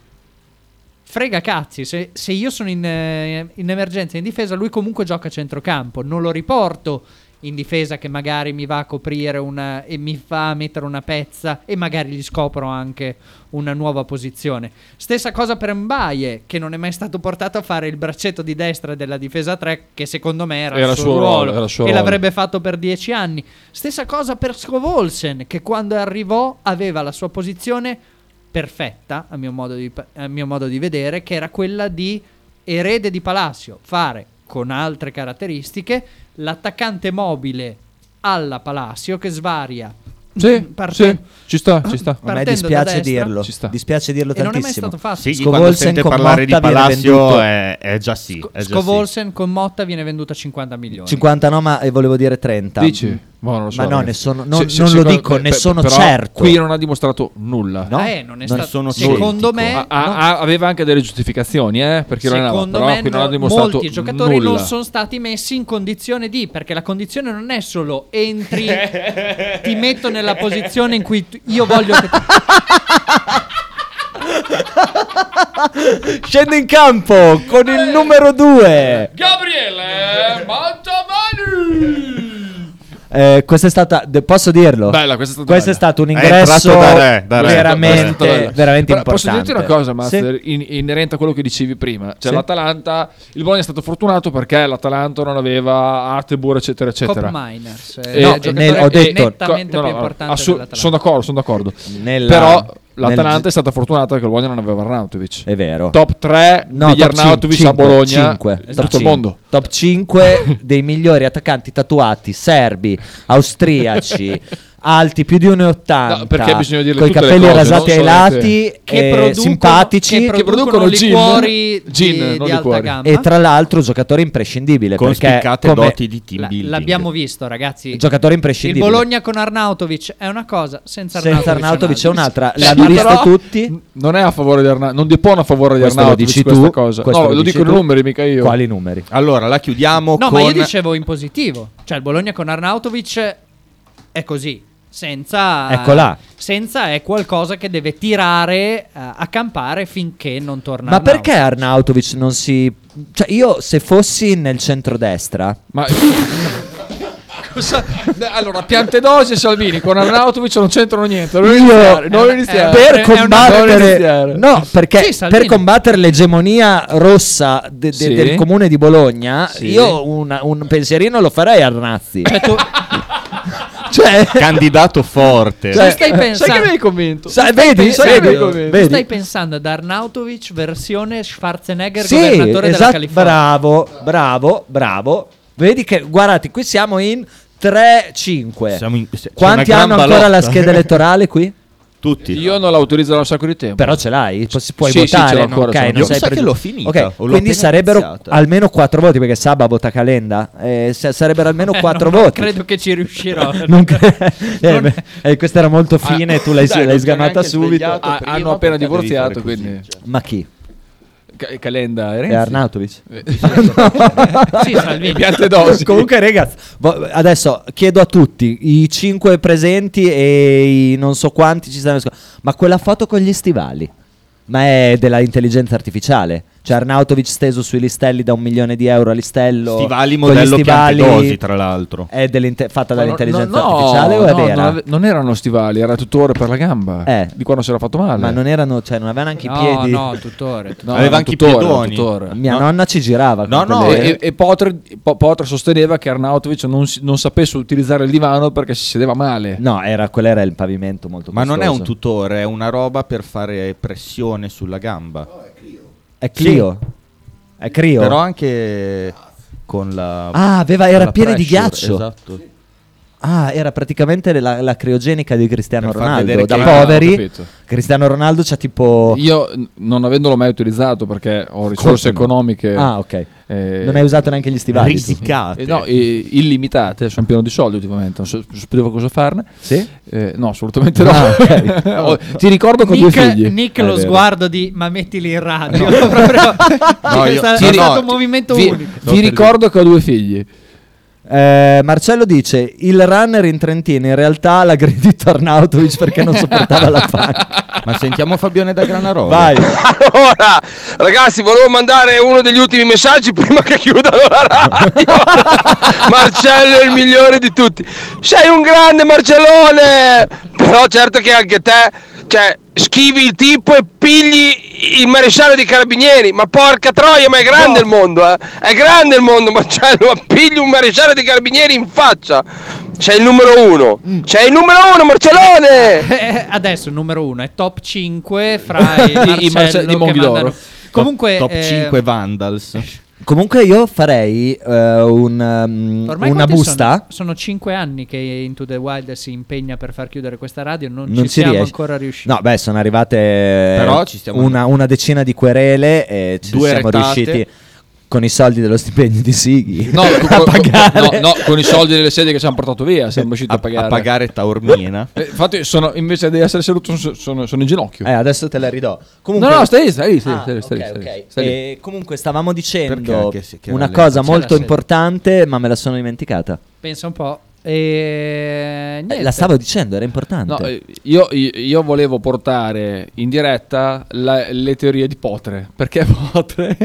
C: Frega cazzi, se, se io sono in, eh, in emergenza in difesa, lui comunque gioca a centrocampo, non lo riporto in difesa che magari mi va a coprire una, e mi fa mettere una pezza e magari gli scopro anche una nuova posizione. Stessa cosa per Mbaye che non è mai stato portato a fare il braccetto di destra della difesa 3 che secondo me era,
O: Era
C: il
O: suo
C: suo
O: ruolo,
C: ruolo,
O: era il suo
C: e
O: ruolo.
C: l'avrebbe fatto per dieci anni. Stessa cosa per Scovolsen che quando arrivò aveva la sua posizione perfetta, a mio modo di, a mio modo di vedere, che era quella di erede di Palacio, fare con altre caratteristiche l'attaccante mobile alla Palacio che svaria.
O: Sì,
C: parte-
O: sì, ci sta, ci sta.
E: A me
C: Mm, partendo da
E: dispiace
C: destra.
E: dirlo.
O: Ci sta.
E: Dispiace dirlo
C: E non è mai
E: tantissimo.
C: stato facile.
H: Sì, quando sente
E: con
H: parlare di
E: Motta viene
H: Palacio
E: venduto.
H: è, è già sì. è già sì.
C: Scovolsen con Motta viene venduta a 50 milioni.
E: 50 no, ma eh, volevo dire 30.
O: Dici? Boh, non lo so,
E: Mm. ma no,
O: ragazzi.
E: ne sono,
O: Se-
E: non,
O: se-
E: non lo
O: secondo-
E: dico,
O: beh,
E: ne
O: beh,
E: sono
O: però
E: certo.
O: Qui non ha dimostrato nulla.
E: No,
C: Eh, non è
E: non
C: stato-
E: sono certo.
C: secondo me,
O: Ah, ah, ah, aveva anche delle giustificazioni, eh, perché non era,
C: Secondo
O: però
C: me
O: qui non ha
C: no-
O: dimostrato
C: molti giocatori
O: nulla.
C: non sono stati messi in condizione di, perché la condizione non è solo entri, ti metto nella posizione in cui tu- io voglio che tu-
E: Scende in campo con il numero 2.
O: Gabriele Mantovani.
E: Eh, questa è stata, de- posso dirlo?
O: Bella, questa è stata
E: Questo
O: bella.
E: è stato un
O: È
E: ingresso
O: entrato da re, da re.
E: veramente,
O: Questa è stata bella.
E: veramente
O: Però
E: importante.
O: Posso dirti una cosa,
E: Sì.
O: Master, in- inerente a quello che dicevi prima. Cioè
E: Sì.
O: l'Atalanta, il Bologna è stato fortunato perché l'Atalanta non aveva Artebur, eccetera, eccetera.
C: Cop Miners, eh,
O: E-
C: no,
O: e-
C: giocatore
O: nel- ho detto-
C: nettamente più importante dell'Atalanta.
O: Sono d'accordo, sono d'accordo.
E: Nella-
O: Però
E: nel-
O: l'Atalanta è stata fortunata che il Bologna non aveva Arnautovic.
E: È vero.
O: Top 3
E: No,
O: degli
E: top cin-
O: Arnautovic a
E: cinque,
O: Bologna.
E: cinque.
O: in
E: Top
O: tutto il
E: cinque.
O: mondo.
E: Esatto. Top 5 dei migliori attaccanti tatuati serbi, austriaci, alti più di 1,80.
O: No, perché bisogna dirle
E: Con i
O: tutte le
E: capelli
O: cose,
E: rasati
O: non
E: ai
O: solamente-
E: lati,
O: Che
E: eh,
O: producono-
E: simpatici.
C: che producono
O: gin.
C: liquori di-
O: Gin, non liquori.
C: di, alta gamma.
E: E tra l'altro giocatore imprescindibile
H: Con
E: perché
H: spiccate
E: come-
H: doti di team
C: La-
H: building.
C: l'abbiamo visto, ragazzi.
E: Giocatore imprescindibile.
C: Il Bologna con Arnautovic è una cosa, senza,
E: Senza Arnautovic è un'altra. L'hanno
O: Sì,
E: vista
O: però
E: tutti.
O: Non è a favore di Arnautovic, non depone a favore di
E: Questo lo
O: Arnautovic
E: dici
O: questa
E: tu.
O: cosa.
E: questo
O: No, lo
E: dici
O: dico i
E: tu.
O: numeri, mica io.
E: Quali numeri?
D: Allora, la chiudiamo
C: No,
D: con...
C: ma io dicevo in positivo. Cioè, il Bologna con Arnautovic è così. Senza,
E: Eccola.
C: senza è qualcosa che deve tirare eh, a campare finché non torna.
E: Ma
C: Arnautovic.
E: perché Arnautovic non si. Cioè, io se fossi nel centrodestra.
O: Ma. Cosa- Beh, Allora, Piantedosi e Salvini con Arnautovic non c'entrano niente. Non iniziare,
C: Eh,
O: non iniziare.
E: per Cioè,
O: È una- non
E: combattere,
O: iniziare.
E: no, perché
O: Sì, Salvini.
E: per combattere l'egemonia rossa de- de-
O: Sì.
E: del comune di Bologna,
O: Sì.
E: io una- un pensierino lo farei a Cioè, Arnazzi. Cioè,
H: Candidato forte.
C: Cioè, stai
O: sai
C: pensando?
O: che mi hai convinto?
E: Sai,
C: Eh, Stai
E: vedi,
C: pensando-
E: vedi,
C: tu
E: vedi.
C: Stai pensando ad Arnautovic versione Schwarzenegger
E: sì,
C: governatore della
E: esatto,
C: California.
E: bravo, bravo, bravo. Vedi che guardate, qui siamo in 3-5.
H: Siamo in- c'è
E: Quanti
H: una
E: hanno
H: gran
E: ancora la
H: balotta.
E: scheda elettorale qui?
H: Tutti.
O: Io non la utilizzo da un sacco di tempo.
E: Però ce l'hai, Pu- si puoi
O: Sì, sì, ce l'ho
E: votare. no?
O: ancora,
E: Ok,
O: ce l'ho
E: non
O: ancora.
E: sei
O: Io sa che
E: preso-
O: l'ho finita,
E: Ok,
O: o l'ho
E: quindi
O: appena
E: sarebbero
O: iniziata.
E: almeno 4 voti perché Sabba vota Calenda. eh, sa- sarebbero almeno
C: Eh,
E: 4
C: non- non
E: voti.
C: credo che ci riuscirò.
E: Non cre- eh, beh, eh, questa era molto fine, tu l'hai, l'hai sgamata subito.
O: Ah, hanno appena divorziato, quindi. cioè.
E: Ma chi?
O: Ca- Calenda e
E: È
O: Renzi.
E: Arnautovic.
O: Eh, sì, Salvini. Piantedosi.
E: Comunque, ragazzi, vo- adesso chiedo a tutti i 5 presenti e i non so quanti ci stanno. ascol- Ma quella foto con gli stivali. Ma è della intelligenza artificiale. Cioè Arnautovic steso sui listelli da un milione di euro a listello.
H: Stivali
E: con gli
H: modello
E: stivali-
H: Piantedosi, tra l'altro.
E: È dell'inte- fatta
O: Ma no-
E: dall'intelligenza
O: no, no,
E: artificiale o è
O: no,
E: vera?
O: Non, ave- non erano stivali, era tutore per la gamba.
E: Eh.
O: Di quando si era fatto male.
E: Ma non erano, cioè, non avevano anche i piedi.
C: No, no, tutore. tutore.
O: No,
E: Aveva
O: era
E: anche i
O: tutore,
E: piedoni.
O: tutore.
E: Mia nonna ci girava.
O: No,
E: con
O: no,
E: quelle-
O: e, e Potter, Po- Potter sosteneva che Arnautovic non, si- non sapesse utilizzare il divano perché si sedeva male.
E: No, era, quello era il pavimento molto
O: Ma non
E: costoso.
O: è
D: Non è un tutore, è una roba per fare pressione sulla gamba.
E: È Clio. È Clio.
D: Però anche con la.
E: Ah, aveva- era
D: con la
E: pieno di
D: pressure,
E: ghiaccio.
D: Esatto.
E: Ah, era praticamente la, la criogenica di Cristiano
O: Per far
E: Ronaldo.
O: vedere
E: Da
O: che- Ah, ho
E: poveri,
O: capito.
E: Cristiano Ronaldo c'ha tipo.
O: Io n- non avendolo mai utilizzato perché ho risorse
E: Forse no.
O: economiche.
E: Ah, ok.
O: eh,
E: Non hai usato neanche gli stivali. Risicate.
O: Eh, no, eh, illimitate. Sono pieno di soldi ultimamente. Non so- non sapevo cosa farne. Eh,
E: Sì?
O: no, assolutamente no.
E: Ah, ok.
O: Oh, Ti ricordo con
C: Nick,
O: due figli.
C: Nick
O: Eh,
C: lo
O: vero.
C: sguardo di ma mettili in radio. Proprio- Cioè,
O: io-
C: sta-
O: ti-
C: è stato
O: no,
C: un movimento
O: vi-
C: unico.
O: vi ricordo che ho due figli.
E: Eh, Marcello dice: Il runner in Trentino in realtà l'ha aggredito Arnautovic perché non sopportava la panca.
I: Ma sentiamo Fabione da Granarolo.
E: Vai.
T: Allora, ragazzi, volevo mandare uno degli ultimi messaggi prima che chiudano la radio. Marcello è il migliore di tutti. Sei un grande Marcellone! Però certo che anche te, cioè, schivi il tipo e pigli il maresciallo dei carabinieri. Ma porca troia, ma è grande il mondo, eh! È grande il mondo, Marcello, ma pigli un maresciallo dei carabinieri in faccia. Sei il numero uno.
E: Mm.
T: Sei il numero uno, Marcellone!
C: Eh, adesso il numero uno è top 5 fra i, Marcello
D: I Marce- di
C: che
D: Monghidoro.
C: mandano- Comunque,
D: top
C: eh,
D: 5 Vandals.
E: Comunque, io farei eh, un, um,
C: ormai
E: una
C: quanti
E: busta.
C: Sono, sono 5 anni che Into the Wild si impegna per far chiudere questa radio. Non,
E: Non
C: ci
E: ci
C: siamo
E: riesce.
C: ancora riusciti.
E: No, beh, sono arrivate
C: Però ci stiamo
E: una, una decina di querele e ci
C: Due
E: siamo
C: retate.
E: riusciti con i soldi dello stipendio di Sighi.
O: No,
E: a
O: co- co-
E: pagare.
O: Eh, no, no, con i soldi delle sedie che ci hanno portato via siamo riusciti a, pagare.
I: a pagare Taormina.
O: Eh, infatti, sono, invece di essere seduto, sono, sono- sono in ginocchio.
E: Eh, adesso te la ridò.
O: No, no, stai lì, stai lì. Stai,
E: Ah,
O: lì, stai lì, stai lì,
E: ok,
O: stai lì,
E: ok.
O: stai lì.
E: E Eh, comunque stavamo dicendo
O: Perché? Che si- che
E: una
O: era lei?
E: cosa
O: C'era
E: molto
O: sedia.
E: importante, ma me la sono dimenticata.
C: Pensa un po'. E...
E: Eh,
C: niente.
E: la stavo dicendo, era importante.
O: No, eh, io, io- io volevo portare in diretta la- le teorie di Potre. Perché Potre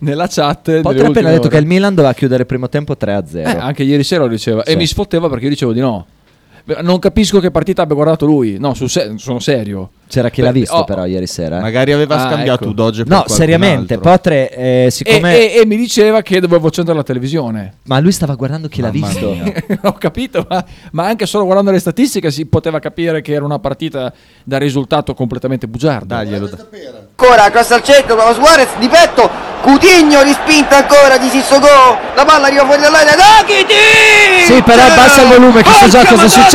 O: nella chat.
E: Potter ha appena detto che il Milan doveva chiudere il primo tempo 3-0.
O: Eh, anche ieri sera lo diceva. E
E: Sì.
O: mi sfotteva perché io dicevo di no. Beh, Non capisco che partita abbia guardato lui. No, sul se- sono serio.
E: C'era chi
O: Beh,
E: l'ha visto
O: oh,
E: però ieri sera. eh.
O: Magari aveva Ah, scambiato ecco. Udoge per
E: No,
O: qualcun
E: seriamente,
O: altro.
E: Potre, eh, siccome...
O: E, e- e mi diceva che dovevo accendere la televisione.
E: Ma lui stava guardando chi l'ha
O: Mamma
E: visto.
O: mia. Ho capito, ma, ma anche solo guardando le statistiche si poteva capire che era una partita da risultato completamente bugiardo. Daglielo.
U: Ancora cross al centro, prova Suarez di petto, Coutinho rispinta ancora di Sissoko, la palla arriva fuori dall'area, Nakiti!
E: Sì, però abbassa il volume, che so già cosa
H: Eh,
E: succede.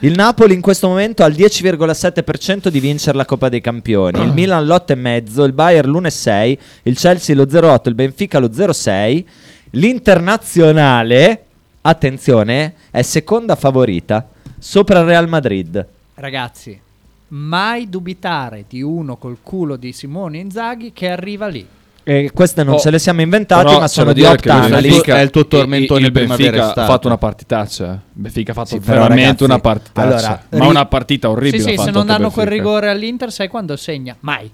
E: Il Napoli in questo momento ha il 10,7% di vincere la Coppa dei Campioni, il Milan l'8,5%, il Bayern l'1,6%, il Chelsea lo 0,8%, il Benfica lo 0,6%, l'Internazionale, attenzione, è seconda favorita sopra il Real Madrid.
C: Ragazzi, mai dubitare di uno col culo di Simone Inzaghi che arriva lì.
E: E queste non
C: Oh,
E: ce le siamo inventate,
O: Però
E: ma
O: c'è
E: sono
O: da
E: di
O: dire
E: opt
O: che il Benfica-
E: analyst.
O: il- il, il Benfica ha fatto una partitaccia. Il Benfica ha fatto
E: Sì, però,
O: veramente
E: ragazzi,
O: una partitaccia.
E: allora,
O: ma
E: ri-
O: una partita orribile.
C: Sì,
O: ha
C: sì, se
O: fatto
C: non
O: anche
C: danno
O: il
C: quel
O: Benfica.
C: rigore all'Inter, sai quando segna? Mai.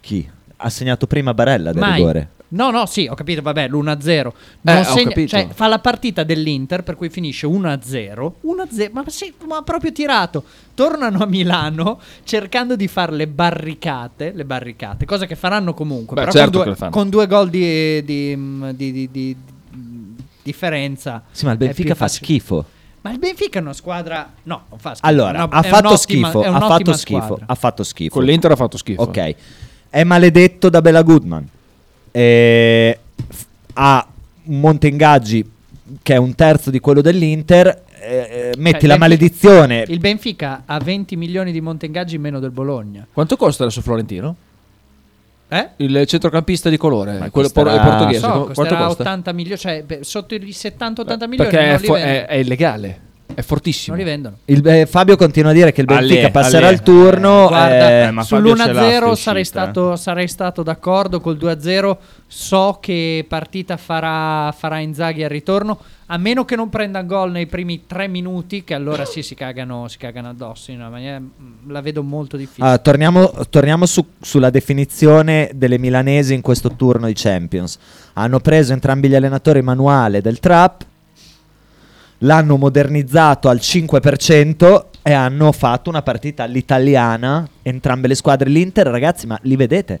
E: Chi? Ha segnato prima Barella del
C: Mai.
E: rigore.
C: No, no, sì, ho capito, vabbè, l'1-0.
E: Eh,
C: Non
E: ho
C: segna-
E: capito.
C: cioè, fa la partita dell'Inter, per cui finisce 1-0. 1-0, ma, sì, ma proprio tirato. Tornano a Milano cercando di fare le barricate, le barricate, cosa che faranno comunque.
O: Beh,
C: però
O: certo
C: con,
O: che
C: due,
O: le fanno.
C: con due gol di, di- mh, di- di- di- di differenza.
E: Sì, ma il
C: è più
E: Benfica fa
C: facile.
E: schifo.
C: Ma il Benfica è una squadra... No, non fa schifo.
E: Allora,
C: È una-
E: ha
C: è
E: fatto
C: un'ottima-
E: schifo,
C: è
E: ha
C: un'ottima
E: fatto schifo,
C: squadra.
E: ha fatto schifo.
O: Con l'Inter ha fatto schifo.
E: Ok. È maledetto da Bella Goodman. Eh, f- ha un monte ingaggi che è un terzo di quello dell'Inter. eh, eh, metti la
C: Cioè, il Benfica-
E: maledizione.
C: Il Benfica ha 20 milioni di monteingaggi in meno del Bologna.
O: Quanto costa adesso Florentino?
C: Eh?
O: Il centrocampista di colore, quello por-
C: Costerà-
O: portoghese.
C: so,
O: co- quanto
C: costerà
O: costa?
C: 80 milioni, cioè beh, sotto i 70-80 milioni
O: Perché
C: non
O: è, eh,
C: li
O: fo-
C: vendono.
O: è- è illegale. È fortissimo.
C: Non li vendono.
E: Il- eh, Fabio continua a dire che il Benfica
O: Allè,
E: passerà
O: allè.
E: il turno.
C: Guarda,
E: eh,
C: sull'1-0
O: eh.
C: sarei stato, sarei stato d'accordo col 2-0. So che partita farà, farà Inzaghi al ritorno. A meno che non prenda gol nei primi 3 minuti, che allora sì, si cagano, si cagano addosso in una maniera. mh, La vedo molto difficile.
E: Ah, torniamo torniamo su- sulla definizione delle milanesi in questo turno di Champions. Hanno preso entrambi gli allenatori manuale del Trap. l'hanno modernizzato al 5% e hanno fatto una partita all'italiana, entrambe le squadre, l'Inter, ragazzi, ma li vedete?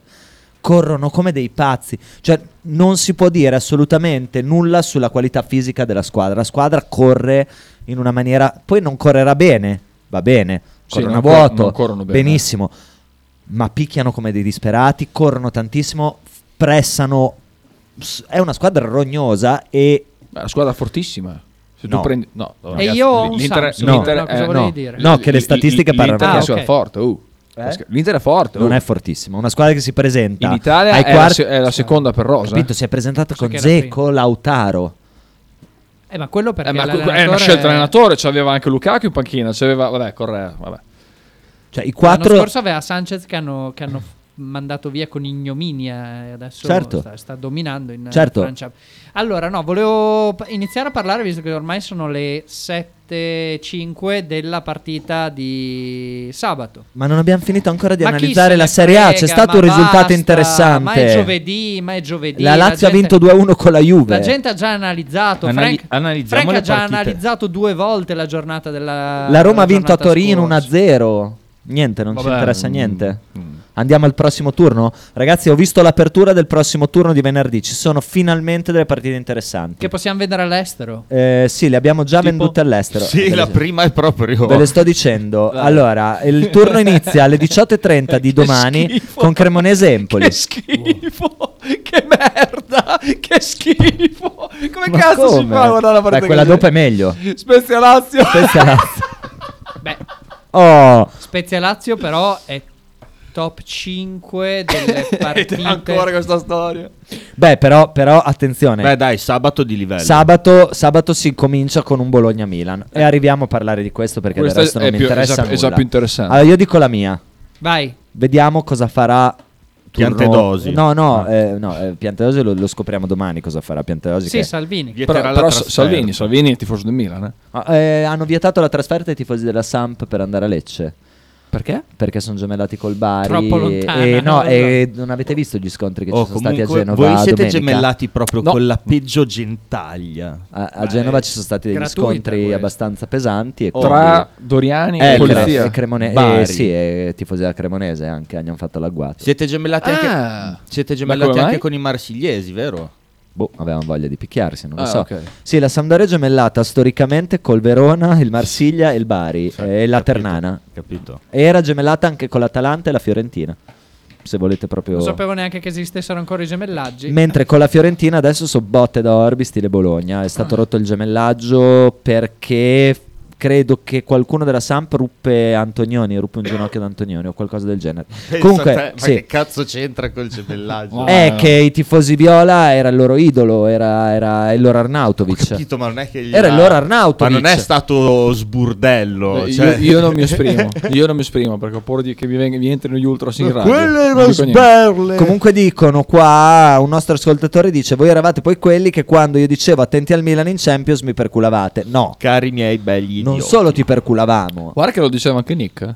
E: Corrono come dei pazzi, cioè non si può dire assolutamente nulla sulla qualità fisica della squadra. La squadra corre in una maniera, poi non correrà bene, va bene,
O: Sì,
E: corrono a
O: non cor-
E: vuoto,
O: non corrono bene. eh.
E: benissimo, ma picchiano come dei disperati, corrono tantissimo, f- pressano, s- è una squadra rognosa e...
O: La squadra fortissima. Se tu
E: No.
O: prendi- no,
E: E
O: ragazzi,
E: io ho un
O: l'Inter-
E: Samsung,
O: l'Inter-
E: no, cosa
O: eh,
E: volevi
O: no.
E: dire? No, che le
O: L- l-
E: statistiche
O: l'Inter
E: parlano
O: è
E: per sé.
O: sua
E: Ah, ok.
O: forte, uh.
E: Eh?
O: L'Inter è forte.
E: Non
O: uh.
E: è fortissima, una squadra che si presenta
O: In Italia
E: ai
O: è, la,
E: quarti-
O: se- è la seconda per Rosa.
E: Capito, si è presentata con
O: che era
E: Zeco, Lautaro.
C: Eh, ma quello perché
O: Eh, ma co-
C: l'allenatore
O: è una scelta
C: è-
O: dell'allenatore. C'aveva anche Lukaku in panchina. C'aveva, vabbè, Correa. Vabbè.
E: Cioè, i
C: L'anno scorso aveva Sanchez che hanno, che hanno mandato via con ignominia e adesso
E: Certo.
C: sta, sta dominando in eh,
E: Certo.
C: Francia. Allora, no, volevo p- iniziare a parlare visto che ormai sono le 7.05 della partita di sabato.
E: Ma non abbiamo finito ancora di
C: Ma chi se
E: analizzare
C: ne
E: la Serie A. C'è
C: frega,
E: stato un
C: ma
E: risultato
C: basta,
E: interessante.
C: Ma è giovedì, ma è giovedì.
E: La Lazio ha
C: gente-
E: vinto 2-1 con la Juve.
C: La gente ha già analizzato.
E: Anali-
C: Frank,
E: analizziamo
C: Frank
E: le
C: ha già
E: partite.
C: analizzato due volte la giornata della.
E: La Roma ha vinto a
C: giornata
E: Torino
C: scorsa.
E: 1-0. Niente, non ci
C: Vabbè,
E: interessa
C: mm,
E: niente. Andiamo al prossimo turno. Ragazzi, ho visto l'apertura del prossimo turno di venerdì. Ci sono finalmente delle partite interessanti.
C: Che possiamo vendere all'estero.
E: Eh, sì, le abbiamo già vendute all'estero.
D: Sì, la prima è proprio.
E: Ve le sto dicendo.
D: Vai.
E: Allora, il turno inizia alle 18.30 di domani
D: schifo.
E: con Cremonese e Empoli.
O: che schifo. Come
E: Ma
O: cazzo si
E: come?
O: fa a guardare la partita?
E: Beh, quella
O: così?
E: dopo è meglio.
O: Spezia Lazio.
E: Spezia Lazio.
C: Beh,
E: Oh,
C: Spezia Lazio, però, è top 5 delle partite.
O: Ancora questa storia.
E: beh, però, però attenzione.
D: Beh, dai, sabato di livello.
E: Sabato, sabato si comincia con un Bologna-Milan e arriviamo a parlare di questo perché
O: Eh. Questa
E: del resto
O: è
E: non mi
O: più- è
E: interessa
O: già- è
E: nulla.
O: già più interessante.
E: Allora io dico la mia.
C: Vai.
E: Vediamo cosa farà turno-
D: Piantedosi.
E: No, no, eh, no, eh, Piantedosi lo, lo scopriamo domani cosa farà Piantedosi.
C: Sì,
E: che-
C: Salvini.
O: Però, però Salvini, Salvini è tifoso del Milan. eh.
E: Ah, eh, hanno vietato la trasferta ai tifosi della Samp per andare a Lecce.
O: Perché?
E: Perché sono gemellati col Bari.
O: Troppo lontana,
E: E, no,
O: non lo
E: e non avete visto gli scontri che
D: Oh,
E: ci sono stati a
D: comunque,
E: Genova?
D: voi siete
E: domenica?
D: gemellati proprio con la peggio gentaglia. Eh,
E: A, a Genova ci sono stati degli
D: gratuita
E: scontri abbastanza pesanti. E
D: Oh.
E: quindi-
O: Tra Doriani
E: Eh,
O: e
E: il Cre-
O: Polizia.
E: e Cremone-
O: Bari.
E: eh, sì, e tifosi della Cremonese anche hanno fatto l'agguato.
D: Siete gemellati
O: Ah.
D: anche, siete
O: Ma
D: gemellati
O: come
D: anche
O: mai?
D: con i marsigliesi, vero?
E: Boh, avevano voglia di picchiarsi, non lo
D: Ah,
E: so.
D: ok.
E: Sì, la Sampdoria è gemellata storicamente col Verona, il Marsiglia e il Bari e la Ternana.
D: Capito.
E: E era gemellata anche con l'Atalanta e la Fiorentina. Se volete proprio
C: Non sapevo neanche che esistessero ancora i gemellaggi.
E: Oh. Mentre con la Fiorentina adesso sono botte da Orbi stile Bologna, è
D: Ah.
E: stato rotto il gemellaggio perché f- credo che qualcuno della Samp ruppe Antonioni, ruppe un ginocchio ad Antonioni o qualcosa del genere.
D: Pensa
E: Comunque,
D: a te, ma
E: sì.
D: che cazzo c'entra col gemellaggio?
E: è Eh, che i tifosi viola era il loro idolo, era, era il loro Arnautovic.
D: Capito, ma non è che gli
E: Era
D: ha-
E: il loro Arnautovic.
D: Ma non è stato Oh, sburdello.
O: Io-
D: cioè-
O: Io, non mi esprimo, io non mi esprimo perché ho paura di che mi, veng- mi entrino gli ultras in radio.
D: quello era
O: Non dico niente.
E: Comunque dicono qua, un nostro ascoltatore dice, voi eravate poi quelli che quando io dicevo attenti al Milan in Champions mi perculavate. No.
D: Cari miei belli
E: Non
D: idioti.
E: solo ti perculavamo.
O: Guarda che lo diceva anche Nick. eh.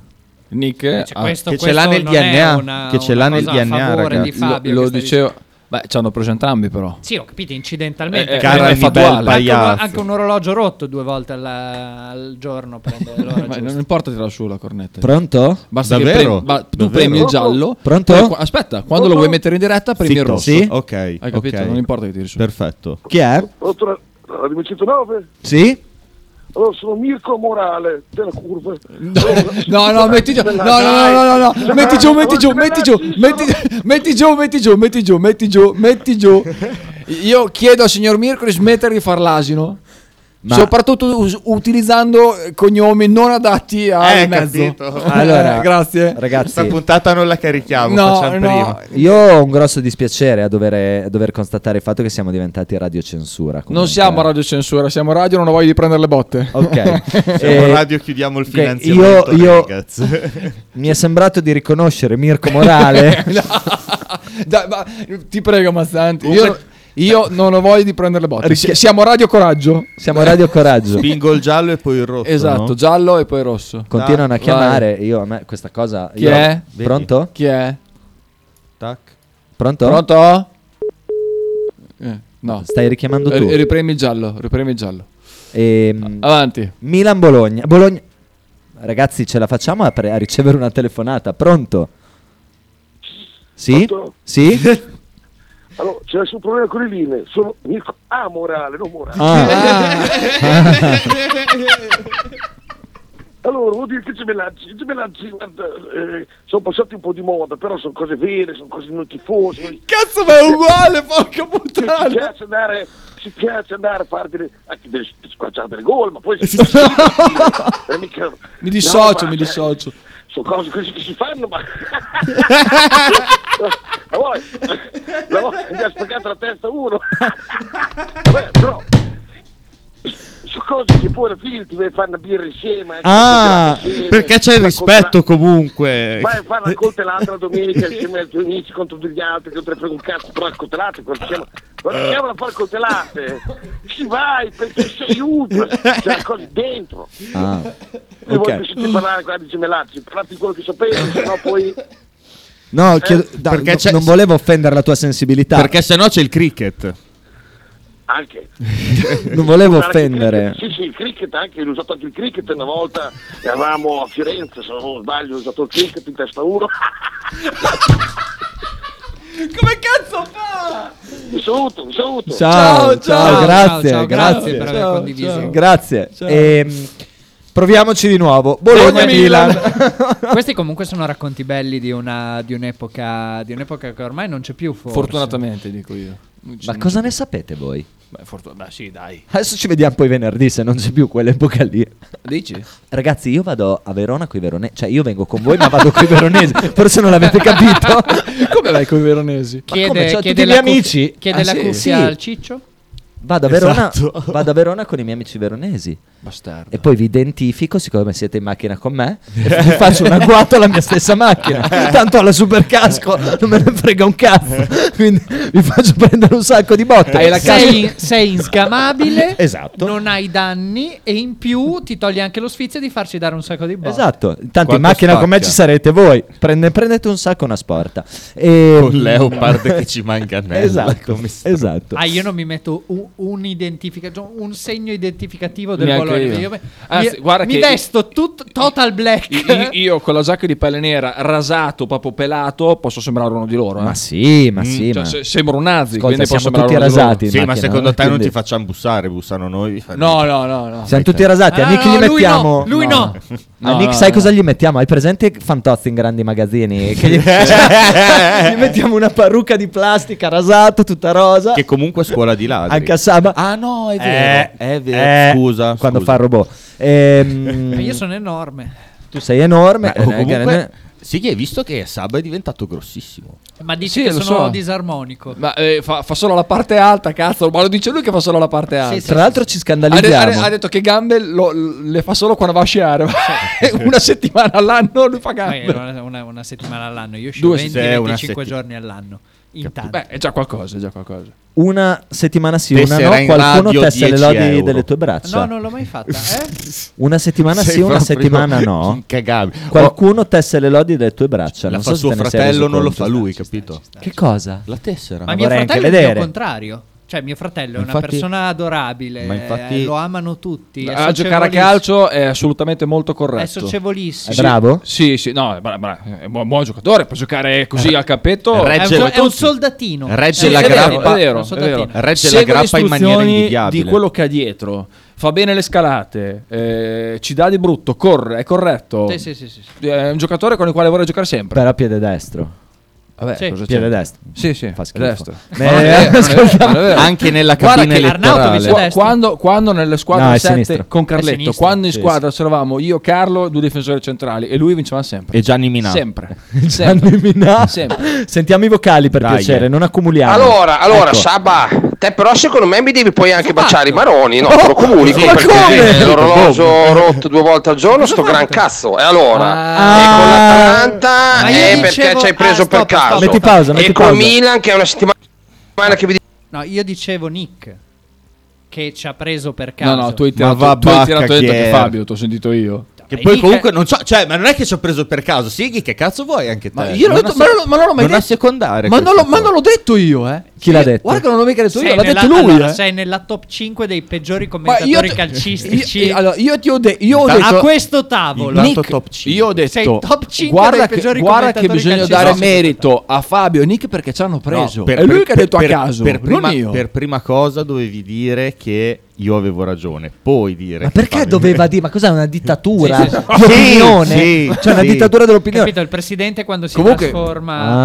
O: Nick eh,
D: Cioè,
O: ah,
D: questo- Che ce l'ha questo nel non è DNA, una- che ce l'ha una nel cosa a DNA, favore ragazzi. di Fabio
O: Lo,
D: che
O: lo
D: sta
O: dicevo. Beh, ci hanno preso entrambi però.
C: Sì, ho capito, incidentalmente.
O: Eh, eh, Cara è Annibel fattuale.
C: anche, un,
O: Pagliazzo.
C: anche un orologio rotto due volte alla- al giorno prende l'ora
O: Ma
C: giusta.
O: non importa tirare su la cornetta.
E: Pronto?
O: Basta che
E: Davvero?
O: premi- ba- tu
E: Davvero?
O: premi il giallo.
E: Pronto?
O: poi qua- aspetta, quando lo vuoi mettere in diretta premi il
D: Zitto.
O: rosso.
D: Sì? Ok,
O: Hai capito?
D: ok.
O: Non importa che tiri su.
D: Perfetto.
E: Chi è?
H: Pronto, ra- Radio 109?
E: Sì?
H: Allora, sono Mirko Morale della curva.
O: No, no, metti giù. No, no, no, no, no, no. Metti giù, metti giù, metti giù, metti, metti giù, metti giù, metti giù, metti giù, metti giù. Io chiedo al signor Mirko di smettere di far l'asino.
E: Ma-
O: Soprattutto us- utilizzando eh, cognomi non adatti al
D: Eh,
O: Ah, mezzo.
D: capito.
E: Allora,
O: grazie.
E: Ragazzi.
D: Questa puntata non la carichiamo,
O: No,
D: facciamo
O: no.
D: prima.
E: Io ho un grosso dispiacere a dover, a dover constatare il fatto che siamo diventati radiocensura.
O: Non siamo radio censura, siamo radio, non ho voglia di prendere le botte.
E: Ok.
D: Siamo
E: Eh,
D: radio, chiudiamo il
E: ok,
D: finanziamento,
E: io- io-
D: ragazzi.
E: Mi è sembrato di riconoscere Mirko Morale.
O: Dai, ma, ti prego, Mazzanti. Io,
D: Comunque-
O: io non ho voglia di prendere le botte.
D: Rischia-
O: Siamo Radio Coraggio.
E: Siamo Radio Coraggio.
D: Spingo il giallo e poi il rosso.
O: Esatto,
D: no?
O: giallo e poi rosso.
E: Continuano a
O: Vai.
E: chiamare. Io a me questa cosa.
O: Chi
E: io-
O: è?
E: Pronto?
O: Chi è?
D: Tac.
E: Pronto? Eh,
O: Pronto? Eh, no.
E: Stai richiamando tu.
O: Eh, Ripremi il giallo, ripremi il giallo.
E: Ehm,
G: Avanti.
E: Milan-Bologna. Bologna. Ragazzi, ce la facciamo a, pre- a ricevere una telefonata? Pronto? Sì?
H: Pronto?
E: Sì?
H: Allora, c'è nessun problema con le linee, sono Mirko amorale, non morale.
E: Ah.
H: allora, vuol dire che i gemellaggi, i gemellaggi guarda, eh, sono passati un po' di moda, però sono cose vere, sono cose non tifose.
G: Cazzo, ma è uguale, porca
H: puttana! Ci piace andare, ci piace andare a fare delle, anche delle, squarciare delle gol, ma poi...
G: Eh, Mi dissocio, mi dissocio.
H: sono cose così che si fanno, ma... la vuoi? La vuoi? Mi ha spaccato la testa uno. Beh, però... Sono cose che poi alla fine ti devi fare una birra insieme. eh,
A: Ah,
H: ti devi fare insieme,
A: perché c'è il
H: raccontare-
A: rispetto comunque.
H: Vai a fare
E: Eh.
H: la coltellata la domenica insieme ai tuoi amici contro degli altri che non te ne frega un cazzo, però la coltellata, quando siamo, quando siamo a fare coltellate, ci vai perché sei utile, c'è la cosa dentro.
E: Ah.
H: E voi
E: Ok.
H: mi sentite parlare qua di gemellacci, parlate di quello che sapete, sennò poi...
E: No, chiedo- da-
D: perché
E: no,
D: c'è-
E: non volevo offendere la tua sensibilità.
D: Perché sennò c'è il cricket.
H: Anche.
E: Non volevo
H: Guarda che
E: offendere.
H: cricket- Sì, sì, il cricket anche, l'ho usato anche il cricket una volta, eravamo a Firenze, se non sbaglio, ho usato il cricket in testa uno.
G: Come cazzo fa?
H: Mi saluto, mi saluto.
E: Ciao, ciao, grazie,
G: ciao,
E: grazie.
G: per aver condiviso.
E: Grazie.
G: Ciao.
E: Ehm, proviamoci di nuovo. Bologna-Milan.
V: Questi comunque sono racconti belli di, una, di, un'epoca, di un'epoca che ormai non c'è più. Forse.
O: Fortunatamente, dico io.
E: Ma cosa ne sapete voi?
O: Beh, fortuna- beh, sì, dai.
E: Adesso ci vediamo poi venerdì se non c'è più quell'epoca lì.
O: Dici?
E: Ragazzi, io vado a Verona coi veronesi. Cioè, io vengo con voi, ma vado coi veronesi. Forse non l'avete capito.
G: Come vai con i veronesi?
E: Ma come? Cioè, tutti i miei amici.
V: Chiede
E: Ah,
V: la
E: sì?
V: cuffia
E: Sì.
V: al ciccio?
E: Vado a, Verona, Esatto. vado a Verona con i miei amici veronesi.
O: Bastardo.
E: E poi vi identifico, siccome siete in macchina con me, e vi faccio un agguato alla mia stessa macchina. Tanto alla supercasco non me ne frega un cazzo.
G: Eh.
E: Quindi vi faccio prendere un sacco di botte.
H: Esatto.
V: sei, in- sei inscamabile,
E: Esatto.
V: non hai danni e in più ti togli anche lo sfizio di farci dare un sacco di botte.
E: Esatto, intanto
D: Quanto
E: in macchina con me
D: spacca.
E: ci sarete voi. Prende- prendete un sacco una sporta. E... mm,
D: Con Leopard che ci manca nella
E: Esatto,
D: come sta-
E: esatto.
V: Ah, io non mi metto un, un identifica- cioè un segno identificativo del
O: Neanche
V: Bologna.
O: io.
V: Io Ah, me-
O: Anzi,
V: mi,
O: guarda
V: mi
O: che-
V: vesto tut- total black.
O: Io, io con la giacca di pelle nera, rasato, proprio pelato, posso sembrare uno di loro. eh.
E: Ma sì, ma
O: Mm,
E: sì,
O: cioè,
E: ma-
O: se- sembro un nazi,
E: Ascolta,
O: quindi posso
E: siamo
O: sembrare
E: tutti
O: uno di loro.
E: rasati in
D: Sì, ma
E: macchina,
D: secondo
E: no?
D: te non
E: Quindi-
D: ti facciamo bussare, bussano noi.
O: No, no, no, no.
E: Siamo tutti rasati.
O: Ah,
E: a Nick
O: no,
E: gli
O: lui
E: mettiamo.
O: no, lui no.
E: A
O: No,
E: Nick,
O: no,
E: sai
O: no.
E: cosa gli mettiamo? Hai presente Fantozzi in grandi magazzini? Che gli...
D: Eh.
E: gli mettiamo una parrucca di plastica rasato, tutta rosa.
D: Che comunque è scuola di ladri.
E: Anche a Saba.
O: Ah, no, è
E: Eh,
O: vero.
D: è vero.
E: eh,
D: Scusa,
E: Quando
D: scusa.
E: fa il robot. Ehm,
V: Ma io sono enorme.
E: Tu sei enorme.
D: Ma
E: eh,
D: comunque, sì, che hai visto che Saba è diventato grossissimo.
V: Ma dici
O: Sì,
V: che
O: lo
V: sono
O: so.
V: disarmonico.
O: Ma eh, fa, fa solo la parte alta, cazzo. Ma lo dice lui che fa solo la parte alta.
E: Tra l'altro ci
O: Ha, de- ha de-
E: scandalizziamo.
O: ha detto che gambe lo- le fa solo quando va a sciare. una settimana all'anno lui fa
V: Ma
O: gambe.
V: io una, una- una settimana all'anno, io scivo
O: Due
V: 20-25
O: settimane, una settimana.
V: giorni all'anno. Intanto.
O: Beh, è già qualcosa, è già qualcosa.
E: Una settimana sì, una
O: Tesserà
E: no.
O: in
E: Qualcuno
O: radio
E: tessa le
O: 10
E: lodi
O: euro.
E: delle tue braccia.
V: No, non l'ho mai fatta. Eh?
E: Una settimana
D: Sei
E: sì, una
D: proprio
E: settimana no.
D: Incagabile.
E: Qualcuno tesse le lodi delle tue braccia.
D: La
E: Cioè, non
D: fa
E: so se
D: suo
E: te ne sei
D: fratello,
E: reso
D: non lo
E: conto.
D: fa lui, capito?
E: Che cosa?
D: La tessera.
V: Ma mio
E: vorrei
V: fratello
E: anche
V: è il
E: vedere.
V: mio contrario. Cioè, mio fratello è una
D: Infatti-
V: persona adorabile,
D: Ma infatti-
V: eh, lo amano tutti. è
O: A giocare a
V: socievolissimo.
O: calcio è assolutamente molto corretto.
V: È socievolissimo.
O: Sì, Sì, sì, no, è bra- bra- è un buon, buon giocatore, può giocare
D: Eh,
O: così al cappetto.
V: È un, è un soldatino.
O: Sì,
D: Regge
O: è
D: la
O: vero,
D: grappa,
O: è vero, è vero.
D: Regge la
O: Segue le
D: grappa in maniera
O: istruzioni
D: invidiabile.
O: Di quello che ha dietro. Fa bene le scalate, eh, ci dà di brutto, corre, è corretto.
V: Sì, sì, sì, sì, sì.
O: È un giocatore con il quale vorrei giocare sempre.
E: Però a piede destro.
O: Vabbè,
V: Sì.
O: cosa c'è?
E: Piede destro.
O: Sì, sì,
E: Fa schifo.
O: destro.
E: Beh,
O: Ma non è vero, non è vero,
E: ascolta-
O: non è vero.
D: Anche nella
O: Guarda
D: cabina
O: che
D: elettorale.
O: Arnautovic è
D: Qua-
O: destro. quando, quando nelle squadre
E: No, è
O: 7
E: sinistra.
O: con
E: È
O: Carletto,
E: sinistra.
O: quando in
E: Sì,
O: squadra c'eravamo io, Carlo, due difensori centrali e lui vinceva sempre.
D: E Gianni Minà.
O: Sempre.
E: Gianni Minà.
O: Sempre.
E: Sentiamo i vocali per
D: Dai,
E: piacere,
D: eh.
E: non accumuliamo.
T: Allora, allora,
E: Ecco.
T: Saba, te però secondo me mi devi poi anche baciare i maroni, no?
V: Oh,
T: Te lo comunico
E: ma
T: perché
E: come?
T: l'orologio rotto due volte al giorno, sto gran cazzo. E allora? e con l'Atalanta
V: Ah. Ma io
T: è
V: dicevo-
T: perché ci hai preso
V: ah,
T: per
V: stop, stop,
T: caso.
V: Metti
E: pausa,
T: e
E: metti
T: con
E: pausa.
T: Milan che è una settimana che vi
V: No, io dicevo Nick. Che ci ha preso per caso.
O: No, no, tu hai tirato,
D: va
O: tu hai
D: bacca
O: tirato
D: chi
O: dentro
D: era.
O: che Fabio, t'ho sentito io.
D: Che
H: poi comunque non so, cioè, ma non è che ci ho preso per caso. Sighi, che cazzo vuoi anche te?
O: Ma io l'ho detto- ma non- ma non l'ho mai detto.
H: secondare.
O: Ma non, l'ho, ma non l'ho detto io, eh.
H: Chi l'ha detto?
O: Guarda che non l'ho mica detto
C: Sei
O: io, l'ha
C: nella-
O: detto lui.
C: allora,
O: eh.
C: sei nella top 5 dei peggiori
O: Ma
C: commentatori
O: io,
C: calcistici.
O: io- eh, allora, io ti ho, de- io ho detto
C: a questo tavolo.
O: Nick, io ho detto
C: Sei top 5
O: guarda
C: dei
O: che,
C: peggiori
O: guarda che
C: commentatori
O: bisogna dare
C: calcistici.
O: merito a Fabio e Nick perché ci hanno preso
D: No, per-
O: è lui
D: per-
O: che ha detto
D: per-
O: a caso
D: Per prima,
O: non io
D: per prima cosa dovevi dire che io avevo ragione, poi dire.
E: Ma
D: che
E: perché
D: Fabio-
E: doveva dire? Ma cos'è una dittatura?
D: Sì, sì, sì.
E: Di opinione?
D: Sì,
E: cioè una
D: sì.
E: dittatura dell'opinione.
C: Capito, il presidente quando si
E: Comunque-
C: trasforma.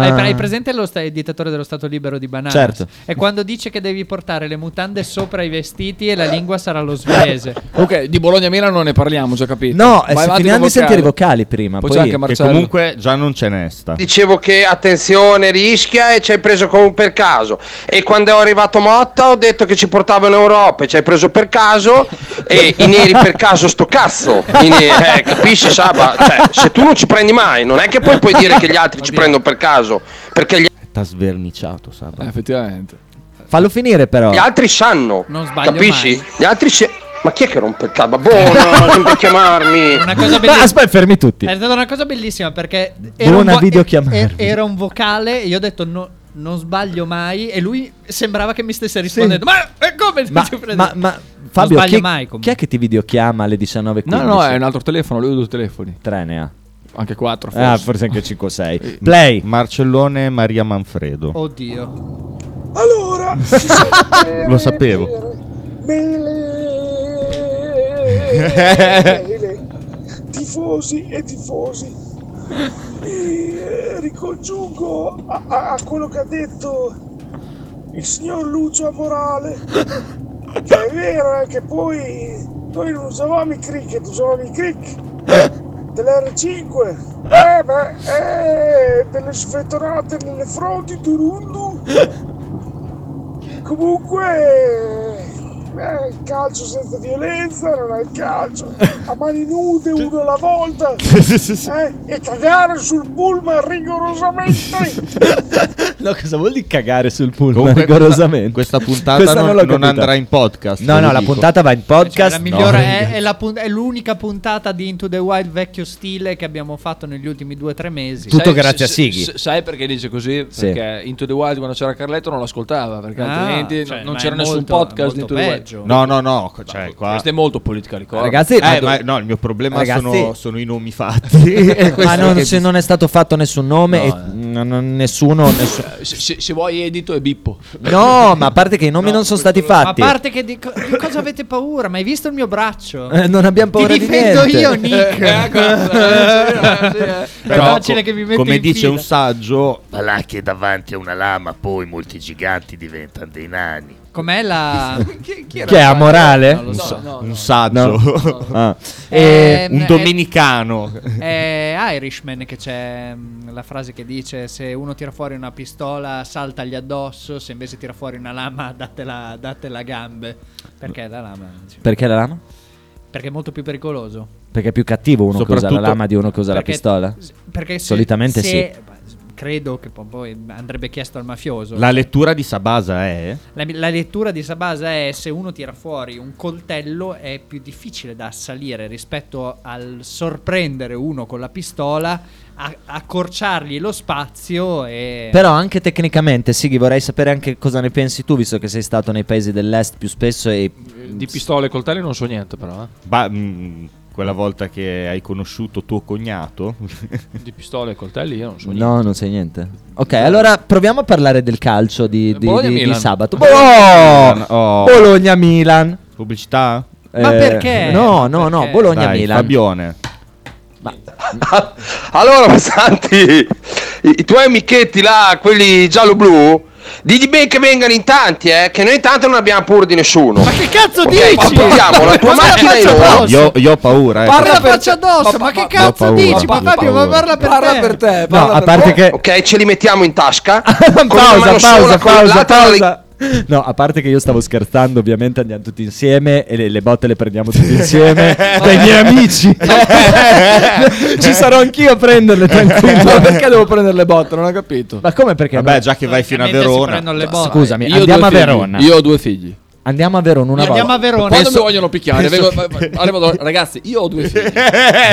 E: Ah.
C: Hai, hai presente lo sta- il dittatore dello Stato libero di Bananas?
E: Certo.
C: E quando dice che devi portare le mutande sopra i vestiti e la lingua sarà lo svedese.
O: ok di Bologna Milan non ne parliamo già capito
E: No,
O: Vai
E: eh,
O: avanti
E: finiamo
O: con
E: di sentire i vocali
O: poi,
E: prima.
O: c'è anche Marcello
D: Che comunque già non ce n'è sta.
T: Dicevo che attenzione, rischia e ci hai preso come per caso. E quando è arrivato Motta ho detto che ci portava in Europa e ci hai preso per caso e i neri per caso sto cazzo. I ne- eh, capisci Saba? Cioè, se tu non ci prendi mai, non è che poi puoi dire che gli altri ci prendono per caso, perché gli,
H: T'ha sverniciato, Saba.
O: Eh, effettivamente.
E: Fallo finire però.
T: gli altri sanno.
C: Non sbaglio
T: capisci? Gli altri si- Ma chi è che rompe il cazzo? Boh, no, sempre chiamarmi.
C: Una cosa bellissima.
E: Aspetta, fermi tutti.
C: È stata una cosa bellissima perché
E: Buona
C: un vo-
E: videochiamarmi.
C: e- era un vocale e io ho detto no- non sbaglio mai e lui sembrava che mi stesse rispondendo. Ma eh, come?
E: Ma, ma- ma- Fabio,
C: non sbaglio
E: chi,
C: mai comunque.
E: chi è che ti videochiama alle 19.15?
O: No, no, è un altro telefono, lui ha due telefoni.
E: Tre ne ha.
O: Anche quattro forse.
E: Ah, forse anche 5 o 6. Play.
D: Eh, Marcellone Maria Manfredo.
C: Oddio.
M: Allora,
D: Lo sapevo.
M: mille tifosi e tifosi. Mi eh, ricongiungo a, a- a quello che ha detto il signor Lucio Morale. Che è vero eh, che poi noi non usavamo i cricket, usavamo i crick dell'R5. Eh beh, eh, delle sfettonate nelle fronti, turundu. Comunque, eh, il calcio senza violenza non è il calcio. A mani nude, uno alla volta. Eh, e cagare sul pullman rigorosamente.
E: No, cosa vuol dire cagare sul pullman
D: Comunque
E: rigorosamente?
D: Questa puntata
E: Questa
D: non,
E: l'ho
D: non
E: capita.
D: andrà in podcast. ve
E: No,
D: lo
E: no, la
D: dico.
E: puntata va in podcast.
C: Cioè, La migliore è, è la pun- è l'unica puntata di Into the Wild vecchio stile che abbiamo fatto negli ultimi due o tre mesi.
O: Sai- s- s- sai perché dice così?
C: Sì.
O: Perché Into the Wild quando c'era Carletto non l'ascoltava, perché
C: Ah,
O: altrimenti
C: cioè,
O: non- non
C: ma
O: c'era
C: è
O: nessun
C: molto-
O: podcast
C: molto
O: di Into the Wild.
C: peggio.
D: No, no, no. Cioè, qua...
O: Questo è molto politica ricordo.
E: Ragazzi,
D: Eh,
E: ma-
D: ma no, il mio problema
E: Ragazzi-
D: sono, sono i nomi fatti. E questo
E: Ma non,
D: che-
E: se non è stato fatto nessun nome, e n- non- nessuno. nessu-
O: Se, se- se vuoi edito e bippo.
E: No, ma a parte che i nomi non sono stati
C: A
E: fatti.
C: parte che di, co- di cosa avete paura? Ma hai visto il mio braccio?
E: Eh, non abbiamo paura
C: Ti
E: di
C: difendo
E: niente.
C: io, Nick.
E: Eh,
D: ecco,
E: guarda, sì, eh, sì, eh.
C: È facile che mi metto
D: come
C: in
D: dice
C: fila.
D: un saggio,
W: Va là che davanti a una lama poi molti giganti diventano dei nani.
C: Com'è la.
D: Che è Amorale?
C: Non lo so.
D: Un sa- un saggio.
C: No.
D: Ah.
C: Ehm, eh,
D: Un
C: è-
D: domenicano.
C: È Irishman che c'è mm, la frase che dice: Se uno tira fuori una pistola, saltagli addosso. Se invece tira fuori una lama, datela, datela a gambe. Perché la lama?
E: Perché la lama?
C: Perché è molto più pericoloso.
E: Perché è più cattivo uno che usa la
C: Soprattutto-
E: lama di uno che usa
C: Perché-
E: la pistola?
C: s- Perché se-
E: Solitamente
C: se-
E: sì.
C: Credo che po- poi andrebbe chiesto al mafioso.
D: La lettura di Sabasa è...
C: La, la lettura di Sabasa è se uno tira fuori un coltello è più difficile da assalire rispetto al sorprendere uno con la pistola, a- accorciargli lo spazio e...
E: Però anche tecnicamente, Sighi, vorrei sapere anche cosa ne pensi tu, visto che sei stato nei paesi dell'est più spesso e
O: Di pistole e coltelli non so niente però. eh.
D: Ba- mh, quella volta che hai conosciuto tuo cognato.
O: Di pistole e coltelli io non so niente.
E: No, non sai niente. Ok, allora proviamo a parlare del calcio di, di-
O: Bologna
E: di- di
O: Milan.
E: sabato.
D: Bologna Milan, oh.
E: Bologna-Milan.
D: Pubblicità?
E: Ma Eh, perché? no, no, no, Perché?
D: Dai,
E: Bologna-Milan.
D: Fabione.
T: Allora, Passanti, i, i tuoi amichetti là, quelli giallo-blu, digli ben che vengano in tanti, eh, che noi intanto non abbiamo paura di nessuno. Ma
C: che cazzo
T: dici? Ma eh. portiamo la tua
C: Ma la
T: macchina in
C: faccia
T: loro.
C: addosso? Io-
D: ho paura,
E: eh.
C: Parla la faccia addosso, ma, che cazzo
T: paura,
C: dici? Ma
T: ma- paura.
C: Fabio, ma parla per te.
T: parla
E: a
T: per
E: parte
T: te.
E: che-
T: Ok, ce li mettiamo in tasca.
E: Pausa, pausa, pausa,
T: pausa.
E: No, a parte che io stavo scherzando, ovviamente andiamo tutti insieme e le, le botte le prendiamo tutti insieme
H: eh,
E: dai miei amici. Ci sarò anch'io a prenderle, tranquillo.
O: Ma perché devo prendere le botte? Non ho capito.
E: Ma come perché?
D: Vabbè, già che vai fino a
O: Veramente si
D: Verona.
O: prendono le botte.
E: Scusami,
O: Io ho
E: andiamo a
O: due figli,
E: Verona.
O: io ho due figli.
E: Andiamo a Verona una volta.
O: Andiamo a Verona. Quando mi vogliono picchiare, vengo- arrivo da- ragazzi, io ho due figli.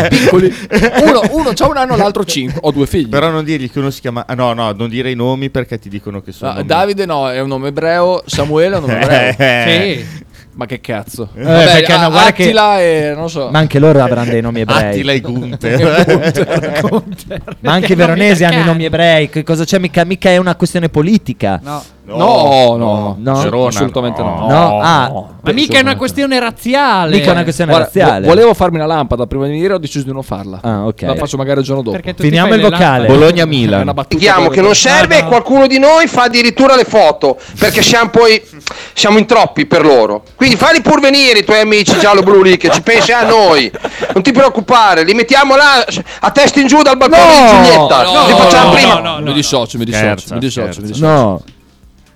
O: Piccoli. Uno, uno c'ha un anno, Ah, l'altro cinque. Ho due figli.
D: Però non dirgli che uno si chiama. ah, no, no, non dire i nomi perché ti dicono che sono.
O: Ah, Davide no, è un nome ebreo, Samuele è un nome ebreo.
D: Eh.
O: Sì. Ma che cazzo?
D: Eh,
O: Vabbè,
E: perché
O: a-
E: no, guarda che-
O: Attila e non so. Ah,
E: Ma anche loro avranno dei nomi ebrei.
D: Attila e Gunther.
O: Gunther, Gunther.
E: Ma anche i
O: Perché
E: veronesi hanno i nomi ebrei. Che cosa c'è? Mica, mica è una questione politica.
O: No. No, no,
E: No?
O: Verona, assolutamente no.
E: No? Ah,
C: Ma mica è una questione razziale.
O: Guarda, vo- volevo farmi una lampada prima di venire, ho deciso di non farla.
E: Ah, ok.
O: La faccio magari il giorno dopo.
C: tu ti Finiamo fai il le vocale. lampade.
O: Bologna-Milan. È una battuta
T: Chiamo Diciamo che
O: proprio.
T: non serve e qualcuno di noi fa addirittura le foto perché siamo poi siamo in troppi per loro. Quindi fali pur venire i tuoi amici giallo-blu lì che ci pensi a noi. Non ti preoccupare, li mettiamo là a testa in giù dal balcone di Giulietta.
O: No,
T: li
O: no,
T: facciamo
O: no,
T: prima.
O: no, no, mi dissocio, mi dissocio, mi dissocio, mi dissocio.
E: No.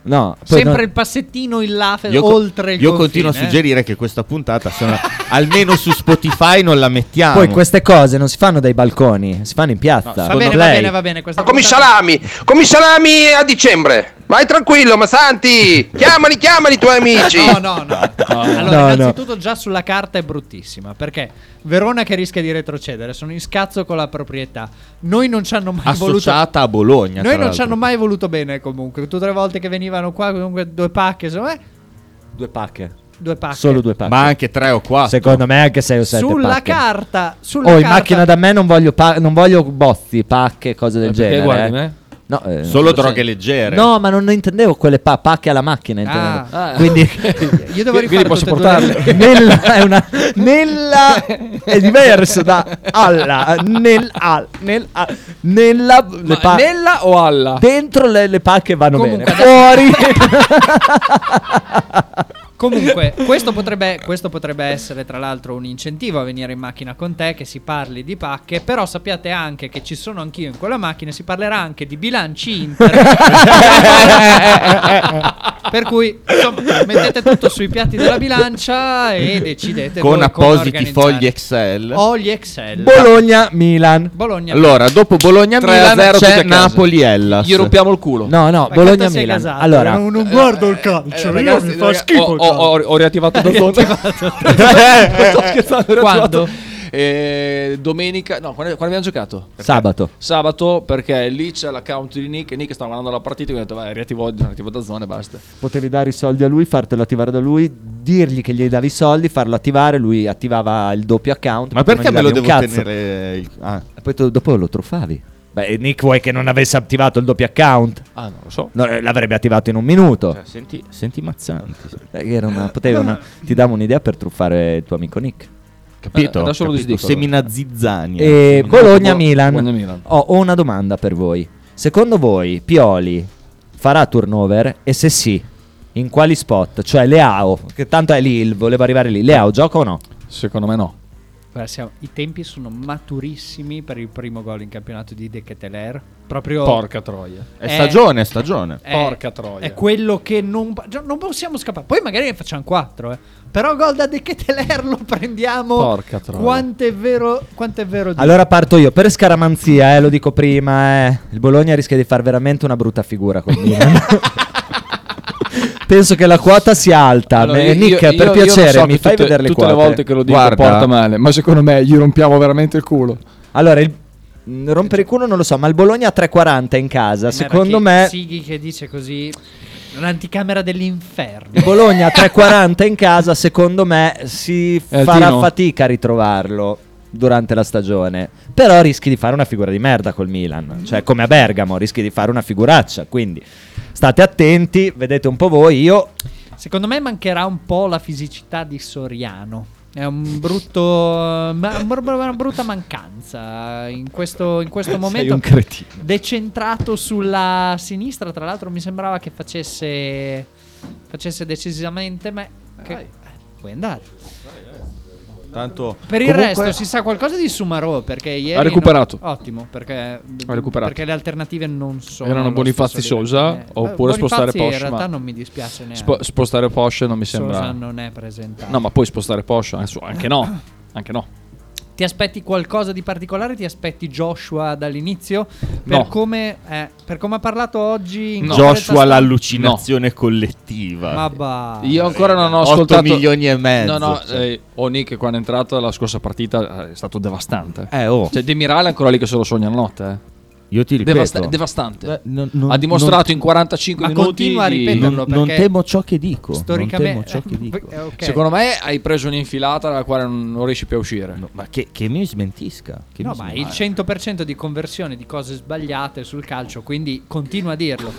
E: No.
D: Poi
C: Sempre
D: no.
C: il passettino in là, fe-
D: Io, co-
C: oltre il
D: io
C: confine,
D: continuo a
C: eh.
D: suggerire che questa puntata, se no- almeno su Spotify, non la mettiamo.
E: Poi queste cose non si fanno dai balconi, si fanno in piazza.
T: Va bene,
E: Lei-
C: va bene. Questa
T: come i salami, come i salami a dicembre. Vai tranquillo, ma Santi, chiamali, chiamali i tuoi amici.
C: No, no, no.
E: No, no.
C: Allora, innanzitutto già sulla carta è bruttissima perché Verona che rischia di retrocedere, sono in scazzo con la proprietà. Noi non ci hanno mai voluto
D: Associata a Bologna.
C: Noi
D: tra
C: non ci
D: l'altro.
C: hanno mai voluto bene comunque. Tutte le volte che venivano qua, comunque due pacche, insomma, eh,
E: Due pacche.
C: due pacche.
E: Solo due pacche.
D: Ma anche tre o quattro.
E: Secondo me anche sei o sette
C: Sulla
E: pacche.
C: carta, sulla
E: Oh, in
C: carta-
E: macchina da me non voglio, pa- non voglio bozzi, pacche, cose del
D: perché
E: genere.
D: guardi
E: eh.
D: me?
E: No, eh,
D: Solo
E: lo
D: droghe
E: so.
D: leggere.
E: No, ma non intendevo quelle pa- pacche alla macchina.
C: Ah.
E: intendevo. Quindi,
C: Io devo rifare tutte e due le-
E: nella è una nella è diverso da alla nel al nel al- nella le pa-
O: nella o alla?
E: Dentro le, le pacche vanno
C: Comunque,
E: bene. Fuori
C: Comunque, questo potrebbe, questo potrebbe essere tra l'altro un incentivo a venire in macchina con te, che si parli di pacche, però sappiate anche che ci sono anch'io in quella macchina e si parlerà anche di bilanci Inter. per cui, insomma, mettete tutto sui piatti della bilancia e decidete
D: Con
C: voi come
D: appositi
C: organizzare.
D: fogli Excel.
C: Ho gli Excel.
E: Bologna Milan.
C: Bologna.
D: Allora, dopo Bologna
C: 3 a
D: Milan
C: 0
D: c'è
C: tutti a casa.
D: Napoli Hellas.
O: Gli rompiamo il culo.
E: No, no,
O: Ma
E: Bologna
O: quanto sei
E: Milan.
O: gasato?
E: Allora,
O: Non-
E: non
O: guardo
E: il calcio,
O: eh, Ragazzi, raga- ho, ho, ho- ho riattivato da zona. Sto scherzando, ho
E: Quando?
O: riattivato. Eh, domenica, no, quando, quando abbiamo giocato?
E: Sabato.
O: Sabato, perché lì c'è l'account di Nick e Nick stava guardando la partita e ho detto, vai, riattivo, riattivo da zona e basta.
E: Potevi dare i soldi a lui, fartelo attivare da lui, dirgli che gli davi i soldi, farlo attivare, lui attivava il doppio account.
D: Ma perché me
E: non
D: lo
E: gli davi
D: devo
E: un cazzo.
D: tenere? il- Ah.
E: E poi tu- dopo lo truffavi. Beh, Nick vuoi che non avesse attivato il doppio account? eh,
O: Ah, non lo so. Cioè,
E: l'avrebbe attivato in un minuto.
D: Senti, senti Mazzanti.
E: Eh, era una- poteva una- ti dava un'idea per truffare il tuo amico Nick.
D: Capito?
E: Eh,
D: adesso
E: adesso
D: lo
E: lo
D: Capito? eh.
E: disdico
D: Semina zizzania.
E: E
D: Semina-
E: Bologna-Milan.
D: Bologna-Milan.
E: Eh, Ho, ho una domanda per voi. Secondo voi Pioli farà turnover? E se sì, in quali spot? Cioè Leao, che tanto è lì, il- voleva arrivare lì. Leao gioca o no?
O: Secondo me no.
C: Guarda, siamo- I tempi sono maturissimi per il primo gol in campionato di De Keteler. Proprio
O: Porca troia.
C: Eh.
D: È stagione, è stagione.
O: Porca troia.
C: È quello che non, già non possiamo scappare. Poi magari ne facciamo 4. Però gol da De Keteler lo prendiamo.
E: Porca troia.
C: Quanto è vero, quanto è vero di- Eh,
E: Allora parto io per scaramanzia, eh, lo dico prima. eh. Il Bologna rischia di far veramente una brutta figura col Milan. Penso che la quota sia alta.
O: Allora,
E: Eh,
O: io-
E: Nick,
O: io- io-
E: per
O: io
E: piacere,
O: lo so
E: mi
O: che
E: fai
O: tutte-
E: vedere le
O: tutte le
E: quote.
O: volte che lo dico porta male, ma secondo me gli rompiamo veramente il culo.
E: Allora, il- mh, rompere il culo non lo so, ma il Bologna a 3,40 in casa,
C: Guarda
E: secondo
C: che
E: me...
C: Sighi che dice così. L'anticamera dell'inferno.
E: Il Bologna a 3,40 in casa, secondo me, si
C: Eh,
E: farà
C: Tino?
E: fatica a ritrovarlo durante la stagione. Però rischi di fare una figura di merda col Milan, cioè come a Bergamo, rischi di fare una figuraccia. Quindi state attenti, vedete un po' voi. Io
C: Secondo me mancherà un po' la fisicità di Soriano. È un brutto. ma- un br- br- una brutta mancanza in questo, in questo
E: Sei
C: momento.
E: un cretino.
C: Decentrato sulla sinistra. Tra l'altro, mi sembrava che facesse. Facesse decisamente me. Che, eh, puoi andare.
D: Tanto
C: Per il
D: Comunque-
C: resto si sa qualcosa di Sumarò perché ieri
O: Ha recuperato.
C: no- ottimo, perché,
O: Ha recuperato.
C: perché le alternative non sono
O: Erano
C: allo
O: Bonifazzi
C: stesso livello.
O: Sosa
C: Eh,
O: oppure
C: Bonifazzi
O: spostare Porsche.
C: In realtà
O: ma-
C: non mi dispiace neanche.
O: Spo- spostare Porsche non mi
C: Sosa
O: sembra.
C: non è
O: eh,
C: presentato.
O: No, ma poi spostare Porsche adesso anche no. Anche no.
C: Ti aspetti qualcosa di particolare? Ti aspetti Joshua dall'inizio? Per,
D: No.
C: come, eh, per come ha parlato oggi in conferenza
D: Joshua l'allucinazione collettiva.
C: Ma va.
O: Io ancora non ho
D: 8
O: ascoltato.
D: milioni e mezzo.
O: No, no,
D: cioè.
O: eh, Oni che quando è entrato la scorsa partita eh, è stato devastante.
D: Eh, oh.
O: Cioè, De Mirale è ancora lì che se lo sogna la notte. eh.
D: Io ti ripeto.
O: Devasta- devastante.
D: Beh, non- non-
O: ha dimostrato
D: non-
O: in 45
D: Ma
O: minuti.
D: continua a
O: di-
D: ripeterlo, Non- non perché temo ciò che dico, non
O: storicamente
D: temo ciò che dico. Eh, ok.
O: Secondo me hai preso un'infilata dalla quale non, non riesci più a uscire.
D: ma che, mi smentisca.
C: No, ma il 100% di conversione di cose sbagliate sul calcio, quindi continua a dirlo.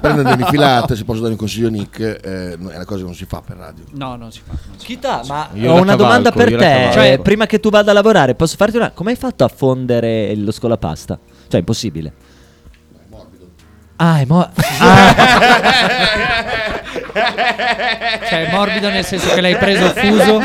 J: Prendere delle filate, se posso dare un consiglio a Nick, eh, no, è una cosa che non si fa per radio.
C: No, non si fa. non si
E: Chita,
C: fa.
E: ma
J: Io
E: ho
J: la
E: una
J: cavalco,
E: domanda per
J: io la
E: te.
J: cavalco.
E: Cioè, prima che tu vada a lavorare, posso farti una. Come hai fatto a fondere lo scolapasta? Cioè, è impossibile. Ah, è mo-
C: Cioè, è morbido nel senso che l'hai preso fuso.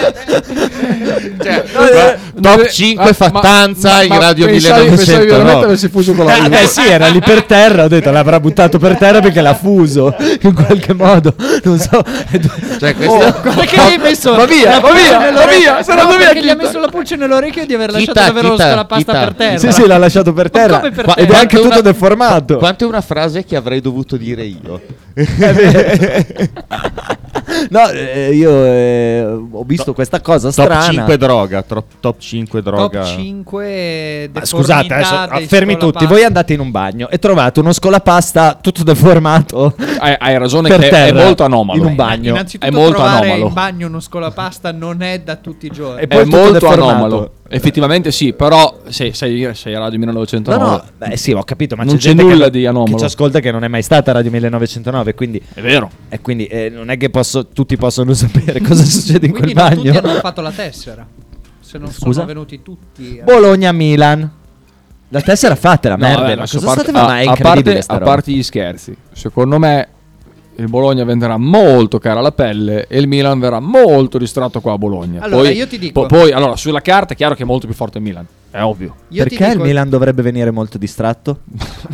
D: Cioè, top 5 Fattanza in Radio 1909.
E: Ah, beh, sì, era lì per terra. Ho detto l'avrà buttato per terra perché l'ha fuso in qualche modo. Non so. Oh,
D: Cioè,
C: questo- Guarda che gli hai messo
E: Va via,
C: la
E: va
C: pulce
E: via, va
C: nell'orecchio.
E: via, sarà
C: No,
E: dove
C: perché
E: è
C: gli ha
E: Chita?
C: messo la pulce nell'orecchio di aver
D: Chita,
C: lasciato davvero lo
D: Chita,
C: scolapasta
D: Chita.
C: per terra.
E: Sì, sì, l'ha lasciato per terra.
C: come per
E: Qua- Ed è
C: terra?
E: anche tutto
D: Quanto una-
E: deformato.
D: Quanto è una frase che avrei dovuto dire io?
E: No, eh, io eh, ho visto questa cosa
D: Top
E: strana.
D: 5 droga, tro- top 5 droga.
C: Top 5
E: Ma Scusate, adesso, fermi tutti. Voi andate in un bagno e trovate uno scolapasta tutto deformato.
O: Hai, hai ragione
E: per
O: che è- è
E: terra,
O: molto anomalo.
E: In un bagno.
C: Innanzitutto trovare in bagno uno scolapasta non è da tutti i giorni.
O: È molto anomalo. Effettivamente sì, però se sei, sei Radio 1909.
E: No, no, Oh, beh, sì, ho capito, ma
O: non c'è,
E: gente che-
O: nulla di anomalo.
E: Che ci ascolta che non è mai stata Radio 1909, quindi
O: È vero.
E: E quindi eh, non è che posso- tutti possono sapere cosa succede in
C: Quindi
E: quel
C: non tutti
E: bagno.
C: hanno fatto la tessera. Se non
E: Scusa?
C: sono venuti tutti. eh. a-
E: Bologna-Milan. La tessera fatela,
O: No,
E: merda. ma
O: vabbè, adesso
E: cosa
O: a parte-
E: state facendo? Ma è
O: a, a
E: incredibile
O: parte,
E: sta
O: a
E: roba.
O: parte gli scherzi, secondo me il Bologna venderà molto cara la pelle e il Milan verrà molto distratto qua a Bologna.
C: Allora,
O: poi,
C: io ti dico-
O: po- poi, allora, sulla carta è chiaro che è molto più forte il Milan, è ovvio.
C: Io ti
E: Perché il
C: dico-
E: Milan dovrebbe venire molto distratto?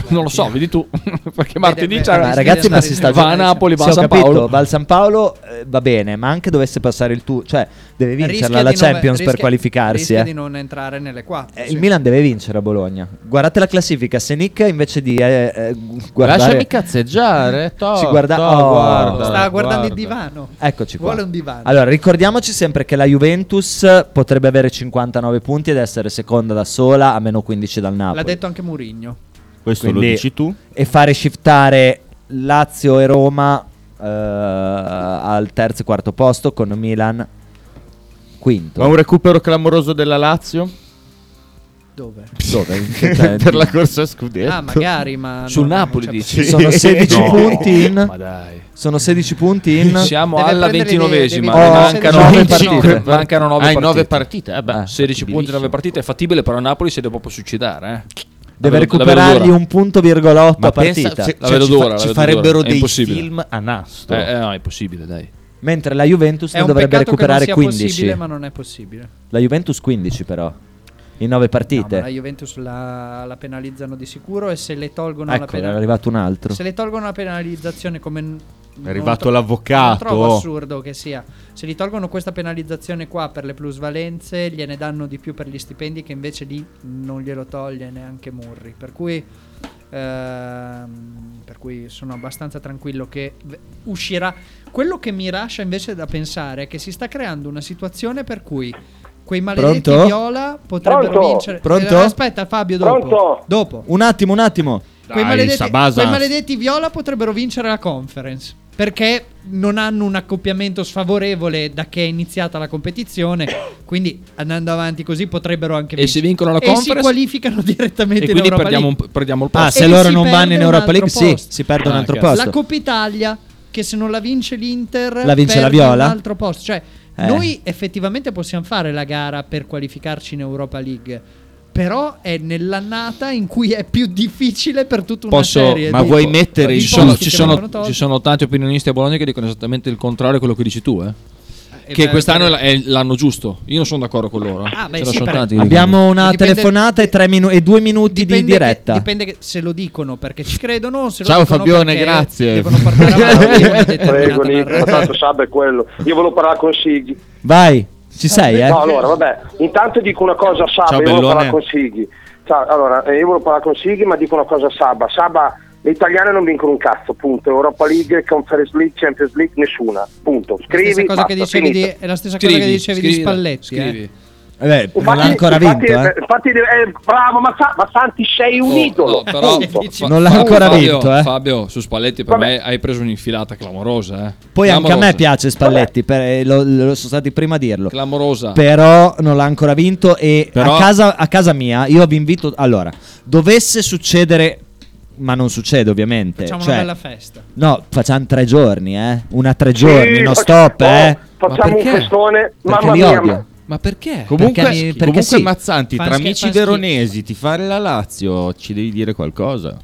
O: Non lo so, vedi tu, perché martedì
E: Eh,
O: c'è
E: ma ragazzi, ma si sta
O: va a Napoli, va
E: Sì,
O: a
E: ho
O: San
E: capito,
O: Paolo.
E: Va al San Paolo, eh, va bene, ma anche dovesse passare il tu, cioè deve
C: rischia
E: vincerla
C: di
E: la
C: non-
E: Champions per
C: rischia-
E: qualificarsi.
C: rischia
E: eh.
C: di non entrare nelle quattro.
E: Eh,
C: sì.
E: Il Milan deve vincere a Bologna. Guardate la classifica. Se Nick invece di eh, eh, gu- guardare,
D: Lasciami cazzeggiare, to,
E: si guarda,
D: to,
E: oh,
D: guarda,
C: Stava guardando il divano.
E: Eccoci qua.
C: Vuole un divano.
E: Allora, ricordiamoci sempre che la Juventus potrebbe avere 59 punti ed essere seconda da sola a meno 15 dal Napoli.
C: L'ha detto anche Murigno.
D: Questo lo dici tu.
E: E fare shiftare Lazio e Roma eh, al terzo e quarto posto con Milan quinto.
D: Ma un recupero clamoroso della Lazio?
C: Dove?
E: Dove?
D: per la corsa a scudetto.
C: Ah, magari, ma
O: Sul
C: no, non certo
O: Napoli
C: c'è
O: dici?
C: possibilità.
E: Sono 16
O: No.
E: punti in.
O: Ma dai.
E: Sono 16 punti in.
O: Siamo
E: Deve
O: alla
E: prendere dei-
O: ventinovesima,
E: dei-
O: ne
E: Oh,
O: mancano
E: nove
O: 9
E: partite.
O: partite. Mancano nove
D: Ah, in
O: partite.
D: nove partite, eh beh,
O: 16 punti in 9 partite è fattibile, però a Napoli si deve proprio suicidare. Eh.
E: Deve
O: La vedo- la vedo
E: recuperargli
O: dura.
E: un punto virgola otto
O: Ma
E: a partita.
O: pensa- se- La cioè, vedo ci fa- dura, la ci vedo farebbero dura. È dei impossibile. film
D: a nastro.
O: Eh, eh, no, è impossibile, dai.
E: Mentre la Juventus
C: È
E: ne
C: un
E: dovrebbe
C: peccato che non
E: recuperare
C: sia
E: 15.
C: possibile, ma non è possibile.
E: La Juventus 15 però. In 9 partite.
C: La Juventus la, la penalizzano di sicuro e se le tolgono la
E: Ecco,
C: pena-
E: era arrivato un altro.
C: Se le tolgono la penalizzazione come n- non
D: arrivato
C: tro-
D: l'avvocato.
C: Non trovo assurdo che sia. Se gli tolgono questa penalizzazione qua per le plusvalenze, gliene danno di più per gli stipendi che invece lì non glielo toglie neanche Murri. Per cui ehm, per cui sono abbastanza tranquillo che v- uscirà. Quello che mi lascia invece da pensare è che si sta creando una situazione per cui quei maledetti
E: Pronto?
C: viola potrebbero
E: Pronto?
C: vincere.
E: Pronto?
C: Eh, Aspetta, Fabio, dopo.
E: Pronto?
C: Dopo.
E: Un attimo, un attimo.
C: Quei maledetti, quei maledetti viola potrebbero vincere la conference. Perché non hanno un accoppiamento sfavorevole da che è iniziata la competizione. Quindi andando avanti così potrebbero anche
O: E se
C: vincere.
O: vincono la
C: E
O: conference-
C: si qualificano direttamente
O: E
C: in
O: quindi
C: Europa
O: perdiamo,
C: League.
O: un- perdiamo il posto.
E: Ah, se
C: E
E: loro
C: si
E: non
C: perde
E: vanno in
C: un
E: Europa
C: altro
E: League, sì,
C: posto.
E: si perde un
O: Ah,
E: altro
O: cazzo.
E: posto.
C: La Coppa Italia, che se non la vince l'Inter,
E: La vince la
C: perde
E: Viola?
C: Un altro posto. Cioè,
E: Eh.
C: noi effettivamente possiamo fare la gara per qualificarci in Europa League. Però è nell'annata in cui è più difficile per tutta una serie. di- di
O: ci
C: posti
O: sono,
C: che
O: ci, sono,
C: vengono tolti.
O: ci sono tanti opinionisti a Bologna che dicono esattamente il contrario di quello che dici tu, eh.
C: Eh,
O: Che
C: beh,
O: quest'anno è l- è l'anno giusto. Io non sono d'accordo con loro. eh.
C: Ah, beh,
O: Ce ne
C: sì,
O: sono
C: però-
O: tanti che dicono.
E: Abbiamo una
C: Dipende-
E: telefonata e, tre minu- e due minuti di
C: Dipende che-
E: diretta.
C: dipende che- se lo dicono perché ci credono. o Se lo
E: Ciao,
C: dicono
E: Fabione,
C: perché
E: grazie.
C: Devono portare avanti una determinata
G: Prego, Nick, ma
C: narrazione.
G: tanto Sab è quello. Io volevo parlare con Sighi.
E: Vai. Ci sei, eh?
G: No, allora, vabbè, intanto dico una cosa a Saba,
E: Ciao,
G: io volevo
E: Bellone.
G: parlare con Sighi. Ciao, allora, eh, io volevo parlare con Sighi, ma dico una cosa a Saba. Saba, le italiane non vincono un cazzo, punto. Europa League, Conference League, Champions League, nessuna, punto. Scrivi,
C: stessa cosa che
G: basta,
C: dicevi di-
G: finito.
C: è la stessa cosa che dicevi di Spalletti. eh.
E: Eh beh, non l'ha
G: Infatti-
E: ancora vinto,
G: infatti,
E: eh.
G: infatti, eh, bravo, ma, Sa- ma Santi sei un
O: Oh,
G: idolo.
O: no, però,
G: punto.
O: fa-
E: Non l'ha
O: fa-
E: ancora
O: Fabio,
E: vinto, eh.
O: Fabio, su Spalletti per me hai preso un'infilata clamorosa. Eh.
E: Poi anche a me
O: Clamorosa.
E: piace Spalletti, per- eh, lo, lo sono stati prima a dirlo.
O: Clamorosa.
E: Però non l'ha ancora vinto e
O: Però-
E: a, casa, a casa mia io vi invito... Allora, dovesse succedere, ma non succede ovviamente.
C: Facciamo
E: cioè-
C: una bella festa.
E: No, facciamo tre giorni, eh. Una tre
G: Sì,
E: giorni, no
G: fac-
E: stop,
G: oh,
E: eh.
G: Facciamo un
E: perché?
G: festone,
E: Perché
G: mamma
E: li
G: mia.
E: odio.
G: ma-
O: Ma perché?
D: Comunque,
E: Perché mi- perché
D: Eh, comunque
E: sì.
D: Mazzanti,
E: Fan
D: tra
E: schi-
D: amici
E: fan schifo.
D: veronesi, ti fare la Lazio, ci devi dire qualcosa.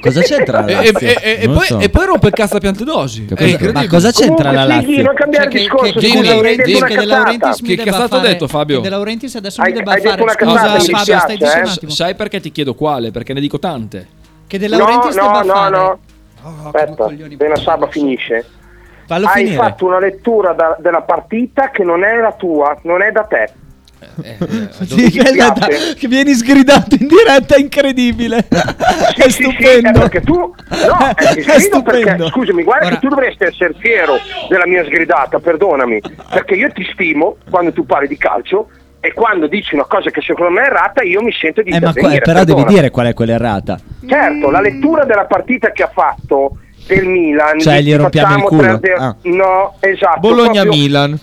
E: Cosa c'entra la
O: E, e- e- e poi, e poi rompe il cazzo a piantedosi.
D: Che
O: È
D: cosa-
O: incredibile.
E: Ma cosa c'entra la
G: Comunque, Sighi,
E: Lazio?
G: non cambiare
O: Cioè, che-
G: discorso.
O: che-
G: scusa,
O: che-
G: mi hai detto
O: che-
G: una
O: che
G: cazzata.
O: Laurentiis mi Che debba cazzata ha fare- detto, Fabio?
C: che De Laurentiis adesso mi
G: Hai-
C: debba
G: hai detto
C: fare
G: una
C: scusa,
G: cazzata, mi
C: Fabio, stai
G: dispiace,
C: dicendo un
G: eh.
C: attimo.
O: Sai perché ti chiedo quale? Perché ne dico tante.
C: Che De
G: No,
C: Laurentiis
G: no,
C: debba
G: no,
C: fare
E: Oh,
G: no. Aspetta, appena Saba finisce.
E: Fallo
G: Hai
E: finire.
G: fatto una lettura da- della partita che non è la tua, non è da te.
E: Sì, bella da- che vieni sgridato in diretta è incredibile.
G: Sì, sì, sì, è perché tu no, è, stupendo perché scusami, guarda che tu dovresti essere fiero della mia sgridata, perdonami, perché io ti stimo quando tu parli di calcio e quando dici una cosa che secondo me è errata, io mi sento di
E: Eh, ma qua-
G: intervenire,
E: però devi
G: perdonami.
E: dire qual è quella errata.
G: Certo, la lettura della partita che ha fatto del Milan
E: Cioè, gli
G: dici,
E: rompiamo
G: facciamo
E: il culo.
G: 3-0.
E: Ah.
G: No, esatto. proprio-
D: Bologna-Milan.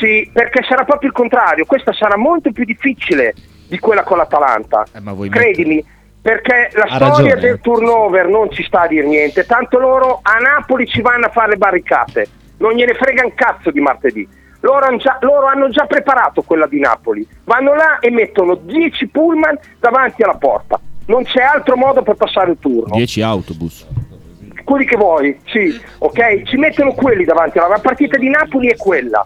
G: Sì, perché sarà proprio il contrario. Questa sarà molto più difficile di quella con l'Atalanta.
D: Eh,
G: Credimi, perché la
D: Ha
G: storia
D: ragione.
G: del turnover non ci sta a dire niente. Tanto loro a Napoli ci vanno a fare le barricate. Non gliene frega un cazzo di martedì. Loro han già- loro hanno già preparato quella di Napoli. Vanno là e mettono 10 pullman davanti alla porta. Non c'è altro modo per passare il turno
D: 10 autobus.
G: quelli che vuoi, sì, ok? Ci mettono quelli davanti, la partita di Napoli è quella.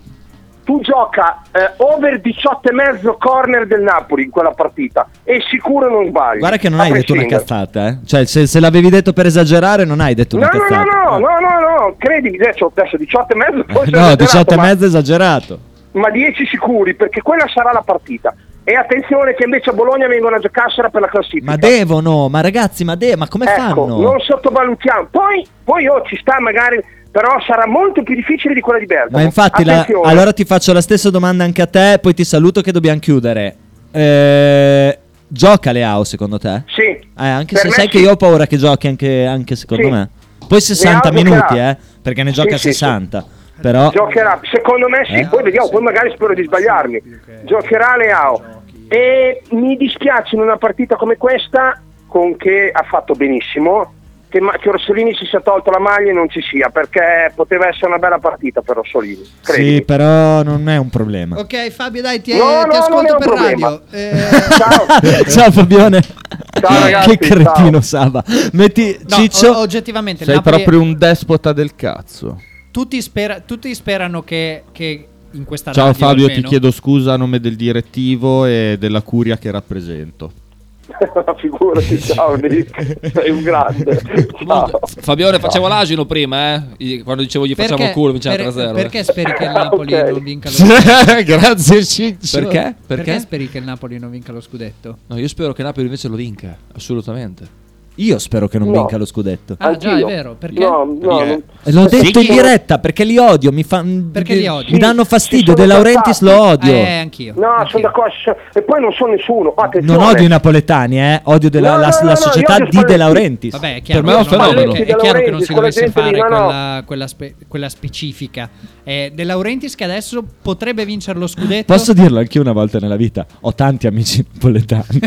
G: Tu gioca eh, over 18,5 corner del Napoli in quella partita e sicuro non sbagli.
E: Guarda che non
G: A
E: hai detto una
G: prescindere.
E: cazzata, eh. Cioè, se, se l'avevi detto per esagerare, non hai detto una
G: No,
E: cazzata.
G: no, no, no, no, no, no, credimi, adesso, adesso 18 e mezzo, forse ho
E: No,
G: esagerato,
E: 18 e
G: ma-
E: mezzo è esagerato.
G: ma 10 sicuri, perché quella sarà la partita. E attenzione che invece a Bologna vengono a giocarsela per la classifica.
E: Ma devono, ma ragazzi, ma, de- ma come
G: Ecco,
E: fanno?
G: non sottovalutiamo. Poi, poi oh, ci sta magari, però sarà molto più difficile di quella di Bergamo.
E: Ma infatti, la-
G: Diciamo, Attenzione.
E: allora ti faccio la stessa domanda anche a te, poi ti saluto che dobbiamo chiudere. Eh, gioca Leao secondo te?
G: Sì. Eh,
E: anche
G: Per
E: se
G: me
E: sai
G: sì.
E: che io ho paura che giochi anche, anche secondo
G: Sì.
E: me. Poi 60
G: Leao
E: minuti,
G: giocherà.
E: eh, perché ne
G: Sì,
E: gioca
G: sì, sì.
E: 60. Però
G: Giocherà, secondo me sì,
E: Eh?
G: poi vediamo, poi magari spero di sbagliarmi. Giocherà Leao. E mi dispiace in una partita come questa, con che ha fatto benissimo, che, ma- che Orsolini si sia tolto la maglia e non ci sia, perché poteva essere una bella partita per Orsolini. Credi.
E: sì, però non è un problema.
C: Ok, Fabio, dai, ti,
G: No, no,
C: ti
G: non è
C: ascolto
G: un
C: per
G: problema.
C: radio. Eh,
E: Ciao Fabione.
G: Ciao, ragazzi,
E: che cretino Saba. Metti
C: No,
E: Ciccio.
C: o- oggettivamente, il
D: Sei
C: Napoli-
D: proprio un despota del cazzo.
C: tutti, spera- tutti sperano che, che in questa
D: Ciao
C: radio
D: Fabio, ti
C: almeno-
D: chiedo scusa a nome del direttivo e della curia che rappresento.
G: Figurati, ciao Nick, sei un grande. Ciao.
O: Fabione, facevo l'asino prima, eh? I- Quando dicevo gli facciamo il culo, vinciamo 3-0.
C: perché speri che il
O: Ah,
C: Napoli
O: ok.
C: non vinca lo scudetto?
O: Grazie, Ciccio. Perché?
C: Perché?
O: Perché?
C: speri che il Napoli non vinca lo scudetto?
O: No, io spero che Napoli invece lo vinca, assolutamente.
E: Io spero che non
O: No.
E: vinca lo scudetto.
C: Ah, già, è vero. Perché?
G: No, no, non-
E: Eh, L'ho detto
G: Sì,
E: in diretta perché li odio. Mi, fa-
C: Perché li odi?
E: mi danno fastidio. De Laurentiis lo odio.
C: anch'io.
G: No, sono d'accordo. sono- E poi non sono nessuno. Attenzione.
E: non odio i napoletani, eh. odio della-
G: No,
E: la,
G: no,
E: la
G: no, no,
E: società
G: io odio
E: di De
G: Spalletti.
E: Laurentiis.
C: Vabbè, è chiaro,
G: Per me è un
C: no, no,
G: fenomeno.
C: perché È chiaro che non si
G: Con la
C: dovesse
G: gente
C: fare
G: lì, no, no.
C: quella, quella spe- quella specifica. Eh, De Laurentiis che adesso potrebbe vincere lo scudetto.
E: Posso dirlo anche io una volta nella vita? Ho tanti amici napoletani.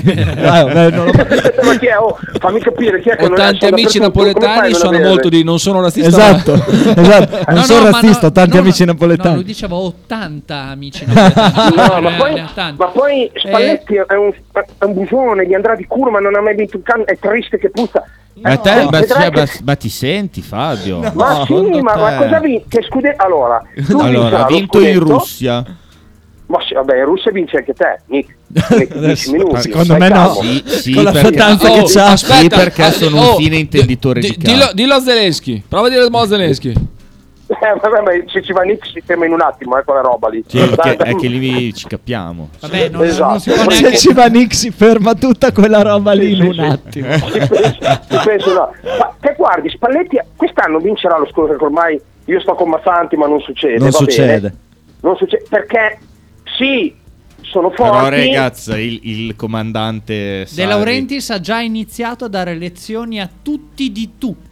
E: Ah, vabbè, non lo-
G: Ma chi è? Oh, fammi capire chi è che
O: Ho
G: non è-
O: tanti
G: sono
O: amici
G: dappertutto, come fai a
O: napoletani,
G: non
O: sono
G: avere?
O: molto di... Non sono razzista.
E: Esatto, esatto. Non
O: No,
E: sono
O: no, ma
E: razzista,
O: no,
E: ho tanti
O: no,
E: amici
C: No,
E: napoletani.
C: lui diceva 80 amici napoletani.
G: No, ma
C: Eh,
G: poi-
C: ne ha tanti.
G: Ma poi Spalletti è, un, è un bufone, gli andrà di culo, ma non ha mai vinto un cambio. È triste che puzza.
D: Ma,
G: Eh,
D: te, ma-
G: vedrai
D: cioè,
G: che-
D: ma- ma ti senti Fabio?
G: Ma sì,
D: secondo
G: ma, ma
D: te?
G: cosa vince? Scude... Allora, lui vincerà
D: Allora, ha
G: lo
D: vinto in
G: scudetto.
D: Russia.
G: Ma sì, vabbè, in Russia vince anche te, Nick. Nick, 10
H: Ah,
G: minuti.
D: Secondo
G: stai
D: me no.
G: calmo.
D: Sì, sì, Con la perché-
O: Ah, oh, aspetta,
D: Sì, perché
O: ah,
D: sono
O: oh,
D: un fine intenditore
O: di-
D: di Eh,
O: dillo,
D: calcio.
O: dillo a Zelensky. Prova a dire a Zelensky.
G: Eh, vabbè, ma se ci va Nick si ferma in un attimo, eh, quella roba lì.
D: Sì, è che-
G: Dai,
D: è che lì ci capiamo.
C: Vabbè, Eh, non,
G: Esatto.
C: non si può
E: Se
C: neanche...
E: ci va Nick si ferma tutta quella roba lì in un attimo.
G: Ci penso, no. Ma te guardi, Spalletti quest'anno vincerà lo scorso, che ormai io sto con Mazzanti, ma non succede.
E: Non
G: va bene.
E: succede.
G: Non succede perché sì, sono forti.
D: Però, ragazza, il, il comandante.
G: De
D: Sarri-
C: De Laurentiis ha già iniziato a dare lezioni a tutti di tutto.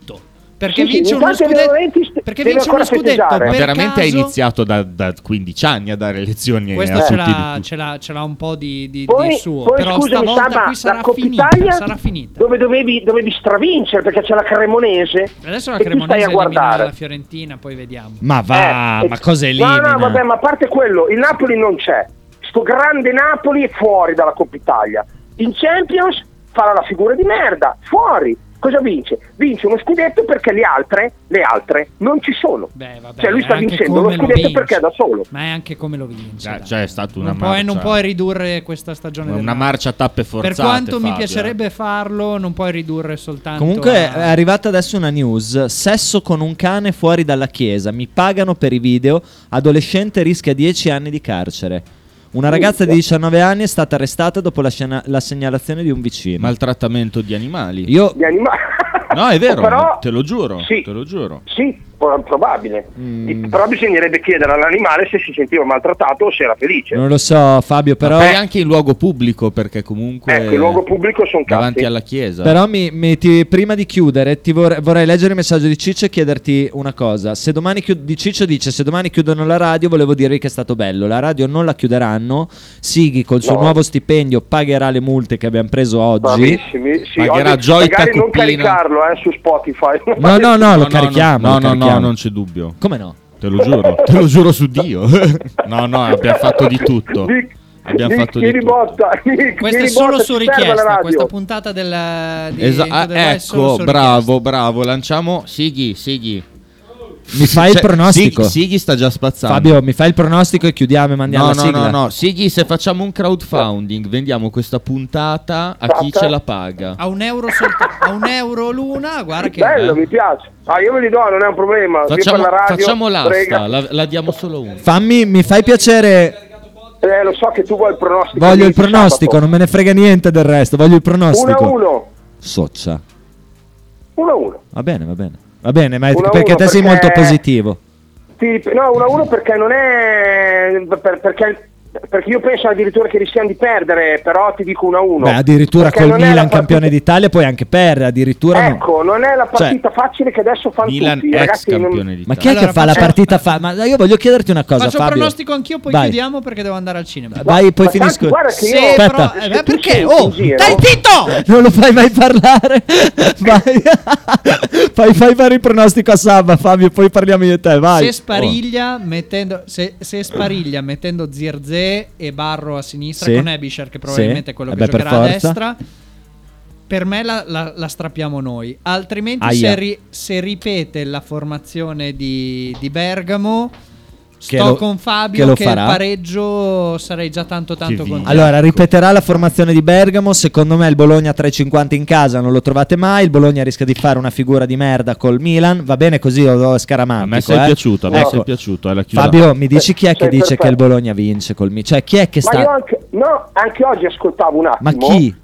C: Perché
G: Sì, sì,
C: vince uno
G: intanto De
C: scudetto.
G: Laurentiis
C: Perché
G: deve
C: vince
G: ancora
C: uno scudetto.
G: festeggiare.
D: Ma
C: per
D: veramente ha
C: caso-
D: iniziato da, da 15 anni a dare lezioni Eh, a
C: Questo
D: tutti
C: ce
D: di
C: l'ha,
D: tutto.
C: ce, l'ha, ce l'ha un po' di, di- di
G: Poi,
C: suo.
G: poi
C: però
G: scusami,
C: stavolta
G: Saba,
C: qui sarà
G: la Coppa
C: finita.
G: Italia
C: sarà finita.
G: dove dovevi, dovevi stravincere perché c'è la Cremonese.
C: Adesso la
G: e tu
C: Cremonese
G: stai a
C: elimina
G: guardare.
C: la Fiorentina, poi vediamo.
E: Ma va,
G: Eh,
E: ma
G: e-
E: cosa elimina?
G: No, no, vabbè, ma a parte quello, il Napoli non c'è. Sto grande Napoli è fuori dalla Coppa Italia. In Champions farà la figura di merda, fuori. Cosa vince? Vince uno scudetto perché le altre, le altre non ci sono. cioè lui sta
C: anche
G: vincendo lo
C: come lo
G: scudetto
C: vince.
G: perché è da solo.
C: Ma è anche come lo vince.
D: Cioè,
C: dai.
D: cioè, è stata una
C: non, puoi, non
D: marcia-
C: puoi ridurre questa stagione. del
D: Una
C: Napoli.
D: marcia a tappe forzate.
C: Per quanto mi
D: Fabio, eh.
C: piacerebbe farlo, non puoi ridurre soltanto.
E: Comunque è
C: a-
E: arrivata adesso una news, sesso con un cane fuori dalla chiesa, mi pagano per i video, adolescente rischia 10 anni di carcere. Una ragazza di 19 anni è stata arrestata dopo la, scena- la segnalazione di un vicino.
D: Maltrattamento di animali.
E: Io
G: Gli anima-
D: No, è vero,
G: Però-
D: te lo giuro.
G: Sì.
D: Te lo giuro.
G: Sì, pro- probabile.
E: Mm.
G: Però bisognerebbe chiedere all'animale se si sentiva maltrattato o se era felice.
E: non lo so Fabio,
D: Però
E: però,
D: anche in luogo pubblico, perché
E: Eh.
D: comunque.
G: Ecco, in luogo pubblico sono
D: davanti
G: cazzi.
D: alla chiesa.
E: però mi, mi- ti- prima di chiudere ti vor- vorrei leggere il messaggio di Ciccio e chiederti una cosa. Se domani chiu- di Ciccio dice se domani chiudono la radio volevo dirvi che è stato bello, la radio non la chiuderanno, Sighi col suo
G: No.
E: nuovo stipendio pagherà le multe che abbiamo preso oggi.
G: Bravissimi. Sì,
E: Pagherà
G: oggi-
E: Joy
G: magari non
E: Tacopina.
G: caricarlo eh, su Spotify.
E: No, no, no, lo
D: No, no,
E: carichiamo.
D: No,
E: lo
D: no, no,
E: carichiamo.
D: non c'è dubbio.
E: Come no?
D: Te lo giuro, te lo giuro su Dio. no, no, abbiamo fatto di tutto.
G: Nick,
D: Abbiamo
G: Nick,
D: fatto
G: chi
D: di tutto.
G: ribotta? Nick,
C: Questa
G: chi
C: è solo
G: ribotta? Ti
C: su
G: serve la
C: richiesta.
G: radio?
C: Questa puntata del. Di
D: Esa-
C: Into the
D: ah,
C: Wild è solo
D: ecco,
C: su
D: bravo, bravo. Lanciamo Sighi, Sighi. Cioè,
E: Mi fai il pronostico?
D: Sighi, Sighi sta già spazzando.
E: Fabio, mi fai il pronostico e chiudiamo e mandiamo
D: No,
E: la
D: no,
E: sigla.
D: no, no. Sighi, se facciamo un crowdfunding, vendiamo questa puntata a chi
G: Esatto.
D: ce la paga.
C: A un euro, solta- a un euro l'una, guarda che.
G: Bello, mi piace. Ah, io ve li do, non è un problema. Io per
D: Facciamo,
G: la radio,
D: facciamo l'asta,
G: prega.
D: la, la diamo solo uno.
E: Fammi, mi fai piacere.
G: Eh, lo so che tu vuoi il pronostico.
E: Voglio
G: di
E: il pronostico, non me ne frega niente del resto. Voglio il pronostico.
G: 1-1.
E: Soccia.
G: 1-1.
E: Va bene, va bene. Va bene, ma è-
G: Uno a
E: perché
G: uno,
E: te sei
G: perché-
E: molto positivo.
G: Sì, no, 1-1 perché non è. per- perché, perché io penso addirittura che rischiamo di perdere, però ti dico 1-1.
E: Beh, addirittura
G: Perché
E: col
G: non è
E: Milan
G: la partita-
E: campione d'Italia puoi anche perdere, addirittura no.
G: Ecco, non è la partita facile che adesso fanno
E: Milan
G: tutti.
E: ex
G: Ragazzi, non-
E: campione Ma chi è
C: Allora,
E: che fa la
C: facciamo-
E: partita fa? Ma io voglio chiederti una cosa,
C: Faccio un
E: Fabio.
C: pronostico anch'io, poi
E: Vai.
C: chiudiamo perché devo andare al cinema.
E: Vai, poi finisco.
C: Se
E: Aspetta.
C: però- eh, beh, perché? Oh, dai, zitto!
E: Non lo fai mai parlare. Vai. fai, fai fare il pronostico a Sabba, Fabio, poi parliamo io e te. Vai. Oh.
C: Se spariglia mettendo se, se spariglia mettendo Zirze e Barro a sinistra
E: Sì.
C: con Ebisher che probabilmente è quello
E: Eh
C: che
E: beh, per
C: giocherà a
E: forza.
C: destra per me la, la- la strappiamo noi altrimenti
E: Aia.
C: se, ri- se ripete la formazione di, di Bergamo
E: Che
C: sto
E: lo-
C: con
E: che
C: Fabio
E: lo
C: che, il
E: farà.
C: pareggio sarei già tanto tanto contento
E: Allora, ripeterà la formazione di Bergamo. Secondo me il Bologna 3-50 in casa non lo trovate mai. Il Bologna rischia di fare una figura di merda col Milan. Va bene così, o scaramantico.
D: A me sei
E: eh?
D: piaciuto, a me
E: Ecco.
D: sei piaciuto. È la chiusa.
E: Fabio, mi dici chi è che
G: Sei
E: dice
G: perfetto.
E: che il Bologna vince col Milan? Cioè, chi è che
G: Ma io
E: sta.
G: anche, no, anche oggi ascoltavo un
E: Ma
G: attimo.
E: chi?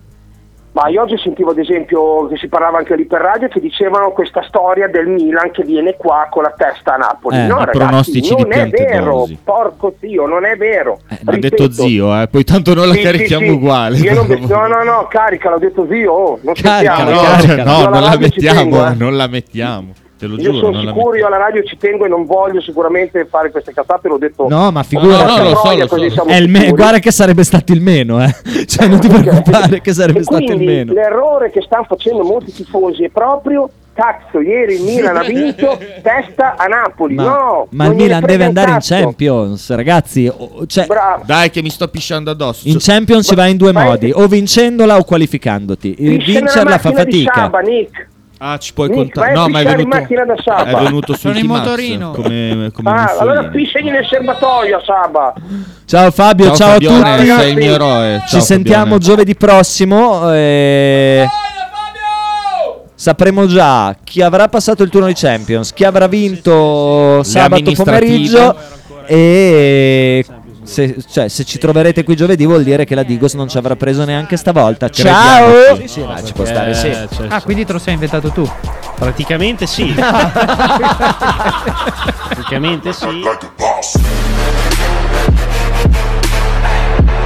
G: Ma io oggi sentivo ad esempio che si parlava anche lì per radio che dicevano questa storia del Milan che viene qua con la testa a Napoli.
D: Eh,
G: no,
D: i
G: ragazzi,
D: pronostici di
G: non è vero,
D: Piantedosi.
G: porco zio, non è vero.
D: L'ha detto zio, eh. Poi tanto non la carichiamo uguale.
G: Io non- no, no, no, carica, l'ho detto zio, oh, non
D: Carica, no,
G: sentiamo. Io alla
D: cioè, no,
G: radio
D: non la
G: ci
D: mettiamo,
G: tengo, eh.
D: non la mettiamo. Te lo
G: Io
D: giuro,
G: sono
D: non la
G: sicuro, io alla radio ci tengo e non voglio sicuramente fare queste cazzate, l'ho detto.
E: No, ma figurati.
G: Porca troia, così siamo
E: È il me-
G: sicuri.
E: guarda che sarebbe stato il meno, eh. Cioè, non ti preoccupare che sarebbe
G: E
E: stato il
G: quindi
E: meno.
G: L'errore che stanno facendo molti tifosi è proprio cazzo, ieri il Milan ha vinto, testa a Napoli.
E: Ma,
G: no,
E: ma il
G: non gliene
E: Milan
G: frega
E: deve
G: un
E: andare in
G: cazzo.
E: Champions, ragazzi. O- cioè,
D: Dai, che mi sto pisciando addosso.
E: in Champions si va in due modi, o vincendola o qualificandoti. Il
D: Piscia nella
E: vincerla fa
D: macchina di
E: fatica.
G: Saba, Nick.
D: Ah, ci puoi
G: Nick,
D: contare.
G: vai a
D: No, ma è
G: pisciare in
D: venuto,
G: macchina da Saba.
D: è venuto sul
G: Sono in
D: T-Max,
G: motorino.
D: Come, come
G: Ah,
D: Mussolini.
G: allora piscegli nel serbatoio a Saba.
E: Ciao Fabio, ciao,
D: Ciao Fabione,
E: a tutti.
D: sei il mio eroe.
E: Ci
D: Ciao,
E: sentiamo
D: Fabione.
E: giovedì prossimo. eh. Sapremo già chi avrà passato il turno di Champions, chi avrà vinto
B: sì.
E: sabato
B: Le amministrative.
E: pomeriggio e se, cioè, se ci troverete qui giovedì vuol dire che la Digos non ci avrà preso neanche stavolta. Ciao!
A: Crediamo.
E: Ah, ci può stare, sì.
A: Eh, cioè,
V: Ah, quindi te lo sei inventato tu.
A: Praticamente sì. Praticamente sì.